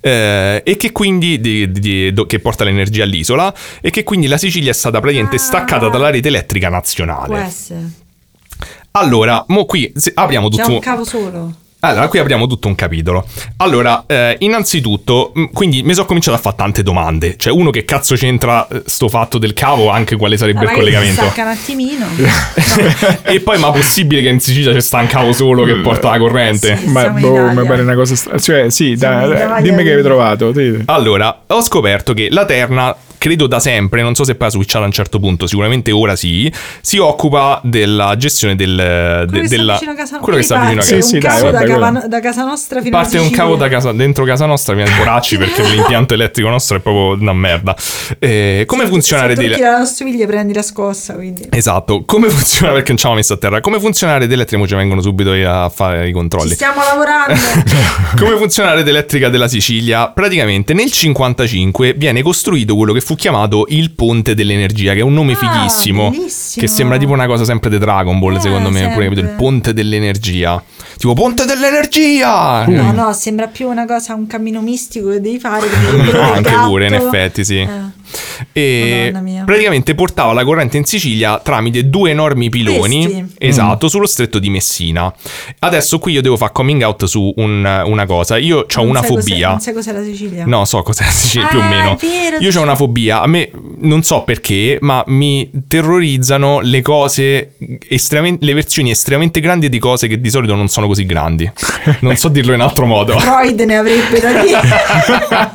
A: eh, e che quindi di- di- di- do- che porta l'energia all'isola e che quindi la Sicilia è stata praticamente
B: Ah.
A: staccata dalla rete elettrica nazionale.
B: Può essere.
A: Allora, mo qui se- apriamo tutto
B: C'è un cavo solo.
A: allora, qui apriamo tutto un capitolo. Allora, eh, innanzitutto, mh, quindi mi sono cominciato a fare tante domande. Cioè, uno che cazzo c'entra eh, sto fatto del cavo, anche quale sarebbe il
B: Magari si
A: collegamento.
B: stacca un attimino.
A: e poi, ma possibile che in Sicilia c'è sta un cavo solo
C: Mm.
A: che porta la corrente?
B: Sì.
C: Ma
B: Siamo in
C: boh, mi
B: Italia.
C: pare una cosa strana. Cioè, sì,
B: Siamo
C: dai,
B: in
C: dai,
B: Italia.
C: dimmi che hai trovato. dite.
A: Allora, ho scoperto che la Terna, credo da sempre, non so se poi ha switchato a un certo punto, sicuramente ora sì, si occupa della gestione del...
B: Quello
A: de-
B: che sta
A: della-
B: vicino a casa
A: quello che sta
B: Sì,
A: vicino a
B: parte
A: casa.
C: Sì, sì,
B: un
C: dai,
B: cavo da,
C: vabbè,
B: cava-
C: quello.
B: da casa nostra fino
A: Parte
B: alla
A: un
B: Sicilia.
A: cavo da casa, dentro casa nostra, viene poracci perché l'impianto elettrico nostro è proprio una merda. Eh, come funziona
B: Se tu
A: delle...
B: tira la stoviglia prendi la scossa, quindi
A: Esatto, come funziona perché non ci avevamo messo a terra? Come funziona Red Elettrica? Mo Ci vengono subito a fare i
B: ci
A: controlli.
B: stiamo lavorando.
A: Come funziona la Red Elettrica della Sicilia? Praticamente nel 55 viene costruito quello che fu chiamato il Ponte dell'Energia, che è un nome
B: Ah,
A: fighissimo.
B: bellissimo.
A: Che sembra tipo una cosa sempre di Dragon Ball,
B: Eh,
A: secondo me. pure, capito?
B: sempre.
A: Il Ponte dell'Energia. Tipo Ponte dell'Energia!
B: No, no, sembra più una cosa, un cammino mistico che devi fare. che
A: No,
B: devi prendere il
A: anche
B: gatto.
A: pure, in effetti, sì.
B: Esatto. Eh,
A: e
B: Madonna mia.
A: praticamente portava la corrente in Sicilia tramite due enormi piloni
B: Questi.
A: esatto sullo stretto di Messina adesso qui io devo fare coming out su un- una cosa io ho
B: non
A: una
B: sai cos'è-
A: fobia
B: Non sai cos'è la Sicilia?
A: No, so cos'è sì,
B: Ah,
A: più o meno.
B: è
A: Io
B: vero,
A: ho
B: dici-
A: una fobia, a me non so perché, ma mi terrorizzano le cose, estremamente- le versioni estremamente grandi di cose che di solito non sono così grandi. Non so dirlo in altro modo.
B: Freud ne avrebbe da dire.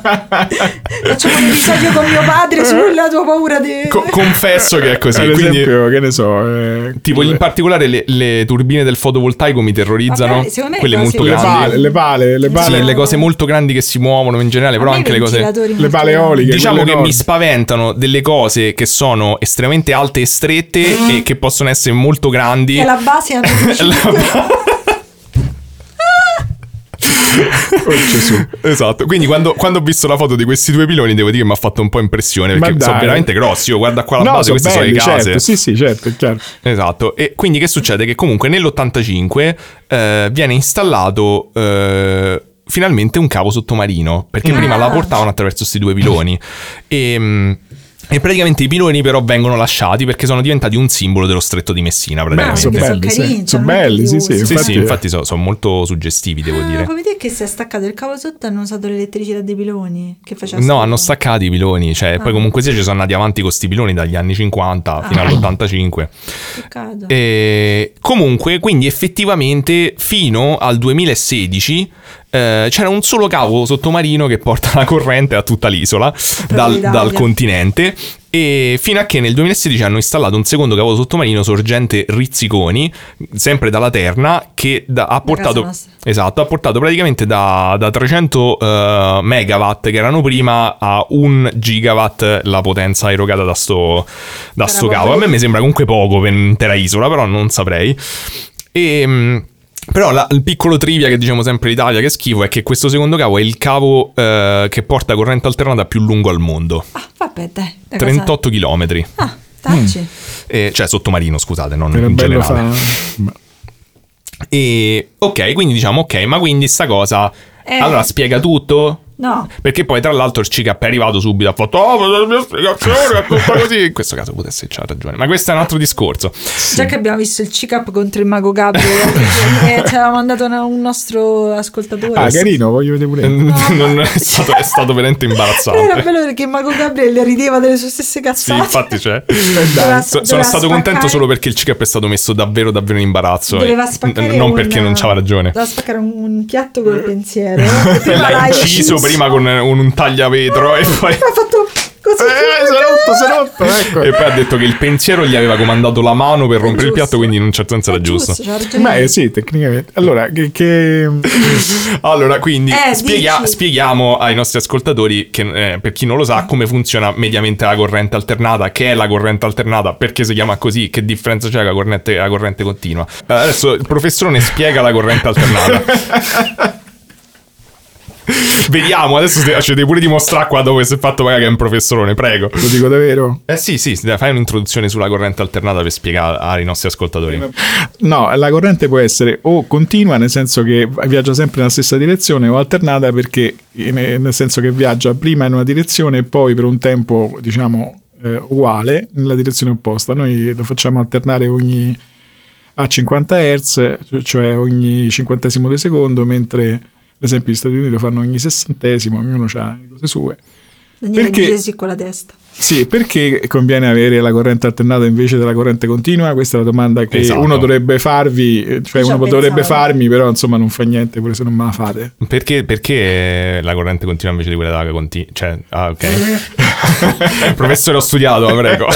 B: Facciamo un episodio con mio padre sulla tua paura di...
A: Co- confesso che è così.
C: Ad
A: quindi-
C: esempio, che ne so, eh,
A: Tipo in
C: le,
A: particolare le, le turbine del fotovoltaico mi terrorizzano,
B: Vabbè, secondo me
A: quelle
B: cose-
A: molto
C: le
A: grandi.
C: pale, le pale, le
B: Sì,
C: pale,
A: Sì, le cose molto grandi che si muovono in generale, però
B: A me
A: anche
B: i
A: le cose...
B: ventilatori
C: le pale
B: molto-
C: eoliche,
A: Diciamo
C: quelle
A: che mi
C: enormi.
A: spaventano delle cose che sono estremamente alte e strette e che possono essere molto grandi.
B: È la base hanno
A: La-
C: Oh, Gesù.
A: Esatto, quindi quando, quando ho visto la foto di questi due piloni devo dire che mi ha fatto un po' impressione perché
C: Ma dai.
A: sono veramente grossi. Io guarda qua la
C: No,
A: base,
C: sono
A: queste
C: belli,
A: sono le case.
C: certo. Sì, sì, certo, è chiaro.
A: Esatto, e quindi che succede? Che comunque nell'85 eh, viene installato eh, finalmente un cavo sottomarino, perché
B: Ah.
A: prima la portavano attraverso questi due piloni. E, mm, e praticamente i piloni però vengono lasciati perché sono diventati un simbolo dello stretto di Messina,
C: Beh,
A: praticamente.
C: sono
B: perché sono
C: belli, sì.
B: carini,
C: sono
B: cioè, non
C: belli,
B: li
C: sì,
B: usi.
C: sì,
A: sì,
C: infatti,
A: sì, infatti so- sono molto suggestivi, devo
B: Ah,
A: dire.
B: Come dire che si è staccato il cavo sotto e hanno usato l'elettricità dei piloni? Che faceva
A: No,
B: schifo?
A: hanno staccato i piloni, cioè poi
B: Ah.
A: comunque sia ci sono andati avanti con questi piloni dagli anni 50 fino
B: Ah.
A: all'85.
B: Peccato.
A: Eh, E comunque, quindi effettivamente fino al 2016 eh, c'era un solo cavo sottomarino che porta la corrente a tutta l'isola dal,
B: l'Italia.
A: dal continente. E fino a che nel 2016 hanno installato un secondo cavo sottomarino sorgente Rizziconi, sempre dalla Terna, che da- ha portato.
B: casa nostra.
A: Esatto, ha portato praticamente da, da 300 eh, megawatt che erano prima a 1 gigawatt la potenza erogata da sto, da sto
B: Era
A: cavo. A
B: proprio-
A: me mi sembra comunque poco per un'intera isola, però non saprei. E, mh, però la- il piccolo trivia che diciamo sempre l'Italia che schifo è che questo secondo cavo è il cavo eh, che porta corrente alternata più lungo al mondo,
B: Ah, vabbè, dai. una cosa-
A: 38 km,
B: Ah, tacci.
A: cioè sottomarino scusate, non
C: Era
A: in
C: bello
A: generale.
C: fa... ma-
A: E ok, quindi diciamo ok, ma quindi sta cosa
B: Eh.
A: allora spiega tutto?
B: No.
A: Perché poi, tra l'altro, il CICAP è arrivato subito e ha fatto: Oh, ma la mia spiegazione è tutta così. In questo caso, potesse c'ha ragione, ma questo è un altro discorso.
B: Già che abbiamo visto il C-Cup contro il Mago Gabriel e ci aveva mandato una- un nostro ascoltatore.
C: Ah, carino, voglio vedere pure.
A: Non è, stato, è stato veramente
B: Era
A: imbarazzante.
B: bello perché il Mago Gabriel rideva delle sue
A: Sì,
B: stesse cazzate.
A: infatti c'è.
B: Doveva-
A: So- sono
B: doveva
A: stato
B: spaccare-
A: contento solo perché il CICAP è stato messo davvero, davvero in imbarazzo. e
B: Doveva spaccare
A: n- non
B: un-
A: perché non c'aveva ragione. Eh.
B: Doveva spaccare un, un piatto col pensiero.
A: L'ha inciso prima con un, un tagliavetro e poi.
B: Ha fatto così.
A: Eh, sono un
C: rotto, si è rotto, ecco.
A: E poi ha detto che il pensiero gli aveva comandato la mano per rompere il
B: Giusto.
A: piatto, quindi in un certo senso era
B: È
A: giusto.
B: c'ha ragione.
C: Beh, eh, sì, tecnicamente. Allora, che... che...
A: Allora, quindi
B: Eh,
A: spiega-
B: dici.
A: spieghiamo ai nostri ascoltatori, che, eh, per chi non lo sa, come funziona mediamente la corrente alternata, che è la corrente alternata, perché si chiama così, che differenza c'è la corrente, la corrente continua. Eh, Adesso il professorone spiega la corrente alternata. Vediamo, adesso se, cioè, devi pure dimostrare qua dove si è fatto magari che è un professorone, prego.
C: Lo dico davvero?
A: Eh sì, sì, dai, fai un'introduzione sulla corrente alternata per spiegare ai nostri ascoltatori.
C: No, la corrente può essere o continua, nel senso che viaggia sempre nella stessa direzione, o alternata, perché eh, nel senso che viaggia prima in una direzione e poi per un tempo, diciamo, eh, uguale nella direzione opposta. Noi lo facciamo alternare ogni a 50 Hz, cioè ogni cinquantesimo di secondo, mentre ad esempio gli Stati Uniti lo fanno ogni sessantesimo, ognuno ha le cose sue.
B: Daniele
C: Perché-
B: Ingesi con la testa.
C: Sì, perché conviene avere la corrente alternata invece della corrente continua? Questa è la domanda che
A: Esatto.
C: uno dovrebbe farvi, eh, cioè
B: Ci ho
C: uno dovrebbe
B: pensato.
C: farmi, però insomma non fa niente pure se non me la fate.
A: Perché, perché la corrente continua invece di quella della continua? Cioè, ah, ok. Professore, ho studiato, prego.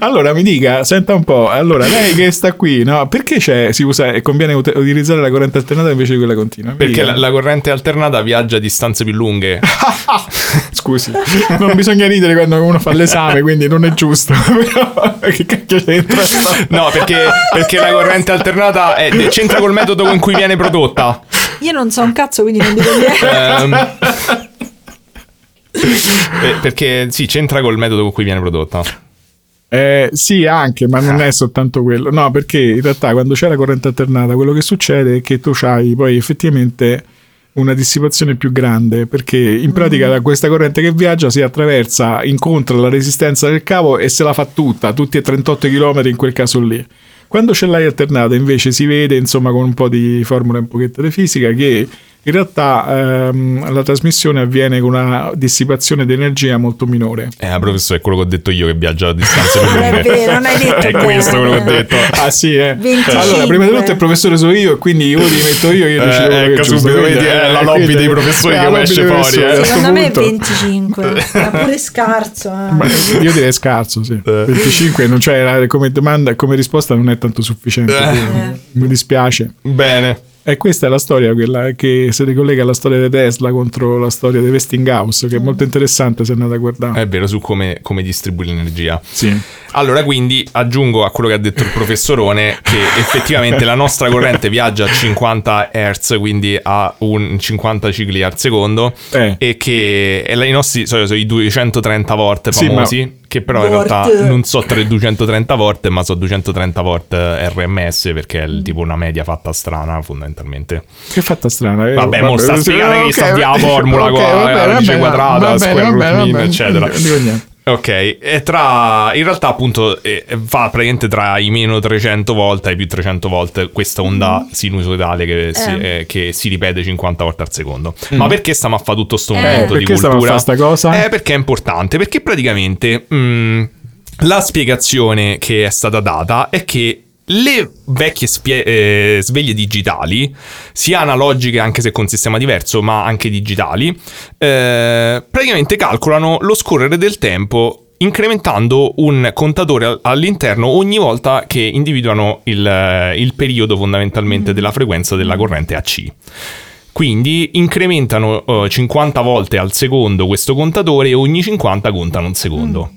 C: Allora mi dica, senta un po', allora lei che sta qui, no? Perché c'è, si usa, e conviene ut- utilizzare la corrente alternata invece di quella continua? Mi
A: Perché
C: dica.
A: la, la corrente alternata viaggia a distanze più lunghe.
C: Scusi, non bisogna ridere quando uno fa l'esame, quindi non è giusto. Però, che cacchio c'entra?
A: No, perché, perché la corrente alternata è- c'entra col metodo con cui viene prodotta.
B: Io non so un cazzo, quindi non dico niente.
A: Ehm, eh, perché sì, c'entra col metodo con cui viene prodotta.
C: Eh, sì, anche, ma non è soltanto quello. No, perché in realtà quando c'è la corrente alternata, quello che succede è che tu hai poi effettivamente una dissipazione più grande, perché in pratica da questa corrente che viaggia si attraversa, incontra la resistenza del cavo e se la fa tutta, tutti e 38 km in quel caso lì. Quando ce l'hai alternata invece si vede, insomma, con un po' di formula e un pochetto di fisica, che in realtà ehm, la trasmissione avviene con una dissipazione di energia molto minore.
A: Eh, professore, è quello che ho detto io che viaggia a distanze più
B: Non è
A: lunghe.
B: vero, non hai detto
A: È questo quello che ho detto.
C: Ah sì, eh.
B: 25.
C: Allora, prima di tutto il professore sono io, quindi io li metto io, io
A: Eh,
C: decido quello che è
A: ecco,
C: giusto.
A: subito,
C: Quindi,
A: vedi, è la
C: eh,
A: lobby
C: quindi-
A: dei professori
C: eh,
A: che
C: la lobby
A: esce
C: dei
A: fuori,
C: professori,
A: eh.
C: a sto
B: Secondo me è
C: punto.
B: 25, ma pure scarso. eh.
C: Io direi scarso, sì.
A: Eh.
C: 25 non c'è la- come domanda, come risposta non è tanto sufficiente.
A: Eh.
C: quindi Mi dispiace.
A: Bene.
C: E questa è la storia quella eh, che si ricollega alla storia di Tesla contro la storia di Westinghouse, che è molto interessante se andate a guardare.
A: È vero su come, come distribui l'energia.
C: Sì.
A: Allora, quindi aggiungo a quello che ha detto il professorone che effettivamente la nostra corrente viaggia a 50 Hz, quindi a un 50 cicli al secondo,
C: Eh.
A: e che e la- i nostri so- sono i 230 volt
C: Sì,
A: famosi, che però in
B: Volt.
A: realtà non so tra i 230 volt, ma so 230 volt RMS perché è il- tipo una media fatta strana fondamentalmente.
C: Che fatta strana. eh?
A: Vabbè, mo sta a spiegare che
C: ok,
A: sta via la formula
C: ok,
A: qua,
C: va bene,
A: radice
C: va bene,
A: quadrata,
C: va
A: square
C: bene,
A: root
C: va bene,
A: mean,
C: va bene.
A: eccetera.
C: Non dico niente.
A: Ok, e tra in realtà appunto eh, va praticamente tra i meno 300 volt ai più 300 volt questa onda sinusoidale che si,
B: Mm. Eh.
A: eh, che si ripete 50 volte al secondo. Ma perché stiamo a fare tutto sto
B: Eh.
A: momento di
C: Mm. Perché stiamo a
A: cultura?
C: fare sta cosa?
A: Eh, perché è importante, perché praticamente mh, la spiegazione che è stata data è che le vecchie spie- eh, sveglie digitali, sia analogiche anche se con sistema diverso, ma anche digitali, eh, praticamente calcolano lo scorrere del tempo incrementando un contatore al- all'interno ogni volta che individuano il, eh, il periodo
C: Mm.
A: fondamentalmente della frequenza della corrente AC. Quindi incrementano eh, 50 volte al secondo questo contatore e ogni 50 contano un secondo.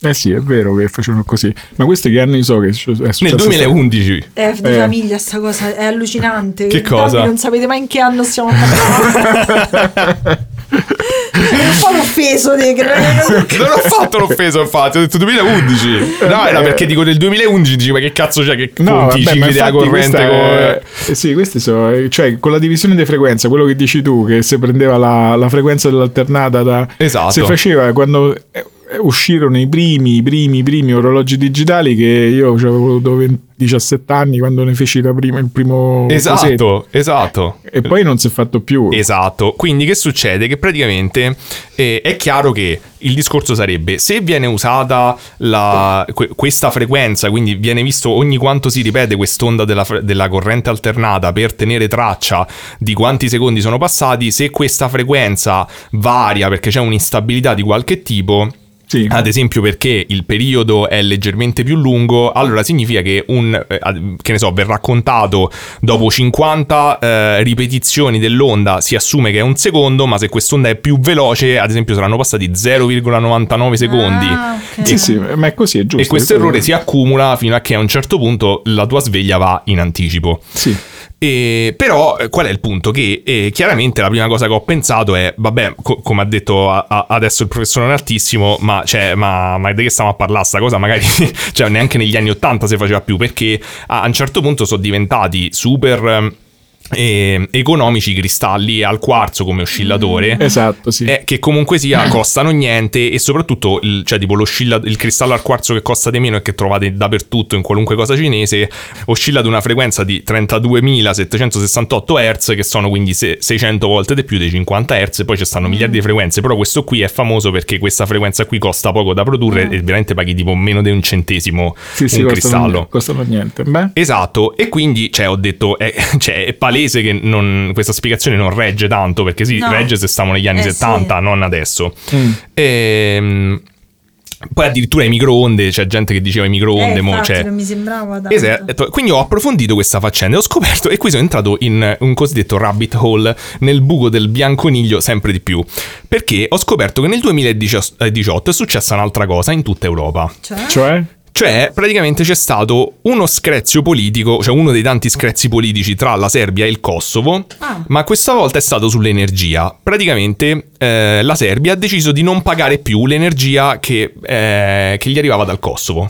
C: Eh sì, è vero che facevano così. Ma questo che anni so che è successo?
A: Nel 2011.
B: È di
C: Eh.
B: famiglia sta cosa, è allucinante.
A: Che
B: Tanti
A: cosa?
B: Non sapete mai in che anno stiamo parlando. È un po' l'offeso dei credo.
A: Non ho fatto l'offesa, infatti, ho detto 2011. No, era perché dico del 2011, dici, ma che cazzo c'è che
C: No,
A: conti i
C: vabbè, ma
A: cicli della
C: infatti
A: corrente
C: questa
A: con-
C: è- eh, Sì, questi sono... eh, Cioè, con la divisione di frequenza, quello che dici tu, che se prendeva la, la frequenza dell'alternata da...
A: Esatto.
C: Si faceva quando eh, uscirono i primi, i primi, i primi orologi digitali che io avevo avuto 20 17 anni quando ne feci la prima- il primo... cosetto.
A: Esatto, esatto.
C: E poi non si è fatto più.
A: Esatto, quindi che succede? Che praticamente eh, è chiaro che il discorso sarebbe se viene usata la- que- questa frequenza, quindi viene visto ogni quanto si ripete quest'onda della, fre- della corrente alternata per tenere traccia di quanti secondi sono passati, se questa frequenza varia perché c'è un'instabilità di qualche tipo.
C: Sì.
A: Ad esempio perché il periodo è leggermente più lungo, allora significa che un, eh, ad- che ne so, verrà contato dopo 50 eh, ripetizioni dell'onda, si assume che è un secondo, ma se quest'onda è più veloce, ad esempio saranno passati 0,99 secondi.
B: Ah, ok.
C: Sì, sì, ma è così, è giusto.
A: eh. e questo errore si accumula fino a che a un certo punto la tua sveglia va in anticipo.
C: Sì.
A: E, però eh, qual è il punto? Che eh, chiaramente la prima cosa che ho pensato è, vabbè, co- come ha detto a- a- adesso il professore Altissimo, ma, cioè, ma, ma di che stiamo a parlare? Sta cosa magari cioè, neanche negli anni Ottanta si faceva più, perché a, a un certo punto sono diventati super... ehm, eh, economici i cristalli al quarzo come oscillatore
C: Esatto, sì.
A: eh, che comunque sia costano niente e soprattutto il, cioè, tipo l'oscilla- il cristallo al quarzo che costa di meno e che trovate dappertutto in qualunque cosa cinese oscilla ad una frequenza di 32.768 Hz che sono quindi se- 600 volte di più dei 50 Hz poi ci stanno miliardi di
C: Mm.
A: frequenze però questo qui è famoso perché questa frequenza qui costa poco da produrre e veramente paghi tipo meno di un centesimo
C: Mm. sì, sì,
A: un
C: costano,
A: cristallo
C: costano niente. Beh,
A: Esatto, e quindi cioè, ho detto, è, cioè, è palese che non- questa spiegazione non regge tanto, perché sì,
B: No.
A: regge se stiamo negli anni
B: Eh,
A: 70,
B: sì.
A: non adesso.
C: Mm.
A: Ehm, poi addirittura i microonde, c'è gente che diceva i microonde,
B: Eh,
A: mo,
B: infatti,
A: cioè-
B: non mi sembrava tanto.
A: Esatto. Quindi ho approfondito questa faccenda e ho scoperto, e qui sono entrato in un cosiddetto rabbit hole, nel buco del bianconiglio sempre di più. Perché ho scoperto che nel 2018 è successa un'altra cosa in tutta Europa.
B: Cioè?
C: cioè,
A: Cioè, praticamente c'è stato uno screzio politico, cioè uno dei tanti screzi politici tra la Serbia e il Kosovo,
B: Ah.
A: ma questa volta è stato sull'energia. Praticamente eh, la Serbia ha deciso di non pagare più l'energia che, eh, che gli arrivava dal Kosovo.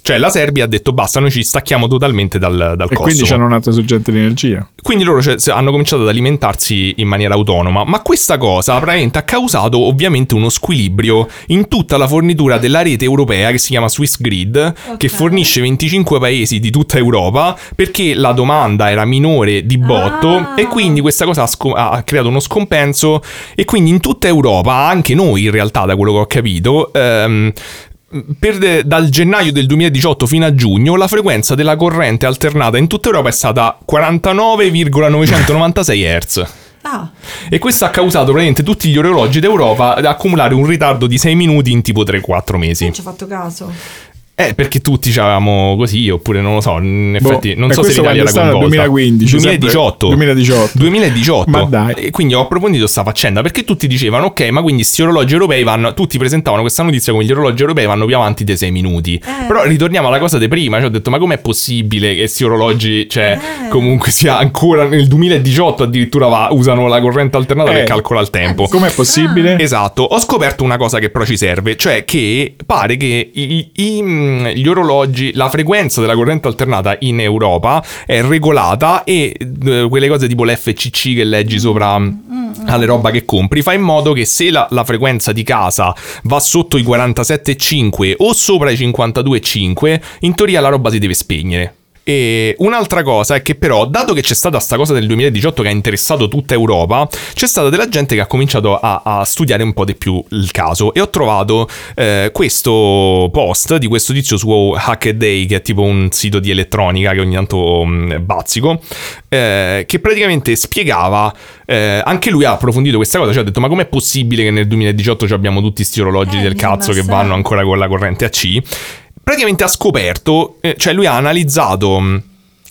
A: Cioè la Serbia ha detto basta, noi ci stacchiamo totalmente dal, dal
C: e
A: Kosovo.
C: quindi c'hanno un altro sorgente di energia.
A: Quindi loro cioè, se- hanno cominciato ad alimentarsi in maniera autonoma, ma questa cosa praticamente ha causato ovviamente uno squilibrio in tutta la fornitura della rete europea che si chiama Swiss Grid, che
B: Ok.
A: fornisce 25 paesi di tutta Europa perché la domanda era minore di botto
B: Ah.
A: e quindi questa cosa ha, sco- ha- ha creato uno scompenso e quindi in tutta Europa, anche noi in realtà da quello che ho capito, ehm, per de- dal gennaio del 2018 fino a giugno la frequenza della corrente alternata in tutta Europa è stata 49,996 Hz.
B: Ah,
A: E questo ha causato praticamente tutti gli orologi d'Europa ad accumulare un ritardo di 6 minuti in tipo 3-4 mesi.
B: non ci ho fatto caso.
A: Eh, perché tutti avevamo così, oppure non lo so, in
C: Boh,
A: effetti non
C: e
A: so se
C: questo
A: l'Italia era
C: quando è stato?
A: coinvolta.
C: 2015,
A: 2018.
C: sempre- 2018.
A: 2018.
C: Ma dai.
A: E quindi ho approfondito sta faccenda perché tutti dicevano ok, ma quindi sti orologi europei vanno tutti presentavano questa notizia come gli orologi europei vanno più avanti dei 6 minuti.
B: Eh.
A: Però ritorniamo alla cosa di prima, cioè ho detto ma com'è possibile che sti orologi, cioè
B: Eh.
A: comunque sia ancora nel 2018 addirittura va- usano la corrente alternata
C: Eh.
A: per calcolare il tempo.
C: Com'è possibile?
B: Ah.
A: Esatto, ho scoperto una cosa che però ci serve, cioè che pare che i- i- mh, gli orologi, la frequenza della corrente alternata in Europa è regolata e eh, quelle cose tipo l'FCC che leggi sopra mh, alle roba che compri fa in modo che se la, la frequenza di casa va sotto i 47,5 o sopra i 52,5, in teoria la roba si deve spegnere. E un'altra cosa è che però, dato che c'è stata sta cosa del 2018 che ha interessato tutta Europa, c'è stata della gente che ha cominciato a, a studiare un po' di più il caso e ho trovato eh, questo post di questo tizio su Hackaday, che è tipo un sito di elettronica che ogni tanto mh, bazzico, eh, che praticamente spiegava, eh, anche lui ha approfondito questa cosa, cioè ha detto ma com'è possibile che nel 2018 ci abbiamo tutti sti orologi
B: Eh,
A: del
B: mi
A: cazzo che
B: sembra
A: vanno
B: strano.
A: ancora con la corrente a C? praticamente ha scoperto, eh, cioè lui ha analizzato mh,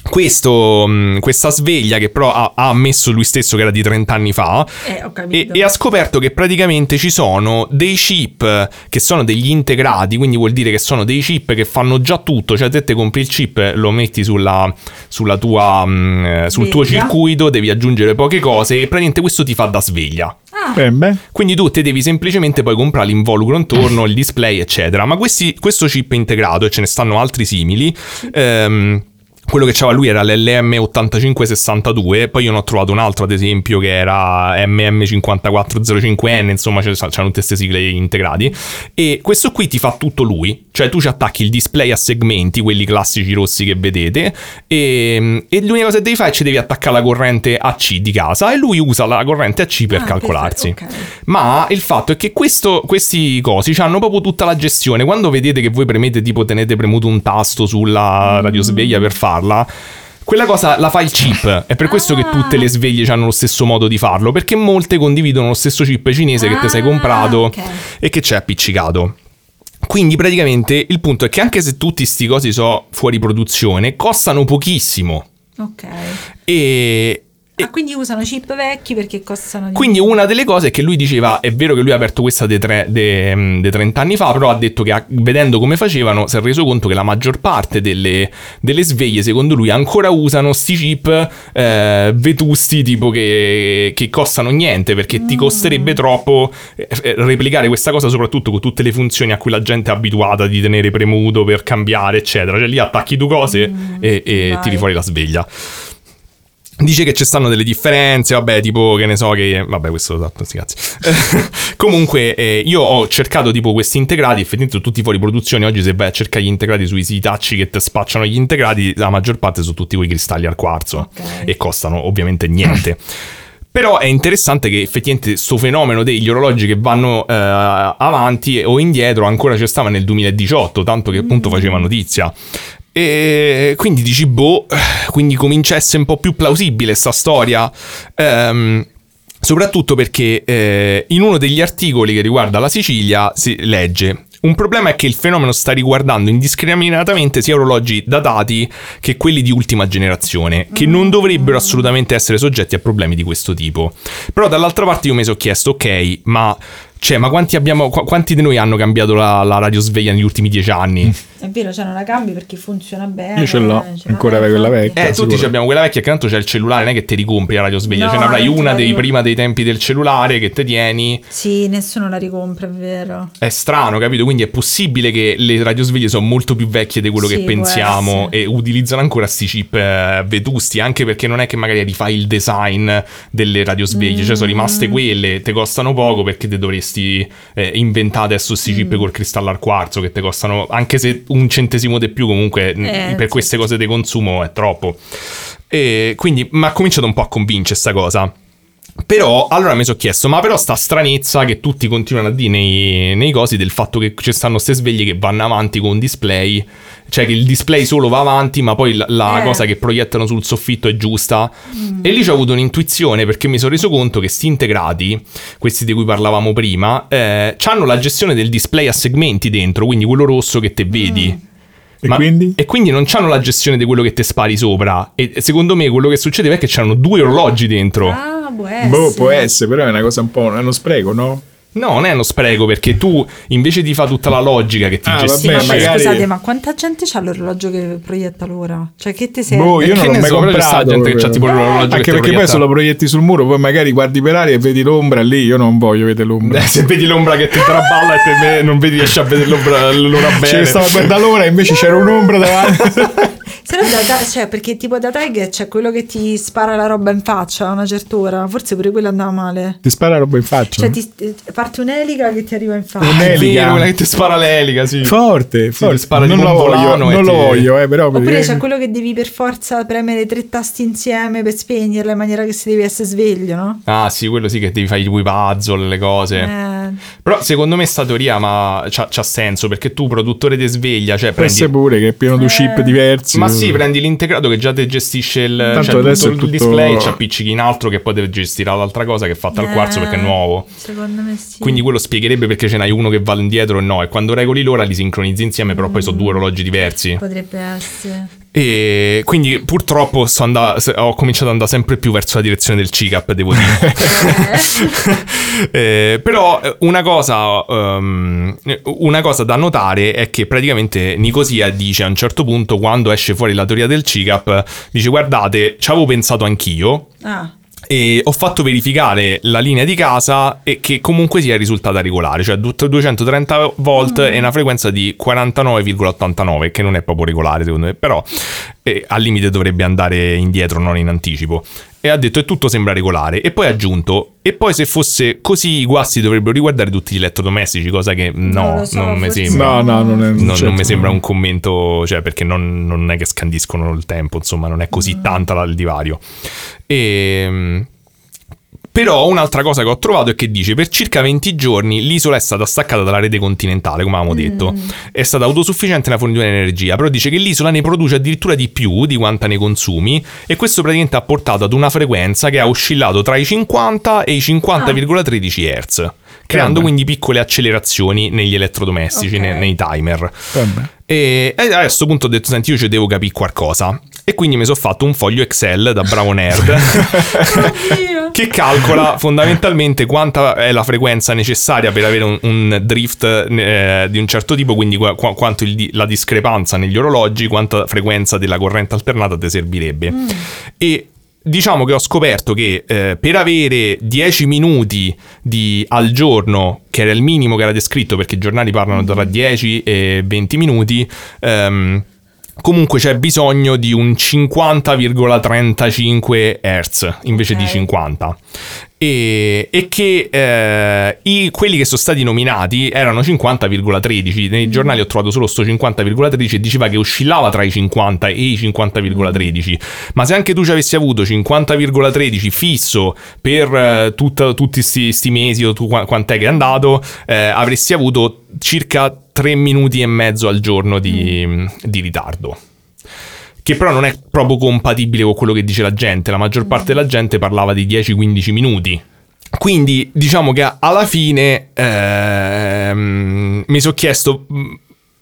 A: questo, mh, questa sveglia che però ha, ha ammesso lui stesso che era di 30 anni fa.
B: Eh, ho
A: E,
B: capito.
A: e ha scoperto che praticamente ci sono dei chip che sono degli integrati, quindi vuol dire che sono dei chip che fanno già tutto, cioè te, te compri il chip, lo metti sulla, sulla tua, mh, eh, sul tuo
B: Sveglia.
A: circuito, devi aggiungere poche cose e praticamente questo ti fa da sveglia.
B: Ah,
C: Eh, beh,
A: Quindi tu te devi semplicemente poi comprare l'involucro intorno, il display, eccetera. Ma questi- questo chip integrato, e ce ne stanno altri simili, ehm, quello che c'aveva lui era l'LM8562, poi io ne ho trovato un altro ad esempio che era MM5405N, insomma c'è- c'erano tutte queste sigle integrati. E questo qui ti fa tutto lui, cioè tu ci attacchi il display a segmenti, quelli classici rossi che vedete, e, e l'unica cosa che devi fare è ci devi attaccare la corrente AC di casa e lui usa la corrente AC per
B: ah,
A: calcolarsi.
B: perfetto, ok.
A: Ma il fatto è che questo- questi cosi hanno proprio tutta la gestione.
B: Mm.
A: Quando vedete che voi premete, tipo, tenete premuto un tasto sulla radiosveglia per farla. Quella cosa la fa il chip. È per questo che
B: Ah.
A: tutte le sveglie hanno lo stesso modo di farlo. Perché molte condividono lo stesso chip cinese che ti sei
B: Ah,
A: comprato
B: ok.
A: e che c'è appiccicato. Quindi praticamente il punto è che anche se tutti sti cosi so fuori produzione, costano pochissimo.
B: Ok.
A: E, E-
B: Ah, quindi usano chip vecchi perché costano di
A: quindi una delle cose è che lui diceva, è vero che lui ha aperto questa dei tre- de- mh, dei 30 anni fa, però ha detto che a- vedendo come facevano si è reso conto che la maggior parte delle, delle sveglie secondo lui ancora usano sti chip eh, vetusti tipo che, che costano niente perché ti costerebbe troppo eh, eh, replicare questa cosa soprattutto con tutte le funzioni a cui la gente è abituata di tenere premuto per cambiare eccetera. Cioè lì attacchi due cose e, e
B: vai.
A: tiri fuori la sveglia. Dice che ci stanno delle differenze, vabbè, tipo che ne so che... Vabbè, questo lo tanto, sti cazzi. Comunque, eh, io ho cercato tipo questi integrati, effettivamente tutti fuori produzione, oggi se vai a cercare gli integrati sui sitacci che te spacciano gli integrati, la maggior parte sono tutti quei cristalli al quarzo
B: Ok.
A: e costano ovviamente niente. Però è interessante che effettivamente sto fenomeno degli orologi che vanno eh, avanti o indietro ancora c'è stava nel 2018, tanto che appunto faceva notizia. E quindi dici, boh, quindi cominciasse un po' più plausibile sta storia. Ehm, soprattutto perché eh, in uno degli articoli che riguarda la Sicilia si legge. Un problema è che il fenomeno sta riguardando indiscriminatamente sia orologi datati che quelli di ultima generazione, che non dovrebbero assolutamente essere soggetti a problemi di questo tipo. Però dall'altra parte io mi sono chiesto, ok, ma, cioè, ma quanti, abbiamo, qu- quanti di noi hanno cambiato la, la radiosveglia negli ultimi dieci anni?
B: È vero, cioè non la cambi perché funziona bene. eh,
C: Io ce l'ho, ancora
B: vabbè,
C: quella
B: infatti.
C: vecchia.
A: Eh, tutti
C: sicuro.
A: ci abbiamo quella vecchia, che tanto c'è il cellulare, non è che te ricompri la radiosveglia,
B: No,
A: ce ne avrai
B: non te
A: una
B: la
A: dei,
B: ricom-
A: prima dei tempi del cellulare che te tieni.
B: Eh, Sì, nessuno la ricompra, è vero.
A: È strano, capito? Quindi è possibile che le radiosveglie sono molto più vecchie di quello
B: Sì,
A: che
B: può
A: pensiamo
B: essere.
A: e utilizzano ancora sti chip eh, vetusti, anche perché non è che magari rifai il design delle radiosveglie, cioè sono
B: Mm.
A: rimaste quelle, te costano poco perché te dovresti eh, inventare adesso sti chip
B: Mm.
A: col cristallo al quarzo che te costano anche se un centesimo di più comunque n-
B: Eh,
A: per
B: sì.
A: queste cose di consumo è troppo. E quindi mi ha cominciato un po' a convincere sta cosa. Però, allora mi sono chiesto, ma però sta stranezza che tutti continuano a dire nei, nei cosi del fatto che ci stanno queste sveglie che vanno avanti con un display, cioè che il display solo va avanti, ma poi la, la
B: Eh.
A: cosa che proiettano sul soffitto è giusta. E lì ci ho avuto un'intuizione perché mi sono reso conto che sti integrati, questi di cui parlavamo prima, eh, hanno la gestione del display a segmenti dentro, quindi quello rosso che te vedi.
C: E
A: Ma-
C: quindi?
A: E quindi non c'hanno la gestione di quello che te spari sopra. E e secondo me quello che succedeva è che c'erano due orologi dentro.
B: Ah, può
C: Boh,
B: essere.
C: può essere, però è una cosa un po'. è uno spreco, no?
A: No, non è uno spreco perché tu invece di fare tutta la logica che ti
C: Ah,
A: gestisce.
B: Sì,
C: Beh,
B: vabbè,
C: magari-
B: scusate, ma quanta gente c'ha l'orologio che proietta l'ora? Cioè, che te serve?
C: Boh,
A: che
C: io non
A: ne
C: l'ho mai
A: so, però c'è sta
C: comprato.
A: gente che
C: proprio.
A: c'ha tipo l'orologio che
C: Anche
A: te
C: perché poi
A: proietta.
C: se lo proietti sul muro, poi magari guardi per aria e vedi l'ombra lì. Io non voglio vedere l'ombra.
A: Se vedi l'ombra che ti traballa e te ve- non vedi, riesci a vedere l'ombra, l'ora
C: Ce ne
A: bene.
C: Cioè, stavo a guardare l'ora e invece c'era un'ombra davanti.
B: Se no da ta- cioè, perché tipo da tag c'è quello che ti spara la roba in faccia a una certa ora. Forse pure quello andava male.
C: Ti spara roba in faccia.
A: Mm.
B: Cioè, ti- eh, parte un'elica che ti arriva in
A: È
B: faccia.
C: Un'elica.
A: vero, quella che ti spara l'elica, sì.
C: Forte, forte.
A: ti spara
C: non
A: tipo
C: lo
A: un
C: voglio,
A: volano e
C: non lo
A: ti-
C: voglio, eh, però
B: Oppure
C: perché-
B: c'è quello che devi per forza premere tre tasti insieme per spegnerla in maniera che si devi essere sveglio, no?
A: Ah, sì, quello sì che devi fare i tuoi puzzle, le cose.
B: Eh,
A: Però secondo me sta teoria ma c'ha, c'ha senso perché tu produttore di sveglia, cioè prendi
C: Forse pure che è pieno di
B: Eh.
C: chip diversi.
A: Ma sì, prendi l'integrato che già te gestisce il,
C: Mm. Tanto
A: cioè,
C: adesso
A: tutto
C: è
A: il
C: tutto-
A: display, ci appiccichi in altro che poi deve gestire l'altra cosa che è fatta al quarzo perché è
B: eh,
A: nuovo.
B: Secondo me sì.
A: Quindi quello spiegherebbe perché ce n'hai uno che va indietro e no, e quando regoli l'ora li sincronizzi insieme, però poi sono due orologi diversi.
B: potrebbe essere.
A: E quindi purtroppo sto andà- se- ho cominciato ad andare sempre più verso la direzione del CICAP, devo dire. Eh, però eh, una cosa, ehm, una cosa da notare è che praticamente Nicosia dice a un certo punto, quando esce fuori la teoria del CICAP, dice guardate, ci avevo pensato anch'io.
B: Ah,
A: E ho fatto verificare la linea di casa e che comunque sia risultata regolare, cioè du- 230 volt
B: Mm.
A: e una frequenza di 49,89, che non è proprio regolare secondo me, però eh, al limite dovrebbe andare indietro, non in anticipo. E ha detto e tutto sembra regolare. E poi ha aggiunto, e poi se fosse così i guasti dovrebbero riguardare tutti gli elettrodomestici, cosa che
B: Non
A: no,
B: lo so,
A: non mi
B: forse
A: sembra.
C: No, no, non è
A: Non,
C: certo.
A: non mi sembra un commento, cioè, perché non, non è che
C: Mm.
A: scandiscono il tempo, insomma, non è così tanta la- il divario. E, Ehm, Però un'altra cosa che ho trovato è che dice per circa 20 giorni l'isola è stata staccata dalla rete continentale, come avevamo detto.
C: Mm.
A: È stata autosufficiente nella fornitura di energia, però dice che l'isola ne produce addirittura di più di quanta ne consumi e questo praticamente ha portato ad una frequenza che ha oscillato tra i 50 e i
C: Ah.
A: 50,13 Hz, creando
C: Vabbè.
A: quindi piccole accelerazioni negli elettrodomestici,
B: Ok.
A: ne- nei timer.
C: Vabbè.
A: E, e a questo punto ho detto: Senti, io ci devo capire qualcosa. E quindi mi sono fatto un foglio Excel da bravo
B: cioè,
A: nerd
B: Oddio.
A: che calcola fondamentalmente quanta è la frequenza necessaria per avere un, un drift eh, di un certo tipo, quindi qua- qua- quanto il di- la discrepanza negli orologi, quanta frequenza della corrente alternata ti servirebbe. E diciamo che ho scoperto che eh, per avere 10 minuti di- al giorno, che era il minimo che era descritto, perché i giornali parlano tra 10 e 20 minuti, ehm, Comunque c'è bisogno di un 50,35 Hz invece
B: Ok.
A: di 50. E, e che eh, i- quelli che sono stati nominati erano 50,13. Nei giornali ho trovato solo sto 50,13 e diceva che oscillava tra i 50 e i 50,13. Ma se anche tu ci avessi avuto 50,13 fisso per eh, tutta- tutti sti, sti mesi o tu qua- quant'è che è andato, eh, avresti avuto circa 3 minuti e mezzo al giorno di, di ritardo. Che però non è proprio compatibile con quello che dice la gente. La maggior parte della gente parlava di 10-15 minuti. Quindi diciamo che alla fine ehm, mi sono chiesto, mh,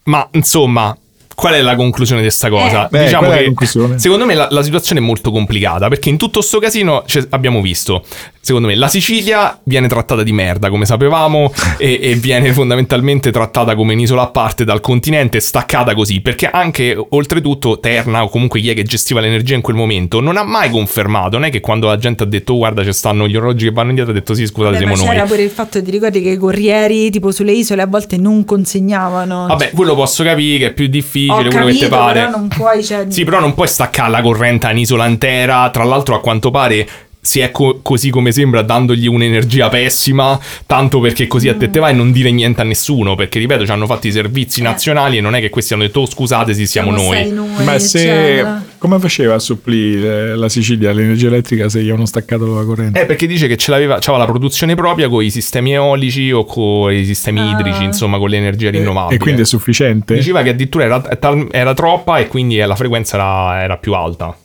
A: ma insomma, qual è la conclusione di questa cosa?
B: Eh.
C: Beh,
A: diciamo
C: quella è la
A: che
C: conclusione.
A: secondo me la, la situazione è molto complicata perché in tutto sto casino c'è- abbiamo visto, secondo me, la Sicilia viene trattata di merda come sapevamo e, e viene fondamentalmente trattata come un'isola a parte dal continente, staccata così, perché anche oltretutto Terna o comunque chi è che gestiva l'energia in quel momento non ha mai confermato, non è che quando la gente ha detto "Oh, guarda ci stanno gli orologi che vanno indietro ha detto sì scusate
B: Vabbè, ma
A: siamo noi.
B: c'era pure il fatto ti ricordi che i corrieri tipo sulle isole a volte non consegnavano.
A: Vabbè, quello posso capire che è più
B: Ho
A: difficile, quello che
B: capito,
A: te pare.
B: però non puoi, cioè,
A: Sì, però non puoi staccare la corrente a un'isola intera. Tra l'altro, a quanto pare. Si è co- così come sembra, dandogli un'energia pessima, tanto perché così a te te va e non dire niente a nessuno. Perché, ripeto, ci hanno fatto i servizi
B: Eh.
C: Certo.
A: nazionali e non è che questi hanno detto, "Oh, scusate, sì, siamo noi.
B: stati noi,
C: Ma se.
B: eccetera.
C: Come faceva a supplire la Sicilia l'energia elettrica se gli hanno staccato la corrente?
A: Eh, perché dice che ce l'aveva, c'aveva la produzione propria con i sistemi eolici o con i sistemi
B: Ah.
A: idrici, insomma, con le energie rinnovabili. eh.
C: e quindi è sufficiente?
A: Diceva che addirittura era, tal- era troppa e quindi la frequenza era, era più alta.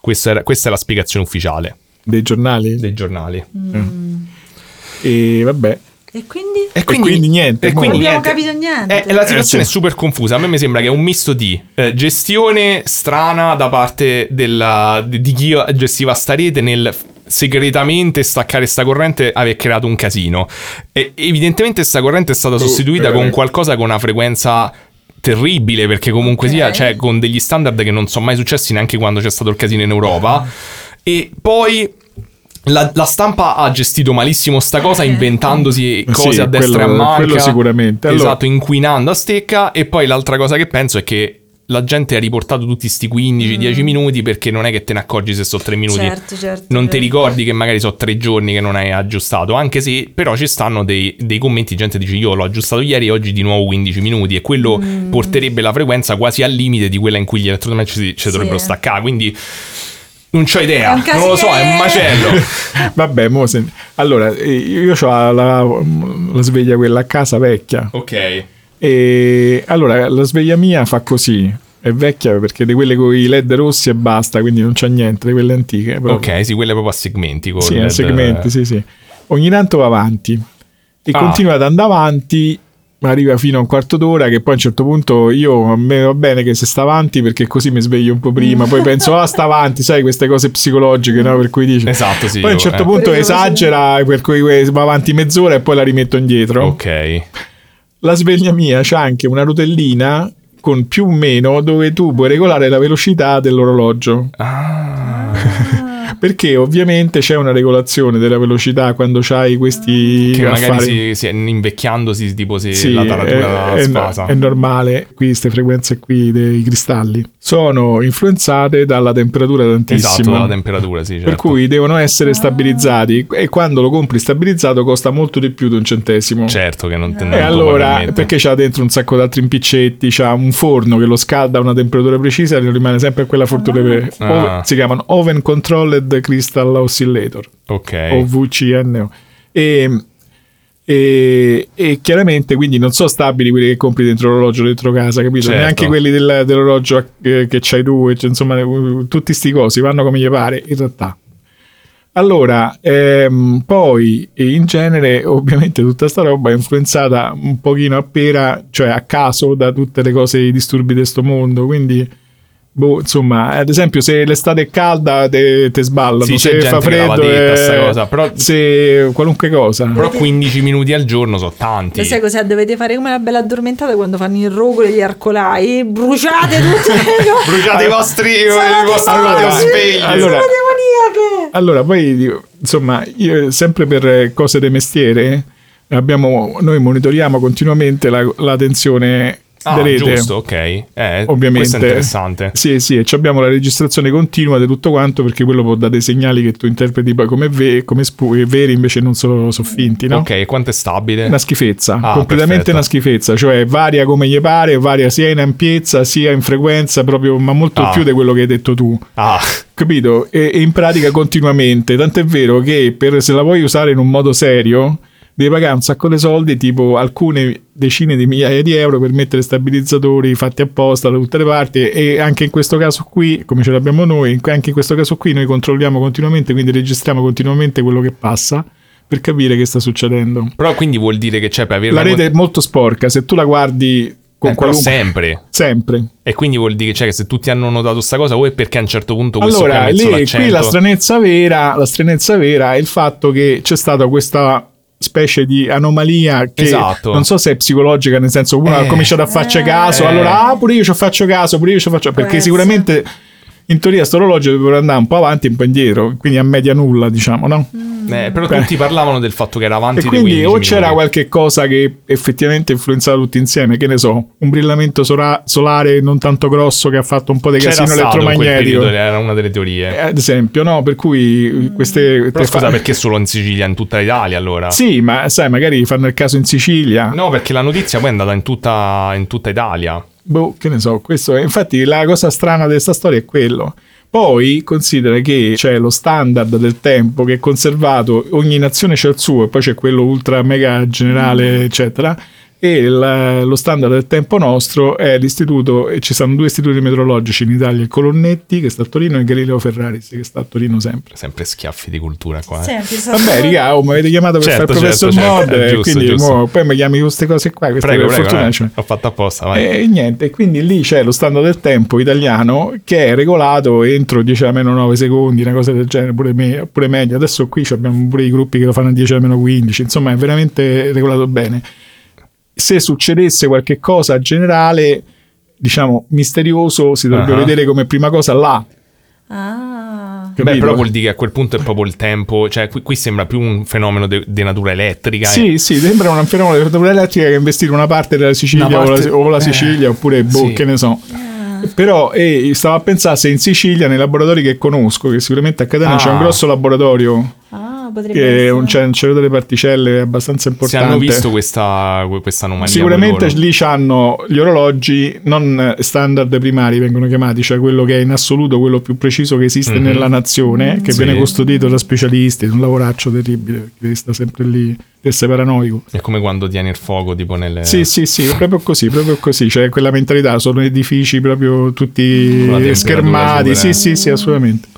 A: Questa, era- questa è la spiegazione ufficiale
C: Dei giornali?
A: dei giornali.
C: E vabbè.
B: Mm. E quindi?
A: E
C: quindi niente,
A: e quindi
B: Non abbiamo
A: niente.
B: capito niente.
A: Eh, la situazione è
C: Eh, sì.
A: super confusa. A me mi sembra che è un misto di eh, gestione strana da parte della- di di chi gestiva sta rete nel f- segretamente staccare sta corrente aver creato un casino. E evidentemente sta corrente è stata
C: Tu,
A: sostituita
C: eh.
A: con qualcosa con una frequenza terribile perché comunque
B: Ok.
A: sia, cioè con degli standard che non sono mai successi neanche quando c'è stato il casino in
C: Ah.
A: Europa. E poi la, la stampa ha gestito malissimo sta cosa
B: Eh.
A: inventandosi cose
C: Sì,
A: a destra e a
C: quello-
A: manca.
C: quello sicuramente. Allora-
A: Esatto, inquinando a stecca. E poi l'altra cosa che penso è che la gente ha riportato tutti sti 15-10 minuti perché non è che te ne accorgi se sono 3 minuti.
B: Mm. Certo, certo.
A: Non ti
B: certo.
A: ricordi che magari sono tre giorni che non hai aggiustato, anche se però ci stanno dei, dei commenti, gente dice io l'ho aggiustato ieri e oggi di nuovo 15 minuti e quello
B: Mm.
A: porterebbe la frequenza quasi al limite di quella in cui gli elettrodomestici ci, ci
B: Sì.
A: dovrebbero staccare, quindi non c'ho idea,
B: È un
A: non lo so, è un
B: casino.
A: macello.
C: Vabbè, mo se- allora eh, io ho la, la sveglia quella a casa vecchia.
A: ok.
C: E allora la sveglia mia fa così. È vecchia perché di quelle con i LED rossi e basta, quindi non c'è niente, di quelle antiche. però-
A: Ok, sì, quella è proprio a segmenti. con
C: Sì,
A: il-
C: a segmenti, sì, sì. Ogni tanto va avanti e
A: Ah.
C: continua ad andare avanti, ma arriva fino a un quarto d'ora che poi a un certo punto io a me va bene che se sta avanti perché così mi sveglio un po' prima, poi penso ah sta avanti, sai queste cose psicologiche, no? Per cui dici.
A: Esatto, sì.
C: Poi a un
A: io-
C: certo
A: eh.
C: punto
B: Quelle cose-
C: esagera, per cui va avanti mezz'ora e poi la rimetto indietro.
A: Ok.
C: La sveglia mia c'ha anche una rotellina con più o meno dove tu puoi regolare la velocità dell'orologio. Ah.
B: Ah.
C: Perché ovviamente c'è una regolazione della velocità quando c'hai questi
A: Che magari
C: affari.
A: si, si- invecchiandosi, tipo se
C: Sì,
A: la taratura
C: è, è-
A: spasa.
C: è normale, qui queste frequenze qui dei cristalli sono influenzate dalla temperatura tantissimo.
A: esatto, la temperatura, sì.
C: Per
A: certo.
C: cui devono essere stabilizzati e quando lo compri stabilizzato costa molto di più di un centesimo.
A: Certo che non te
C: E
A: ne
C: Eh, allora, perché c'ha dentro un sacco d'altri impiccetti, c'ha un forno che lo scalda a una temperatura precisa e rimane sempre quella fortuna. per- o-
A: Ah.
C: si chiamano oven controlled Red Crystal Oscillator
A: Ok.
C: o VCNO. E, e- e chiaramente quindi non sono stabili quelli che compri dentro l'orologio dentro casa, capito?
A: Certo.
C: Neanche quelli del- dell'orologio a- eh, che c'hai tu, e c- insomma, eh, tutti sti cosi vanno come gli pare in realtà. Allora, ehm, poi eh, in genere ovviamente tutta sta roba è influenzata un pochino a pera, cioè a caso da tutte le cose, i disturbi di sto mondo, quindi boh, insomma, ad esempio se l'estate è calda te, te sballano,
A: Sì, c'è
C: se
A: gente
C: fa
A: che l'ha
C: freddo
A: detta
C: eh,
A: sta cosa, però-
C: se qualunque cosa.
A: Però 15 minuti al giorno sono tanti.
B: Lo sai cos'è? Dovete fare come la bella addormentata quando fanno il rogolo e gli arcolai. Bruciate tutte le cose.
A: Bruciate i vostri,
B: Sono
A: i vostri
B: demoniache,
A: radio svegli.
C: Allora-
B: Sono demoniache.
C: Allora, poi dico, insomma, io, sempre per eh, cose del mestiere, abbiamo, noi monitoriamo continuamente la, la tensione
A: Ah,
C: delle rete.
A: giusto, ok. Eh,
C: Ovviamente.
A: Questo è interessante.
C: Sì, sì, e ci abbiamo la registrazione continua di tutto quanto perché quello può dare dei segnali che tu interpreti poi come, ve- come spu- e veri invece non sono sono finti, no?
A: Ok, e quanto è stabile?
C: Una schifezza,
A: Ah, perfetto.
C: completamente una schifezza, cioè varia come gli pare, varia sia in ampiezza sia in frequenza, proprio, ma molto
A: Ah.
C: più di quello che hai detto tu.
A: Ah,
C: Capito? E, e in pratica continuamente. Tant'è vero che per, se la vuoi usare in un modo serio, devi pagare un sacco di soldi, tipo alcune decine di migliaia di euro per mettere stabilizzatori fatti apposta da tutte le parti. E anche in questo caso qui, come ce l'abbiamo noi, anche in questo caso qui noi controlliamo continuamente, quindi registriamo continuamente quello che passa per capire che sta succedendo.
A: però quindi vuol dire che c'è per avere
C: La
A: una
C: rete è molto sporca, se tu la guardi con
A: Eh, però
C: qualunque...
A: sempre.
C: Sempre.
A: E quindi vuol dire cioè, che se tutti hanno notato sta cosa, o è perché a un certo punto questo qui ha
C: Allora,
A: messo
C: lì, qui la
A: l'accento?
C: stranezza, vera, la stranezza vera è il fatto che c'è stata questa specie di anomalia che
A: Esatto.
C: non so se è psicologica, nel senso uno
A: Eh.
C: ha cominciato a farci
B: Eh.
C: caso,
A: Eh.
C: allora ah, pure io ci faccio caso, pure io ci faccio
B: Può
C: perché
B: essere.
C: sicuramente in teoria sto orologio dovrebbe andare un po' avanti e un po' indietro, quindi a media nulla, diciamo, no?
A: Eh, però
C: Beh.
A: tutti parlavano del fatto che era avanti
C: E
A: di
C: quindi
A: 15
C: o c'era
A: minuti.
C: qualche cosa che effettivamente influenzava tutti insieme, che ne so, un brillamento sora- solare non tanto grosso che ha fatto un po' di
A: C'era
C: casino
A: stato in quel
C: elettromagnetico.
A: periodo, era una delle teorie.
C: Eh, ad esempio, no? Per cui eh, queste.
A: Però
C: te fa-
A: scusa, perché solo in Sicilia, in tutta l'Italia allora?
C: Sì, ma sai, magari fanno il caso in Sicilia.
A: No, perché la notizia poi è andata in tutta, in tutta Italia.
C: Boh, che ne so, questo è. Infatti, la cosa strana di questa storia è quello. Poi considera che c'è lo standard del tempo che è conservato, ogni nazione c'è il suo, e poi c'è quello ultra mega generale, eccetera. E il- lo standard del tempo nostro è l'istituto, e ci sono due istituti meteorologici in Italia, il Colonnetti che sta a Torino e il Galileo Ferraris che sta a Torino sempre.
A: Sempre schiaffi di cultura qua. eh.
B: Sempre, sono
C: Vabbè,
B: solo-
C: raga, oh, mi avete chiamato per
A: Certo,
C: fare il professor
A: certo, certo.
C: Mod,
A: Eh,
C: eh,
A: giusto,
C: quindi
A: giusto.
C: mo, poi mi chiami queste cose qua, queste
A: Prego,
C: per
A: prego,
C: fortuna. Eh,
A: eh.
C: cioè.
A: Ho fatto apposta, vai.
C: E niente, quindi lì c'è lo standard del tempo italiano che è regolato entro 10 alla meno 9 secondi, una cosa del genere, pure, me- pure meglio. Adesso qui abbiamo pure i gruppi che lo fanno a 10 alla meno 15, insomma è veramente regolato bene. Se succedesse qualche cosa generale, diciamo misterioso, si dovrebbe
A: Ah.
C: vedere come prima cosa là.
B: Ah.
A: Beh,
C: capito?
A: però vuol dire che a quel punto è proprio il tempo, cioè qui, qui sembra più un fenomeno de- di natura elettrica. eh.
C: Sì, sì, sembra un fenomeno di fattura elettrica che investire una parte della Sicilia
A: Una
C: o la-
A: parte-
C: o, la,
A: eh,
C: Sicilia oppure boh,
A: sì.
C: che ne so.
B: Ah,
C: Però eh, stavo a pensare se in Sicilia, nei laboratori che conosco, che sicuramente a Catania
A: Ah.
C: c'è un grosso laboratorio
B: Ah, potrebbe
C: che è
B: essere.
C: un cioè, c'è un cervello delle particelle abbastanza
A: Se
C: importante.
A: hanno visto questa, que- questa anomalia.
C: Sicuramente
A: loro.
C: lì c'hanno gli orologi non standard primari, vengono chiamati, cioè quello che è in assoluto quello più preciso che esiste
A: Mhm.
C: nella nazione, che
A: Sì.
C: viene custodito da specialisti, è un lavoraccio terribile, perché devi stare sempre lì, devi essere paranoico.
A: È come quando tieni il fuoco, tipo nelle...
C: Sì, sì, sì, proprio così, proprio così, cioè quella mentalità, sono edifici proprio
A: Con la
C: tutti
A: temperatura
C: schermati,
A: super, eh.
C: sì, sì, sì, assolutamente.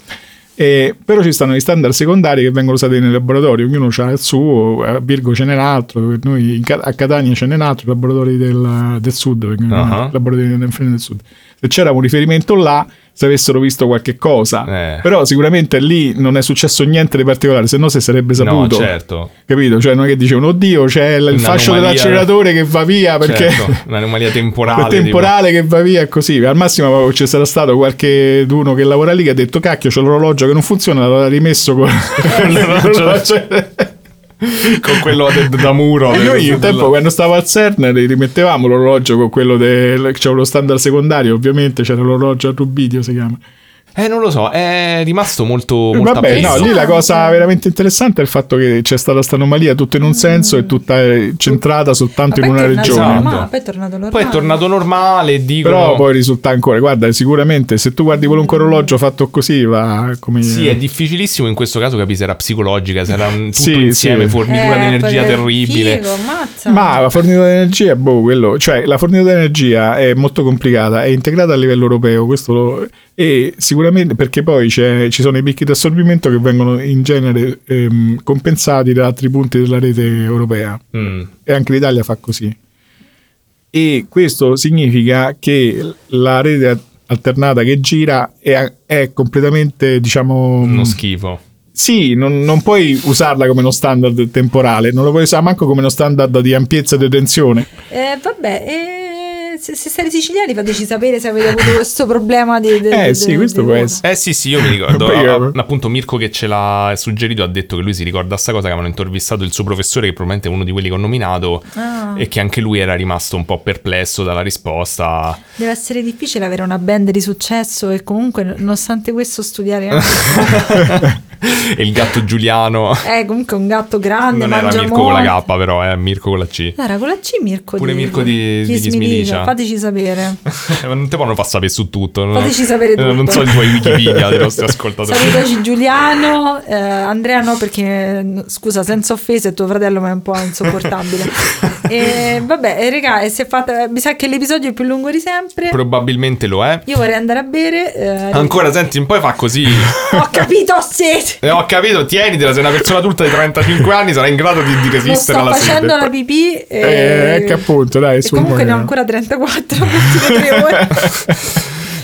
C: E- però ci stanno gli standard secondari che vengono usati nei laboratori, ognuno ha il suo, a Virgo ce n'è un altro, per noi in Ca- a Catania ce n'è un altro, i laboratori del, del sud, vengono
A: Ah.
C: chiamati, laboratori del Freno del sud. Se c'era un riferimento là, se avessero visto qualche cosa,
A: Eh.
C: però sicuramente lì non è successo niente di particolare, se no se sarebbe
A: No,
C: saputo.
A: certo.
C: Capito? Cioè, non è che dicevano, oddio, c'è l- il fascio
A: Un'anomalia.
C: dell'acceleratore che va via perché
A: Certo, un'anomalia temporale.
C: quel
A: tipo.
C: temporale che va via e così. Al massimo c'è stato stato qualche d'uno che lavora lì che ha detto, cacchio, c'è l'orologio che non funziona, l'aveva rimesso con l'orologio.
A: Con quello de- da muro.
C: E
A: del-
C: noi un
A: del-
C: tempo quando stavo al CERN li rimettevamo l'orologio con quello del c'era lo standard secondario, ovviamente c'era l'orologio a rubidio si chiama.
A: Eh, non lo so, è rimasto molto, molto
C: Eh, Vabbè, no,
A: appeso.
C: lì la cosa veramente interessante è il fatto che c'è stata questa anomalia, tutto in un senso e tutta eh, centrata soltanto in una regione.
A: normale.
B: Ma poi è tornato normale.
A: Poi è tornato normale, dicono...
C: Però poi risulta ancora, guarda, sicuramente se tu guardi qualunque orologio fatto così va come...
A: Sì, è difficilissimo in questo caso capire se era psicologica, se era un tutto
C: Sì,
A: insieme,
C: sì.
A: fornitura di
B: Eh,
A: energia
B: poi-
A: terribile.
B: Figo, ammazza.
C: Ma la fornitura di energia, boh, quello, cioè la fornitura di energia è molto complicata, è integrata a livello europeo, questo lo- e sicuramente perché poi c'è- ci sono i picchi di assorbimento che vengono in genere ehm, compensati da altri punti della rete europea
A: Mm.
C: e anche l'Italia fa così. E questo significa che la rete alternata che gira è, è completamente, diciamo,
A: Uno schifo.
C: sì, non, non puoi usarla come uno standard temporale, non lo puoi usare manco come uno standard di ampiezza e tensione.
B: Eh, vabbè, eh, se, se siete siciliani fateci sapere se avete avuto questo problema di... di-
C: Eh,
B: di-
C: sì,
B: di-
C: questo
B: di-
C: può essere.
A: Eh sì, sì, io mi ricordo.
C: Poi io-
A: a- appunto, Mirko che ce l'ha suggerito ha detto che lui si ricorda sta cosa che avevano intervistato il suo professore, che probabilmente è uno di quelli che ho nominato,
B: Ah.
A: e che anche lui era rimasto un po' perplesso dalla risposta.
B: Deve essere difficile avere una band di successo e comunque, nonostante questo, studiare anche...
A: e il gatto Giuliano
B: Eh, comunque un gatto grande,
A: non era
B: mangia
A: Mirko con la
B: molto.
A: K, però è Mirko con la C.
B: Allora, con la C Mirko
A: Pure
B: di...
A: Mirko di-
B: Kiss
A: di
B: Me
A: Smilicia.
B: Licia, Fateci sapere.
A: non te vanno fa sapere su tutto. no?
B: Fateci sapere
A: Eh, Non
B: tutto.
A: so i tuoi Wikipedia dei nostri ascoltatori.
B: Salutaci Giuliano, eh, Andrea no perché eh, scusa senza offese tuo fratello ma è un po' insopportabile. e, vabbè eh, raga e si è fatta, mi sa che l'episodio è più lungo di sempre.
A: Probabilmente lo è.
B: Io vorrei andare a bere. eh,
A: Ancora, senti, un po' fa così.
B: Ho capito, sì.
A: Eh, ho capito, tienitela, sei una persona adulta di 35 anni, sarà in grado di, di
B: Lo
A: resistere
B: sto
A: alla
B: facendo
A: sete.
B: la pipì. E...
C: Eh, che appunto, dai,
B: e
C: su,
B: comunque ne ho
C: muoio.
B: ancora 34 per tre ore.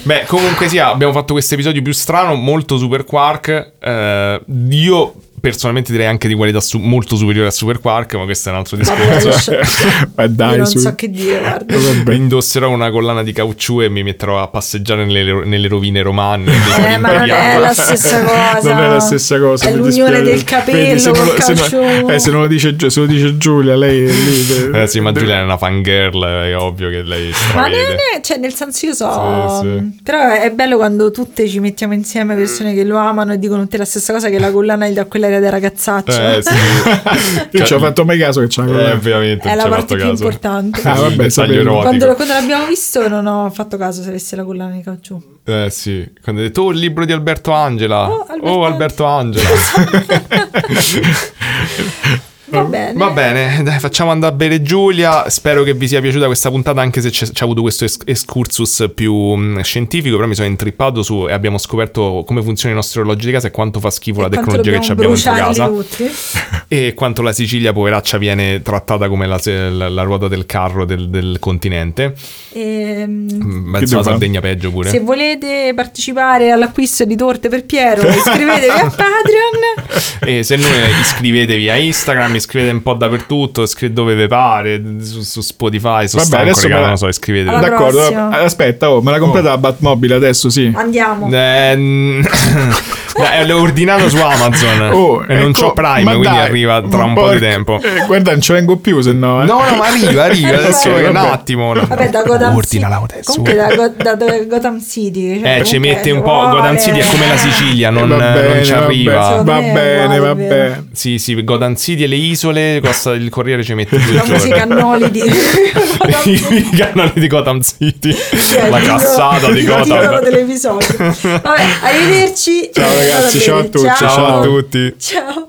A: Beh, comunque sia, abbiamo fatto questo episodio più strano, molto super quark. eh, io personalmente direi anche di qualità su- molto superiore a super quark, ma questo è un altro
B: Vabbè,
A: discorso.
B: lascia-
C: Ma
B: Io
C: dai,
B: non
C: su.
B: so che dire, guarda.
C: Vabbè.
A: Indosserò una collana di caucciù e mi metterò a passeggiare nelle, nelle rovine romane.
B: Eh, ma non è la stessa cosa.
C: Non è la stessa cosa.
B: È
C: mi
B: l'unione
C: dispiace.
B: del capello
C: Vedi, se non,
B: col
C: lo- se non-
B: calcio.
C: eh, se non lo dice, Gio- se lo dice Giulia, lei è lì.
A: Eh sì, ma Giulia è una fangirl, è ovvio che lei
B: Ma non
A: stravede.
B: è, cioè, nel senso io so,
A: Sì, sì.
B: mh, però è bello quando tutte ci mettiamo insieme persone che lo amano e dicono tutte la stessa cosa che la collana gli dà quella del ragazzaccio.
A: Eh sì,
C: Io ci ho fatto mai caso che c'ha
A: Cioè, eh,
C: quella.
A: veramente. non
B: È la
A: ci ho
B: parte
A: fatto
B: più
A: caso.
B: importante.
C: Ah,
A: Il
C: vabbè,
A: dettaglio
C: sapevo.
A: erotico.
B: Quando, quando l'abbiamo visto non ho fatto caso se avesse la collana di caucciù.
A: Eh sì, quando hai detto oh il libro di Alberto Angela.
B: Oh,
A: Oh Alberto,
B: Alberto
A: Angela.
B: Va bene.
A: Eh, Va bene, dai, facciamo andare a bere Giulia. Spero che vi sia piaciuta questa puntata, anche se c'è- c'è avuto questo es- excursus più mh, scientifico. Però mi sono intrippato su e abbiamo scoperto come funzionano i nostri orologi di casa e quanto fa schifo la
B: E quanto
A: tecnologia che ci abbiamo
B: dobbiamo
A: in casa.
B: bruciarli tutti.
A: E quanto la Sicilia, poveraccia, viene trattata come la, se- la- la ruota del carro del, del continente.
B: Ehm,
A: Mm, Penso
C: devo
A: la
C: fare?
A: Sardegna peggio pure.
B: Se volete partecipare all'acquisto di torte per Piero, Esatto, iscrivetevi a Patreon.
A: E se non eh, iscrivetevi a Instagram, iscrivetevi un po' dappertutto, iscrivetevi dove vi pare, su, su Spotify, su
C: Vabbè,
A: Stanco,
C: adesso
A: regà,
C: me la-
A: non lo so, iscrivetevi.
B: Alla
C: D'accordo,
B: prossima.
C: aspetta, oh, me l'ha comprata la Batmobile adesso, sì.
B: Andiamo.
A: Eh, n- Dai, l'ho ordinato su Amazon
C: Oh,
A: e non
C: ecco,
A: c'ho Prime,
C: ma
A: quindi
C: dai,
A: arriva tra un po'
C: porca-
A: di tempo.
C: eh, guarda, non ci vengo più se no. eh.
A: No, no, ma arriva, arriva,
B: Ok,
A: adesso
C: vabbè.
A: un attimo. no.
B: Vabbè, da Gotham
A: Ordinala
B: City.
A: adesso.
B: Comunque da, Go- da- da Gotham City. cioè,
A: Eh, ci
B: comunque, Eh.
A: mette un
B: ci
A: po', Gotham
B: vuole.
A: City è come la Sicilia, non,
C: Eh, Va bene,
A: non ci
C: va
A: arriva.
C: bene, Va
B: Secondo me,
C: bene,
B: guarda,
C: va
B: è vero.
C: bene.
A: Sì, sì, Gotham City e le isole, costa- il Corriere ci mette due
B: La
A: giorni.
B: musica noli di Gotham City.
A: I canali di Gotham City,
B: Cioè,
A: la
B: il titolo-
A: cassata di
B: il titolo
A: Gotham.
B: dell'episodio. Vabbè, arrivederci.
C: Ciao ragazzi, ciao a tutti,
A: Ciao a
C: Ciao.
A: tutti.
B: Ciao.